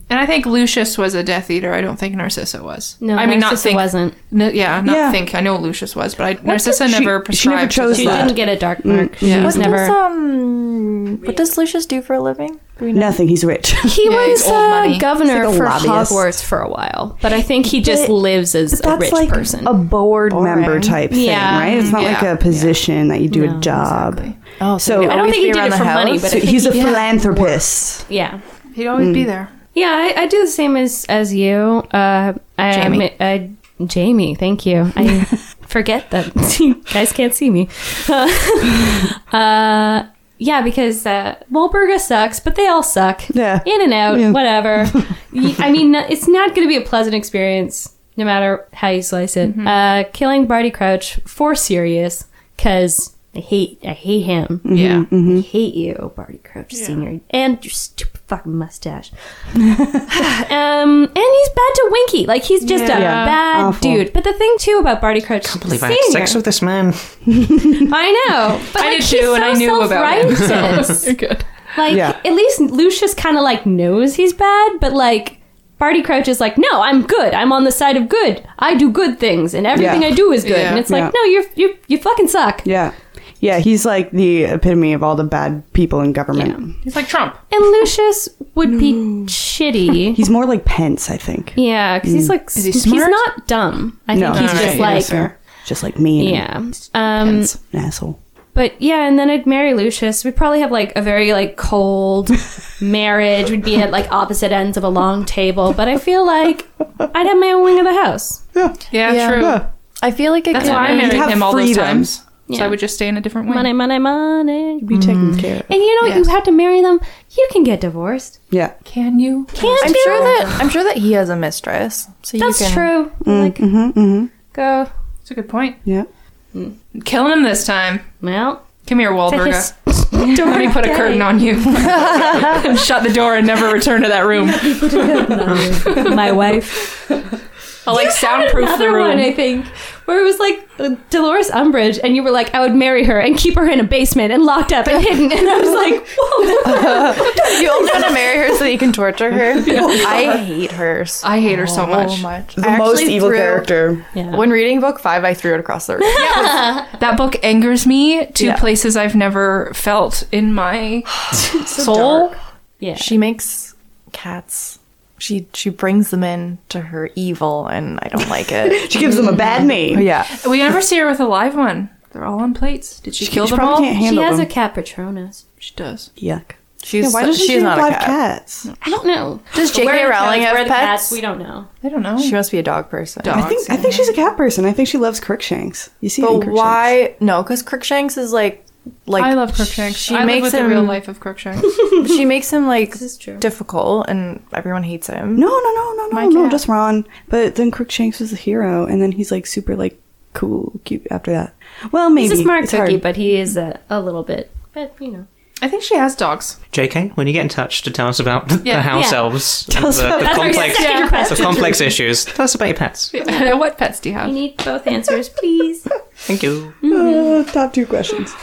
Speaker 5: and I think Lucius was a Death Eater. I don't think Narcissa was.
Speaker 8: No,
Speaker 5: I mean not
Speaker 8: Narcissa
Speaker 5: think
Speaker 8: wasn't.
Speaker 5: No, yeah, not
Speaker 6: Yeah.
Speaker 5: think. I know Lucius was, but I, Narcissa
Speaker 6: She-
Speaker 5: never
Speaker 6: she never
Speaker 5: prescribed. to
Speaker 6: chose
Speaker 5: the
Speaker 8: She
Speaker 6: that.
Speaker 8: didn't get a dark mark. She
Speaker 5: Yeah.
Speaker 8: was
Speaker 7: what
Speaker 8: never.
Speaker 7: does um what does Lucius do for a living? Do we know?
Speaker 6: Nothing. He's rich. <laughs>
Speaker 8: He
Speaker 5: Yeah, he's
Speaker 8: was
Speaker 5: old
Speaker 8: uh,
Speaker 5: money.
Speaker 8: governor
Speaker 6: He's like a
Speaker 8: for
Speaker 6: lobbyist.
Speaker 8: Hogwarts for a while, but I think he just
Speaker 6: But-
Speaker 8: lives as a rich
Speaker 6: like
Speaker 8: person.
Speaker 6: a board member type thing,
Speaker 8: Yeah.
Speaker 6: right? It's not like
Speaker 5: Yeah.
Speaker 6: a position that you do a job.
Speaker 7: Oh,
Speaker 6: So-
Speaker 7: he'd
Speaker 6: I don't
Speaker 7: always
Speaker 8: think he
Speaker 7: be
Speaker 8: did
Speaker 7: around
Speaker 8: it
Speaker 7: the
Speaker 8: for money,
Speaker 7: house?
Speaker 8: but-
Speaker 6: So
Speaker 8: I think
Speaker 6: he's a
Speaker 8: he-
Speaker 6: philanthropist.
Speaker 8: yeah,
Speaker 5: He'd always be there.
Speaker 8: yeah. I, I do the same as as you, uh, I,
Speaker 7: Jamie.
Speaker 8: I, Jamie, thank you. I forget that <laughs> you guys can't see me. uh, <laughs> yeah, because uh, Walburga sucks, but they all suck.
Speaker 6: Yeah.
Speaker 8: in and out,
Speaker 6: Yeah.
Speaker 8: whatever. Y- I mean, it's not going to be a pleasant experience, no matter how you slice it. Uh, killing Barty Crouch for serious, because I hate, I hate him.
Speaker 5: Yeah.
Speaker 8: I hate you, Barty Crouch Senior, and your stupid fucking mustache. um, and he's bad to Winky. Like he's just a
Speaker 5: Yeah.
Speaker 8: bad
Speaker 6: Awful.
Speaker 8: dude. But the thing too about Barty Crouch
Speaker 1: I believe I had
Speaker 8: Senior-
Speaker 1: sex with this man.
Speaker 8: I know, but
Speaker 5: I
Speaker 8: like,
Speaker 5: did
Speaker 8: he's
Speaker 5: too,
Speaker 8: so
Speaker 5: and I knew about it. <laughs>
Speaker 8: self-righteous.
Speaker 5: good.
Speaker 8: Like
Speaker 6: Yeah.
Speaker 8: at least Lucius kind of like knows he's bad, but like Barty Crouch is like, no, I'm good. I'm on the side of good. I do good things, and everything
Speaker 6: Yeah.
Speaker 8: I do is good.
Speaker 5: Yeah.
Speaker 8: And it's like,
Speaker 6: Yeah.
Speaker 8: no, you you you fucking suck.
Speaker 6: Yeah. Yeah, he's like the epitome of all the bad people in government.
Speaker 5: He's like Trump.
Speaker 8: And Lucius would be
Speaker 6: <laughs>
Speaker 8: shitty.
Speaker 6: He's more like Pence, I think.
Speaker 8: yeah, because he's like,
Speaker 5: he
Speaker 8: he's
Speaker 5: smart?
Speaker 8: not dumb. I
Speaker 6: No,
Speaker 8: think he's
Speaker 6: no,
Speaker 8: just
Speaker 5: no,
Speaker 8: like,
Speaker 6: Just like me.
Speaker 8: yeah. Um,
Speaker 6: An asshole.
Speaker 8: But yeah, and then I'd marry Lucius. We'd probably have like a very like cold marriage. We'd be at like opposite ends of a long table. But I feel like I'd have my own wing of the house.
Speaker 6: Yeah.
Speaker 5: Yeah,
Speaker 7: Yeah.
Speaker 5: true.
Speaker 6: Yeah.
Speaker 7: I feel like it
Speaker 5: That's
Speaker 7: could
Speaker 5: why I married
Speaker 6: have
Speaker 5: him all
Speaker 6: freedom.
Speaker 5: those times. So
Speaker 8: Yeah.
Speaker 5: I would just stay in a different wing.
Speaker 8: Money, money, money.
Speaker 6: Be taken care of.
Speaker 8: And you know, what? you had to marry them. You can get divorced.
Speaker 6: Yeah.
Speaker 5: Can you?
Speaker 8: Can't
Speaker 7: I'm
Speaker 8: you?
Speaker 7: sure that I'm sure that he has a mistress. So
Speaker 8: That's
Speaker 7: you can,
Speaker 8: true. like, go.
Speaker 5: That's a good point.
Speaker 6: Mm-hmm, Yeah.
Speaker 5: Killing him this time.
Speaker 8: Well,
Speaker 5: Come here,
Speaker 8: to
Speaker 5: Wahlberga.
Speaker 8: his door
Speaker 5: Let me put a
Speaker 8: gate.
Speaker 5: curtain on you. <laughs> and shut the door and never return to that room.
Speaker 8: <laughs> My wife.
Speaker 5: I'll like soundproof the
Speaker 8: Another
Speaker 5: room.
Speaker 8: one, I think, where it was like uh, Dolores Umbridge, and you were like, I would marry her and keep her in a basement and locked up and hidden. And I was like, <laughs>
Speaker 7: <laughs>
Speaker 8: whoa.
Speaker 7: You
Speaker 5: <laughs>
Speaker 7: only want to marry her so that you can torture her. I hate her so
Speaker 5: I hate her so much.
Speaker 7: much.
Speaker 6: The most evil character.
Speaker 8: Yeah.
Speaker 7: When reading book five, I threw it across the room.
Speaker 5: That book angers me to places I've never felt in my soul.
Speaker 8: yeah.
Speaker 7: she makes cats. She she brings them in to her evil, and I don't
Speaker 6: <laughs>
Speaker 7: like it.
Speaker 6: She gives them a bad name.
Speaker 7: yeah,
Speaker 5: We never see her with a live one. They're all on plates. Did she, kill
Speaker 6: She
Speaker 5: them all?
Speaker 6: probably can't
Speaker 8: She
Speaker 6: handle
Speaker 8: has
Speaker 6: them.
Speaker 8: a cat Patronus.
Speaker 5: She does.
Speaker 6: Yuck.
Speaker 7: She's
Speaker 6: Yeah, why doesn't
Speaker 7: she's
Speaker 6: she
Speaker 7: not
Speaker 6: have
Speaker 7: a
Speaker 6: live
Speaker 7: cat.
Speaker 6: cats?
Speaker 8: I don't know.
Speaker 7: Does J.K.
Speaker 8: Where are the
Speaker 7: Rowling
Speaker 8: cats?
Speaker 7: have
Speaker 8: Where are the
Speaker 7: pets?
Speaker 8: cats? We don't know.
Speaker 5: I don't know.
Speaker 7: She must be a dog person.
Speaker 5: Dog.
Speaker 6: I think I think she's a cat person. I think she loves Crookshanks. You see, it in
Speaker 7: <laughs> But
Speaker 6: Crookshanks.
Speaker 7: why? No, because Crookshanks is like, like
Speaker 5: I love Crookshanks.
Speaker 7: She
Speaker 5: I live
Speaker 7: makes
Speaker 5: with
Speaker 7: him
Speaker 5: the real life of Crookshanks.
Speaker 7: <laughs> She makes him like
Speaker 8: is true.
Speaker 7: difficult, and everyone hates him.
Speaker 6: No, no, no, no, no, no, just Ron. But then Crookshanks was the hero, and then he's like super like cool, cute after that. Well, maybe
Speaker 8: He's a smart
Speaker 6: It's
Speaker 8: cookie,
Speaker 6: hard.
Speaker 8: but he is a, a little bit. But you know,
Speaker 5: I think she has dogs.
Speaker 1: JK, when you get in touch to tell us about the
Speaker 5: Yeah.
Speaker 1: house
Speaker 8: Yeah.
Speaker 1: elves,
Speaker 6: us
Speaker 1: the,
Speaker 6: about
Speaker 1: the
Speaker 6: the
Speaker 1: complex,
Speaker 8: second
Speaker 1: the
Speaker 8: question.
Speaker 1: complex issues, tell us about your
Speaker 5: <laughs>
Speaker 1: pets.
Speaker 5: what pets do you
Speaker 8: we
Speaker 5: have?
Speaker 8: need both answers, please.
Speaker 1: Thank you.
Speaker 6: Uh, top two questions.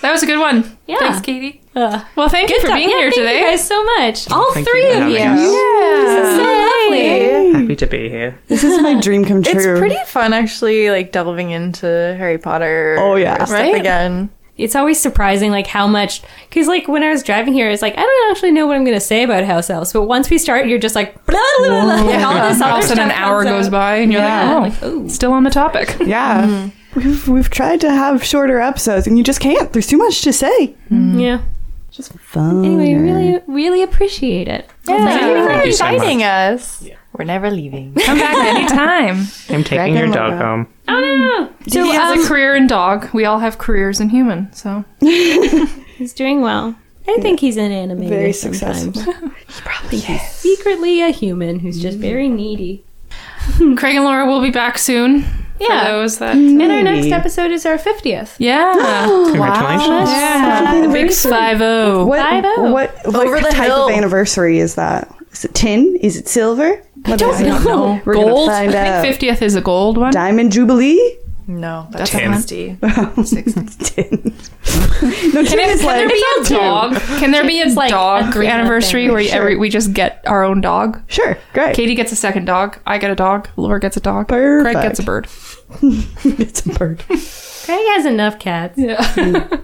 Speaker 5: That was a good one.
Speaker 8: Yeah.
Speaker 5: Thanks, Katie.
Speaker 8: Uh,
Speaker 5: Well, thank you for
Speaker 8: good time.
Speaker 5: being
Speaker 8: Yeah,
Speaker 5: here
Speaker 8: thank
Speaker 5: today.
Speaker 8: You guys, so much. All
Speaker 1: Thank
Speaker 8: three
Speaker 1: you for
Speaker 8: of you.
Speaker 1: having us.
Speaker 8: This is so lovely.
Speaker 1: Happy to be here.
Speaker 6: This is
Speaker 7: <laughs>
Speaker 6: my dream come true.
Speaker 7: It's pretty fun actually, like delving into Harry Potter.
Speaker 6: Oh, yeah.
Speaker 7: stuff
Speaker 8: Right?
Speaker 7: again.
Speaker 8: It's always surprising, like how much. Because like when I was driving here, it's like I don't actually know what I'm going to say about house elves. But once we start, you're just like blah, blah, blah, blah, and
Speaker 5: <laughs>
Speaker 8: all this
Speaker 5: All
Speaker 8: other
Speaker 5: of a
Speaker 8: stuff
Speaker 5: sudden, an hour
Speaker 8: comes
Speaker 5: goes
Speaker 8: out.
Speaker 5: by, and you're
Speaker 8: Yeah,
Speaker 5: like,
Speaker 8: like,
Speaker 5: oh,
Speaker 8: ooh.
Speaker 5: still on the topic.
Speaker 6: Yeah.
Speaker 7: Mm-hmm.
Speaker 6: We've, we've tried to have shorter episodes, and you just can't. There's too much to say.
Speaker 8: Yeah.
Speaker 6: Just fun.
Speaker 8: Anyway, really, really appreciate it.
Speaker 7: Thank you
Speaker 1: you
Speaker 7: for
Speaker 1: so
Speaker 7: inviting us. We're never leaving.
Speaker 5: Come back anytime.
Speaker 1: I'm taking your dog home.
Speaker 8: Oh no!
Speaker 5: So,
Speaker 8: So
Speaker 5: he has
Speaker 8: um,
Speaker 5: a career in dog. We all have careers in human. So
Speaker 8: he's doing well. I think he's an animator.
Speaker 6: Very
Speaker 8: sometimes.
Speaker 6: successful. <laughs>
Speaker 8: Secretly a human who's just very needy.
Speaker 5: Craig and Laura will be back soon.
Speaker 8: Yeah.
Speaker 5: For those that
Speaker 6: Mm.
Speaker 8: And our next
Speaker 6: Maybe.
Speaker 8: episode is our fiftieth.
Speaker 6: <gasps>
Speaker 5: yeah
Speaker 1: Congratulations.
Speaker 5: yeah big five zero.
Speaker 6: What,
Speaker 8: Five oh.
Speaker 6: what, what
Speaker 7: Over the
Speaker 6: type
Speaker 7: hill.
Speaker 6: of anniversary is that? Is it tin? Is it silver? What is it?
Speaker 5: No
Speaker 6: <laughs> We're gonna
Speaker 5: gold. I
Speaker 6: find out.
Speaker 5: think fiftieth is a gold one.
Speaker 6: Diamond Jubilee?
Speaker 7: No, that's
Speaker 1: Ten.
Speaker 7: nasty.
Speaker 6: tin. no, tin is
Speaker 5: Can there
Speaker 6: like,
Speaker 5: be a dog? Can there be a
Speaker 8: It's like a
Speaker 5: dog
Speaker 8: three-month
Speaker 5: anniversary
Speaker 8: thing.
Speaker 5: where every we just get our own dog?
Speaker 6: sure, great.
Speaker 5: Katie gets a second dog. I get a dog. Laura gets a dog. Craig
Speaker 6: Perfect.
Speaker 5: gets a bird.
Speaker 6: it's a bird.
Speaker 8: Craig has enough cats.
Speaker 5: Yeah,
Speaker 8: <laughs>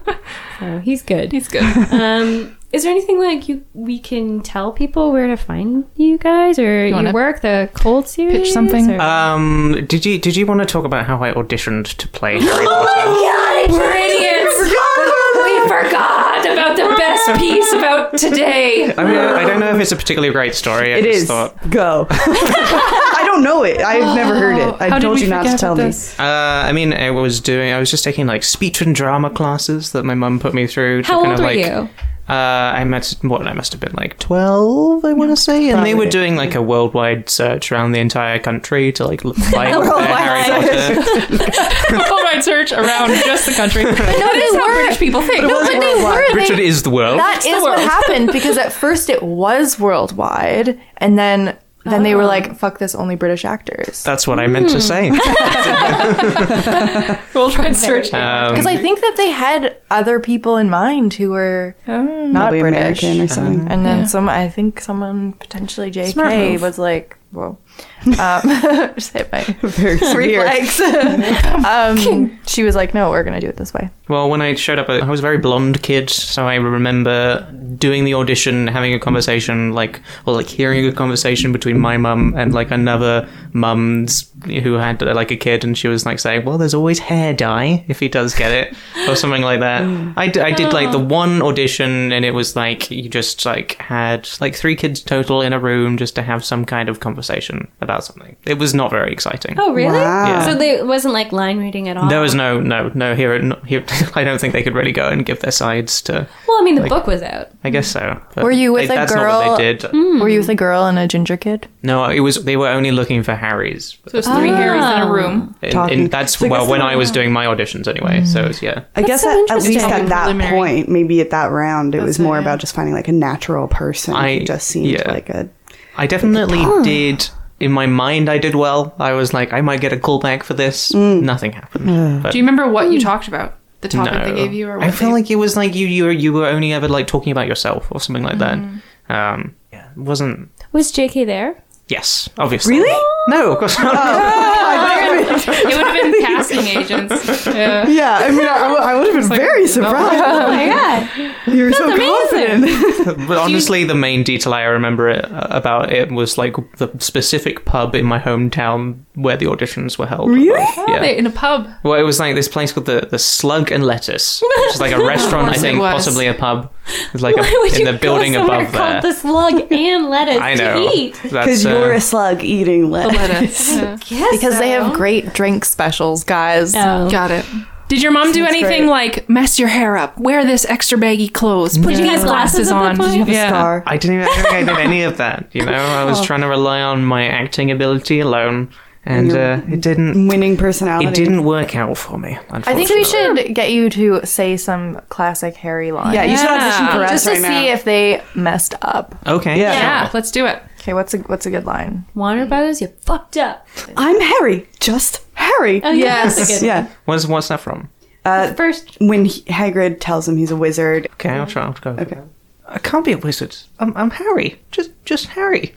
Speaker 8: So he's good.
Speaker 5: he's good.
Speaker 8: Um, is there anything like you we can tell people where to find you guys or you
Speaker 5: wanna
Speaker 8: your work, the cold series?
Speaker 5: something?
Speaker 8: or-
Speaker 1: Um, did you did you want to talk about how I auditioned to
Speaker 8: <laughs>
Speaker 1: play Harry Potter?
Speaker 8: We're idiots. We forgot about the best piece about today.
Speaker 1: I mean, I don't know if it's a particularly great story. I
Speaker 6: It
Speaker 1: just
Speaker 6: is.
Speaker 1: thought <laughs>
Speaker 6: Go. I don't know it. I've never heard it. I
Speaker 5: Oh, How did
Speaker 6: told
Speaker 5: we
Speaker 6: you not to
Speaker 5: forget
Speaker 6: tell
Speaker 5: about <laughs>
Speaker 6: me.
Speaker 5: this?
Speaker 1: Uh, I mean, I was doing. I was just taking like speech and drama classes that my mum put me through. To
Speaker 8: How
Speaker 1: kind
Speaker 8: old
Speaker 1: of,
Speaker 8: were
Speaker 1: like,
Speaker 8: you?
Speaker 1: Uh, I must. What I must have been like twelve, I want to say. And they were
Speaker 6: probably.
Speaker 1: doing like a worldwide search around the entire country to like look- find where Harry Potter.
Speaker 5: Worldwide search around just the country. But no, that is how British people think.
Speaker 7: But they were.
Speaker 1: Richard
Speaker 7: They,
Speaker 1: is the world.
Speaker 7: that is what happened because at first it was worldwide, and then then they were like, "Fuck this, only British actors."
Speaker 1: That's what I meant to say.
Speaker 5: <laughs> Worldwide search.
Speaker 1: Um,
Speaker 6: Um,
Speaker 7: Because I think that they had other people in mind who were
Speaker 5: Hmm.
Speaker 7: not
Speaker 6: Probably
Speaker 7: British,
Speaker 6: American
Speaker 1: Uh-huh.
Speaker 6: or something.
Speaker 7: and then some. I think someone potentially
Speaker 5: Smart
Speaker 7: J.K.
Speaker 5: move.
Speaker 7: was like,
Speaker 5: <laughs>
Speaker 7: "Whoa." Um, <laughs> just hit my
Speaker 6: Very severe. <laughs>
Speaker 7: reflex. um, she was like, "No, we're gonna do it this way."
Speaker 1: Well, when I showed up, I was a very blonde kid, so I remember doing the audition, having a conversation, like, or like hearing a conversation between my mum and like another mum's who had uh, like a kid, and she was like saying, Well, there's always hair dye if he does get it, or something like that. I, d- I did like the one audition, and it was like you just like had like three kids total in a room just to have some kind of conversation about something. It was not very exciting.
Speaker 8: Oh, really?
Speaker 6: Wow.
Speaker 8: So they it wasn't like line reading at all.
Speaker 1: There was no, no, no. Here, no, here <laughs> I don't think they could really go and give their sides to.
Speaker 8: Well, I mean, the
Speaker 1: like-
Speaker 8: book was out.
Speaker 1: I guess so. but
Speaker 7: Were you with
Speaker 1: they-
Speaker 7: a
Speaker 1: that's Not
Speaker 7: girl-
Speaker 1: what they did.
Speaker 5: Hmm.
Speaker 7: Were you with a girl and a ginger kid?
Speaker 1: No, it was they were only looking for Harrys.
Speaker 5: So it's three Harrys
Speaker 6: Ah.
Speaker 5: in a room.
Speaker 1: And,
Speaker 6: Talking.
Speaker 1: and that's
Speaker 6: So I guess
Speaker 1: well when
Speaker 6: the-
Speaker 1: I was doing my auditions anyway.
Speaker 7: Mm.
Speaker 1: So it's, yeah,
Speaker 6: I guess
Speaker 8: so
Speaker 6: at, at least
Speaker 8: interesting.
Speaker 6: at that
Speaker 5: Preliminary.
Speaker 6: point, maybe at that round, it was more about just finding like a natural person.
Speaker 1: I-
Speaker 6: it just seemed
Speaker 1: yeah.
Speaker 6: like
Speaker 1: <laughs>
Speaker 6: a
Speaker 1: I definitely did. In my mind, I did well. I was like, I might get a callback for this.
Speaker 7: Mm.
Speaker 1: Nothing happened. But
Speaker 5: Do you remember what you
Speaker 8: Hmm.
Speaker 5: talked about? The
Speaker 1: no,
Speaker 5: topic they gave you, or what
Speaker 1: I feel
Speaker 5: they-
Speaker 1: like it was like you you were, you were only ever like talking about yourself or something like
Speaker 5: Mm.
Speaker 1: that. Um, yeah, it wasn't.
Speaker 8: <laughs> Was JK there?
Speaker 1: Yes, obviously. Really? No, of course not.
Speaker 5: it would have been casting agents. Yeah.
Speaker 6: yeah. I mean, I, would have been very
Speaker 1: <laughs>
Speaker 6: surprised.
Speaker 8: Oh my god,
Speaker 6: you were so confident.
Speaker 1: But honestly, uh, the main detail I remember it, about it was like the specific pub in my hometown where the auditions were held.
Speaker 6: Really?
Speaker 1: Yeah.
Speaker 5: They- in a pub.
Speaker 1: Well, it was like this place called the, the Slug and Lettuce, which is like a restaurant, I
Speaker 5: course it
Speaker 1: think,
Speaker 5: was.
Speaker 1: possibly a pub. It's like
Speaker 8: Why would
Speaker 1: a, in
Speaker 8: you
Speaker 1: the building
Speaker 8: go somewhere
Speaker 1: above there.
Speaker 8: called the slug and lettuce
Speaker 1: I know.
Speaker 8: to eat?
Speaker 6: Because
Speaker 1: That's,
Speaker 6: you're
Speaker 1: uh,
Speaker 6: a slug eating lettuce.
Speaker 5: <laughs> Yeah.
Speaker 8: Yes,
Speaker 7: Because they have great drink specials, guys.
Speaker 8: Oh.
Speaker 5: Got it. Did your mom do anything like mess your hair up, wear this extra baggy clothes, put
Speaker 8: Did you
Speaker 5: these
Speaker 8: have glasses
Speaker 5: glasses
Speaker 8: at that
Speaker 5: on?
Speaker 8: point? Did you have a
Speaker 5: yeah.
Speaker 6: Scar.
Speaker 1: I didn't even I don't think I did any of that. You know, I was trying to rely on my acting ability alone, and uh, it didn't.
Speaker 6: Winning personality.
Speaker 1: It didn't work out for me.
Speaker 7: I think we
Speaker 1: unfortunately.
Speaker 7: should get you to say some classic Harry lines.
Speaker 6: Yeah, you should audition
Speaker 5: Yeah.
Speaker 6: for us
Speaker 7: just to
Speaker 6: right
Speaker 7: see
Speaker 6: now.
Speaker 7: if they messed up.
Speaker 1: Okay.
Speaker 6: Yeah.
Speaker 5: Yeah, let's do it.
Speaker 7: Okay, what's a what's a good line?
Speaker 8: Warner Brothers. You fucked up.
Speaker 6: I'm Harry. Just Harry.
Speaker 8: Oh, yeah, that's a good-
Speaker 6: Yeah. Uh,
Speaker 1: What's what's that from?
Speaker 8: First,
Speaker 6: When he, Hagrid tells him he's a wizard.
Speaker 1: Okay, I'll try. I'll go. Okay. I can't be a wizard. I'm, I'm Harry. Just just Harry.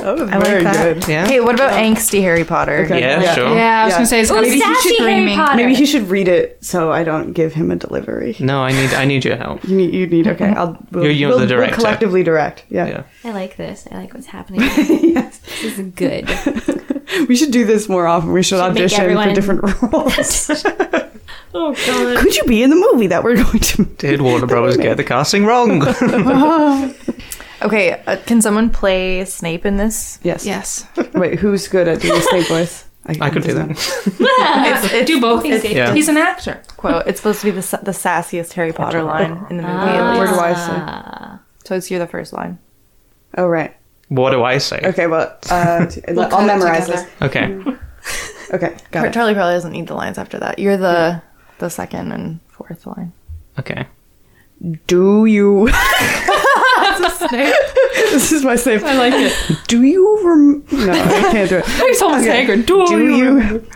Speaker 6: Oh,
Speaker 7: I like that.
Speaker 1: Yeah.
Speaker 7: Okay, what about angsty Harry Potter?
Speaker 6: Okay.
Speaker 1: Oh. yeah,
Speaker 6: Yeah.
Speaker 1: Sure.
Speaker 5: Yeah, I was
Speaker 6: Yeah.
Speaker 5: gonna say it's
Speaker 8: Ooh,
Speaker 5: gonna be
Speaker 8: sassy Harry Potter.
Speaker 6: Maybe he should read it so I don't give him a delivery.
Speaker 1: No, I need I need your help.
Speaker 6: You need, you need okay. I'll, we'll,
Speaker 1: <laughs> You're- you're
Speaker 6: we'll,
Speaker 1: the
Speaker 6: we'll
Speaker 1: director.
Speaker 6: collectively direct. Yeah.
Speaker 1: Yeah.
Speaker 8: I like this. I like what's happening. This is good.
Speaker 6: We should do this more often. We should,
Speaker 8: Should make
Speaker 6: audition for
Speaker 8: everyone-
Speaker 6: different
Speaker 8: <laughs>
Speaker 6: roles.
Speaker 8: Oh god.
Speaker 6: Could you be in the movie that we're going to?
Speaker 1: Did Warner Brothers get the casting wrong?
Speaker 7: Okay, uh, can someone play Snape in this?
Speaker 6: Yes.
Speaker 5: Yes.
Speaker 6: Wait, who's good at doing snake voice?
Speaker 1: <laughs> I could do that.
Speaker 5: do both.
Speaker 1: Yeah.
Speaker 5: He's an actor.
Speaker 7: Quote. It's supposed to be the sa- the sassiest Harry Potter line in the movie.
Speaker 6: Where
Speaker 7: at
Speaker 6: do
Speaker 7: least.
Speaker 6: I
Speaker 8: Uh,
Speaker 6: say?
Speaker 7: So it's you're the first line.
Speaker 6: Oh right.
Speaker 1: What do I say?
Speaker 6: Okay. Well,
Speaker 8: <laughs>
Speaker 6: uh, t- I'll memorize this.
Speaker 1: Okay.
Speaker 6: Okay. Got it.
Speaker 7: Charlie probably doesn't need the lines after that. You're the the second and fourth line.
Speaker 1: Okay.
Speaker 6: Do <laughs> you? this is my safe. I like it. Do you rem? No, I can't do <laughs> it.
Speaker 5: He's almost
Speaker 6: Okay.
Speaker 5: Hagrid. Oh, Do,
Speaker 6: Do Oh, you?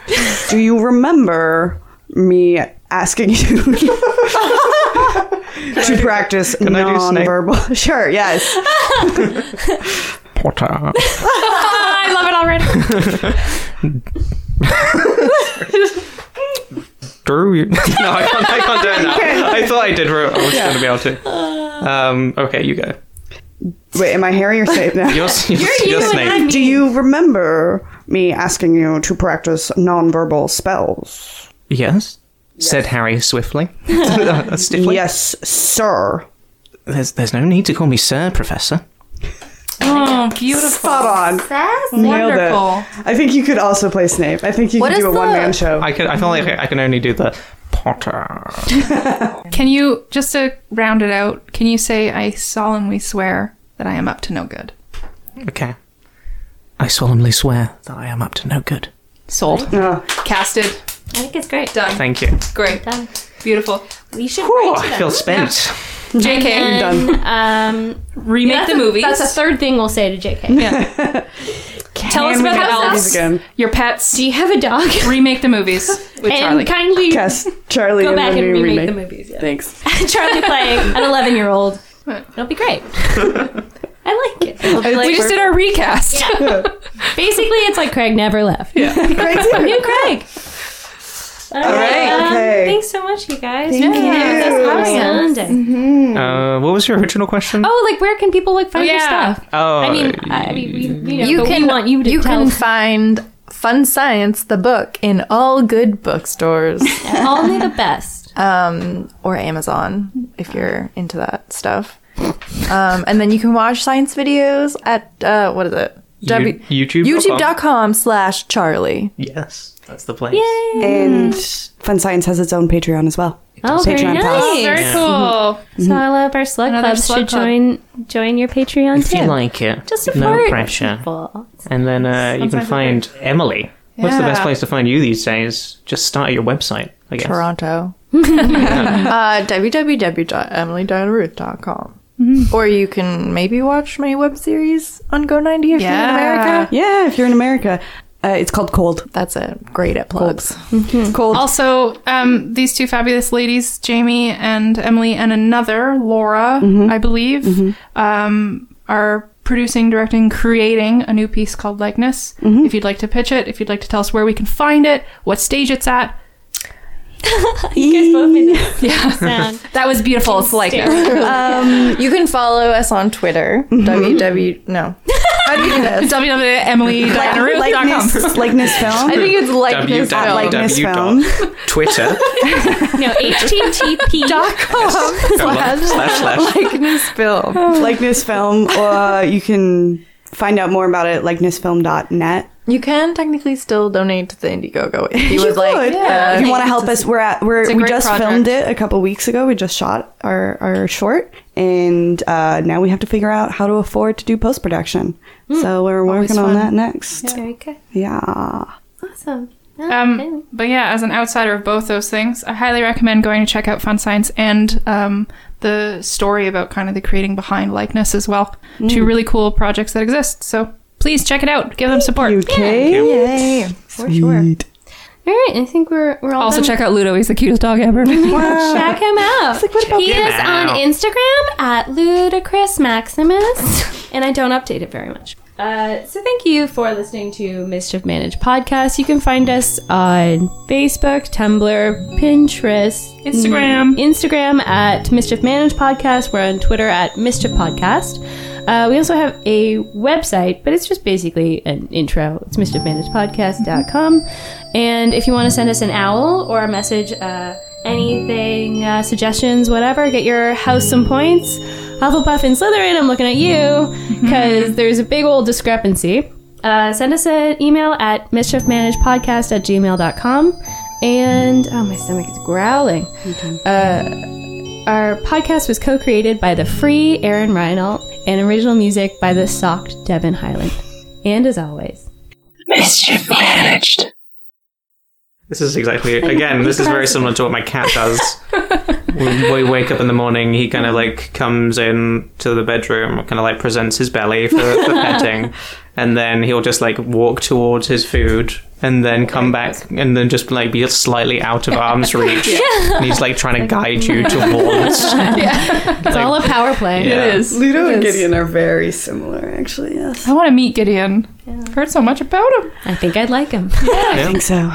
Speaker 6: Do you remember me asking you <laughs> to practice
Speaker 1: I do snake?
Speaker 6: non-verbal? <laughs> Sure. Yes.
Speaker 1: Potter.
Speaker 5: I love it already.
Speaker 1: Drew you. <laughs> no, I can't, I can't do it now. I thought I did. re- I was going to be able to. Um, okay, you go.
Speaker 6: Wait, am I Harry or Snape
Speaker 1: <laughs>
Speaker 6: now?
Speaker 1: You're, you're, you're, Snape.
Speaker 6: Do you remember me asking you to practice non-verbal spells?
Speaker 1: Yes? Said Harry <laughs> swiftly. Uh, stiffly.
Speaker 6: Yes, sir.
Speaker 1: There's, there's no need to call me Sir Professor.
Speaker 5: Oh, beautiful.
Speaker 6: Spot
Speaker 8: Oh,
Speaker 6: on. Nailed it.
Speaker 5: Wonderful.
Speaker 6: I think you could also play Snape. I think you
Speaker 7: What
Speaker 6: could do a
Speaker 7: is the-
Speaker 6: one-man show.
Speaker 1: I could. I feel like I can only do the Potter.
Speaker 5: Can you just to round it out? Can you say I solemnly swear that I am up to no good?
Speaker 1: Okay. I solemnly swear that I am up to no good.
Speaker 5: Sold.
Speaker 6: Oh.
Speaker 5: Casted.
Speaker 8: I think it's great.
Speaker 5: Done.
Speaker 1: Thank you.
Speaker 5: Great.
Speaker 8: Done.
Speaker 5: Beautiful.
Speaker 8: We should
Speaker 1: <laughs> Oh,
Speaker 8: write to
Speaker 1: I
Speaker 8: them.
Speaker 1: feel spent.
Speaker 5: JK.
Speaker 8: And, um,
Speaker 5: Remake
Speaker 8: that's
Speaker 5: the
Speaker 8: a-
Speaker 5: movies.
Speaker 8: That's a third thing we'll say to JK.
Speaker 5: Tell us
Speaker 6: And we
Speaker 5: about
Speaker 6: get
Speaker 5: the
Speaker 6: all
Speaker 5: elves.
Speaker 6: these Oh, again.
Speaker 5: Your pets.
Speaker 8: Do you have a dog?
Speaker 5: Remake the movies with
Speaker 8: <laughs> and
Speaker 5: Charlie.
Speaker 8: kindly
Speaker 6: Yes, Charlie
Speaker 8: go
Speaker 6: and
Speaker 8: back
Speaker 6: the
Speaker 8: and
Speaker 6: new
Speaker 8: remake,
Speaker 6: remake.
Speaker 8: the movies. Yeah.
Speaker 6: Thanks.
Speaker 8: Charlie playing an 11 year old. It'll be great. I like it. It'll be like-
Speaker 5: we just did our recast.
Speaker 8: <laughs> basically, it's like Craig never left. <laughs> Yeah. New Craig. All right. um,
Speaker 6: okay.
Speaker 8: Thanks so much, you guys.
Speaker 6: Thank
Speaker 8: yeah,
Speaker 6: you.
Speaker 8: That's awesome. Sunday.
Speaker 1: Uh, what was your original question?
Speaker 8: Oh, like where can people like find your
Speaker 5: Yeah.
Speaker 8: stuff?
Speaker 1: Oh,
Speaker 8: I mean, I, we, we, you, know,
Speaker 7: You
Speaker 8: but we
Speaker 7: can
Speaker 8: want you to tell
Speaker 7: can find Fun Science the book in all good bookstores
Speaker 8: only the best.
Speaker 7: um, or Amazon if you're into that stuff. Um, and then you can watch science videos at uh, what is it? W-
Speaker 1: You- YouTube.com.
Speaker 7: YouTube.com slash Charlie.
Speaker 1: yes, that's the place.
Speaker 6: And Fun Science has its own Patreon as well.
Speaker 8: Mm. Oh, very
Speaker 6: Patreon Plus.
Speaker 8: nice.
Speaker 5: Very cool.
Speaker 8: So all of our slug
Speaker 5: Another
Speaker 8: clubs
Speaker 5: slug
Speaker 8: should
Speaker 5: club.
Speaker 8: join join your Patreon
Speaker 1: If
Speaker 8: too.
Speaker 1: you like it,
Speaker 8: Just support
Speaker 1: no pressure.
Speaker 8: people.
Speaker 1: And then uh, you can find Emily. What's the best place to find you these days? Just start at your website, I guess. <laughs>
Speaker 7: Toronto. uh, www.emilydineroot.com. Or you can maybe watch my web series on Go90 if you're in America.
Speaker 6: Yeah, if you're in America, uh, it's called Cold.
Speaker 7: That's it. Great at <laughs> plugs.
Speaker 8: Hmm.
Speaker 6: Cold.
Speaker 5: Also, um, these two fabulous ladies, Jamie and Emily, and another Laura, I believe, um, are producing, directing, creating a new piece called Likeness. If you'd like to pitch it, if you'd like to tell us where we can find it, what stage it's at, <laughs>
Speaker 8: Sound.
Speaker 5: that was
Speaker 7: Um,
Speaker 5: beautiful. It's Likeness.
Speaker 7: Mm-hmm. You can follow us on Twitter. www. No.
Speaker 6: How do you do this?
Speaker 4: www.emilydianaruth.com.
Speaker 6: likeness, likeness film.
Speaker 1: <laughs>
Speaker 7: I think it's like this
Speaker 6: At
Speaker 7: film.
Speaker 6: likeness film.
Speaker 1: www.twitter
Speaker 8: No, HTTP.
Speaker 7: <laughs>
Speaker 1: slash slash
Speaker 7: likeness film.
Speaker 6: likeness film. Or you can find out more about it at likenessfilm.net.
Speaker 7: You can technically still donate to the Indiegogo if you, would like.
Speaker 6: Good.
Speaker 7: Yeah.
Speaker 6: if you want to help us, we're at we're, we
Speaker 5: great
Speaker 6: just
Speaker 5: project.
Speaker 6: filmed it a couple weeks ago. We just shot our our short, and uh, now we have to figure out how to afford to do post production. So we're working on that next.
Speaker 8: Very good.
Speaker 6: Yeah.
Speaker 8: Awesome.
Speaker 5: Um, but yeah, as an outsider of both those things, I highly recommend going to check out Fun Science and um, the story about kind of the creating behind likeness as well. Two really cool projects that exist. So please check it out. Give them support.
Speaker 6: Okay.
Speaker 7: Yay.
Speaker 8: <laughs> For sure. All right, I think we're we're all
Speaker 5: Also
Speaker 8: done.
Speaker 5: check out Ludo. He's the cutest dog ever.
Speaker 8: check him out. he is on Instagram at Ludacris Maximus, <laughs> and I don't update it very much. Uh, so thank you for listening to Mischief Managed podcast. You can find us on Facebook, Tumblr, Pinterest, Mm,
Speaker 5: Instagram.
Speaker 8: Instagram at Mischief Managed Podcast. We're on Twitter at Mischief Podcast. Uh, we also have a website, but it's just basically an intro. It's mischiefmanagedpodcast.com. And if you want to send us an owl or a message, uh, anything, uh, suggestions, whatever, get your house some points. Hufflepuff and Slytherin, I'm looking at you because there's a big old discrepancy. Uh, send us an email at mischiefmanagedpodcast at gmail.com. And oh, my stomach is growling. Uh, Our podcast was co created by the free Aaron Reinald and original music by the socked Devin Highland. And as always, <laughs>
Speaker 1: This is exactly again. This is very similar to what my cat does. when we wake up in the morning, he kind of like comes in to the bedroom, kind of like presents his belly for, for petting, and then he'll just like walk towards his food, and then come back, and then just like be slightly out of arm's reach, and he's like trying to guide you towards.
Speaker 8: it's all a power play.
Speaker 1: Yeah.
Speaker 6: Ludo and Gideon are very similar, actually. Yes.
Speaker 5: I want to meet Gideon. I've heard so much about him.
Speaker 8: I think I'd like him.
Speaker 6: I think so.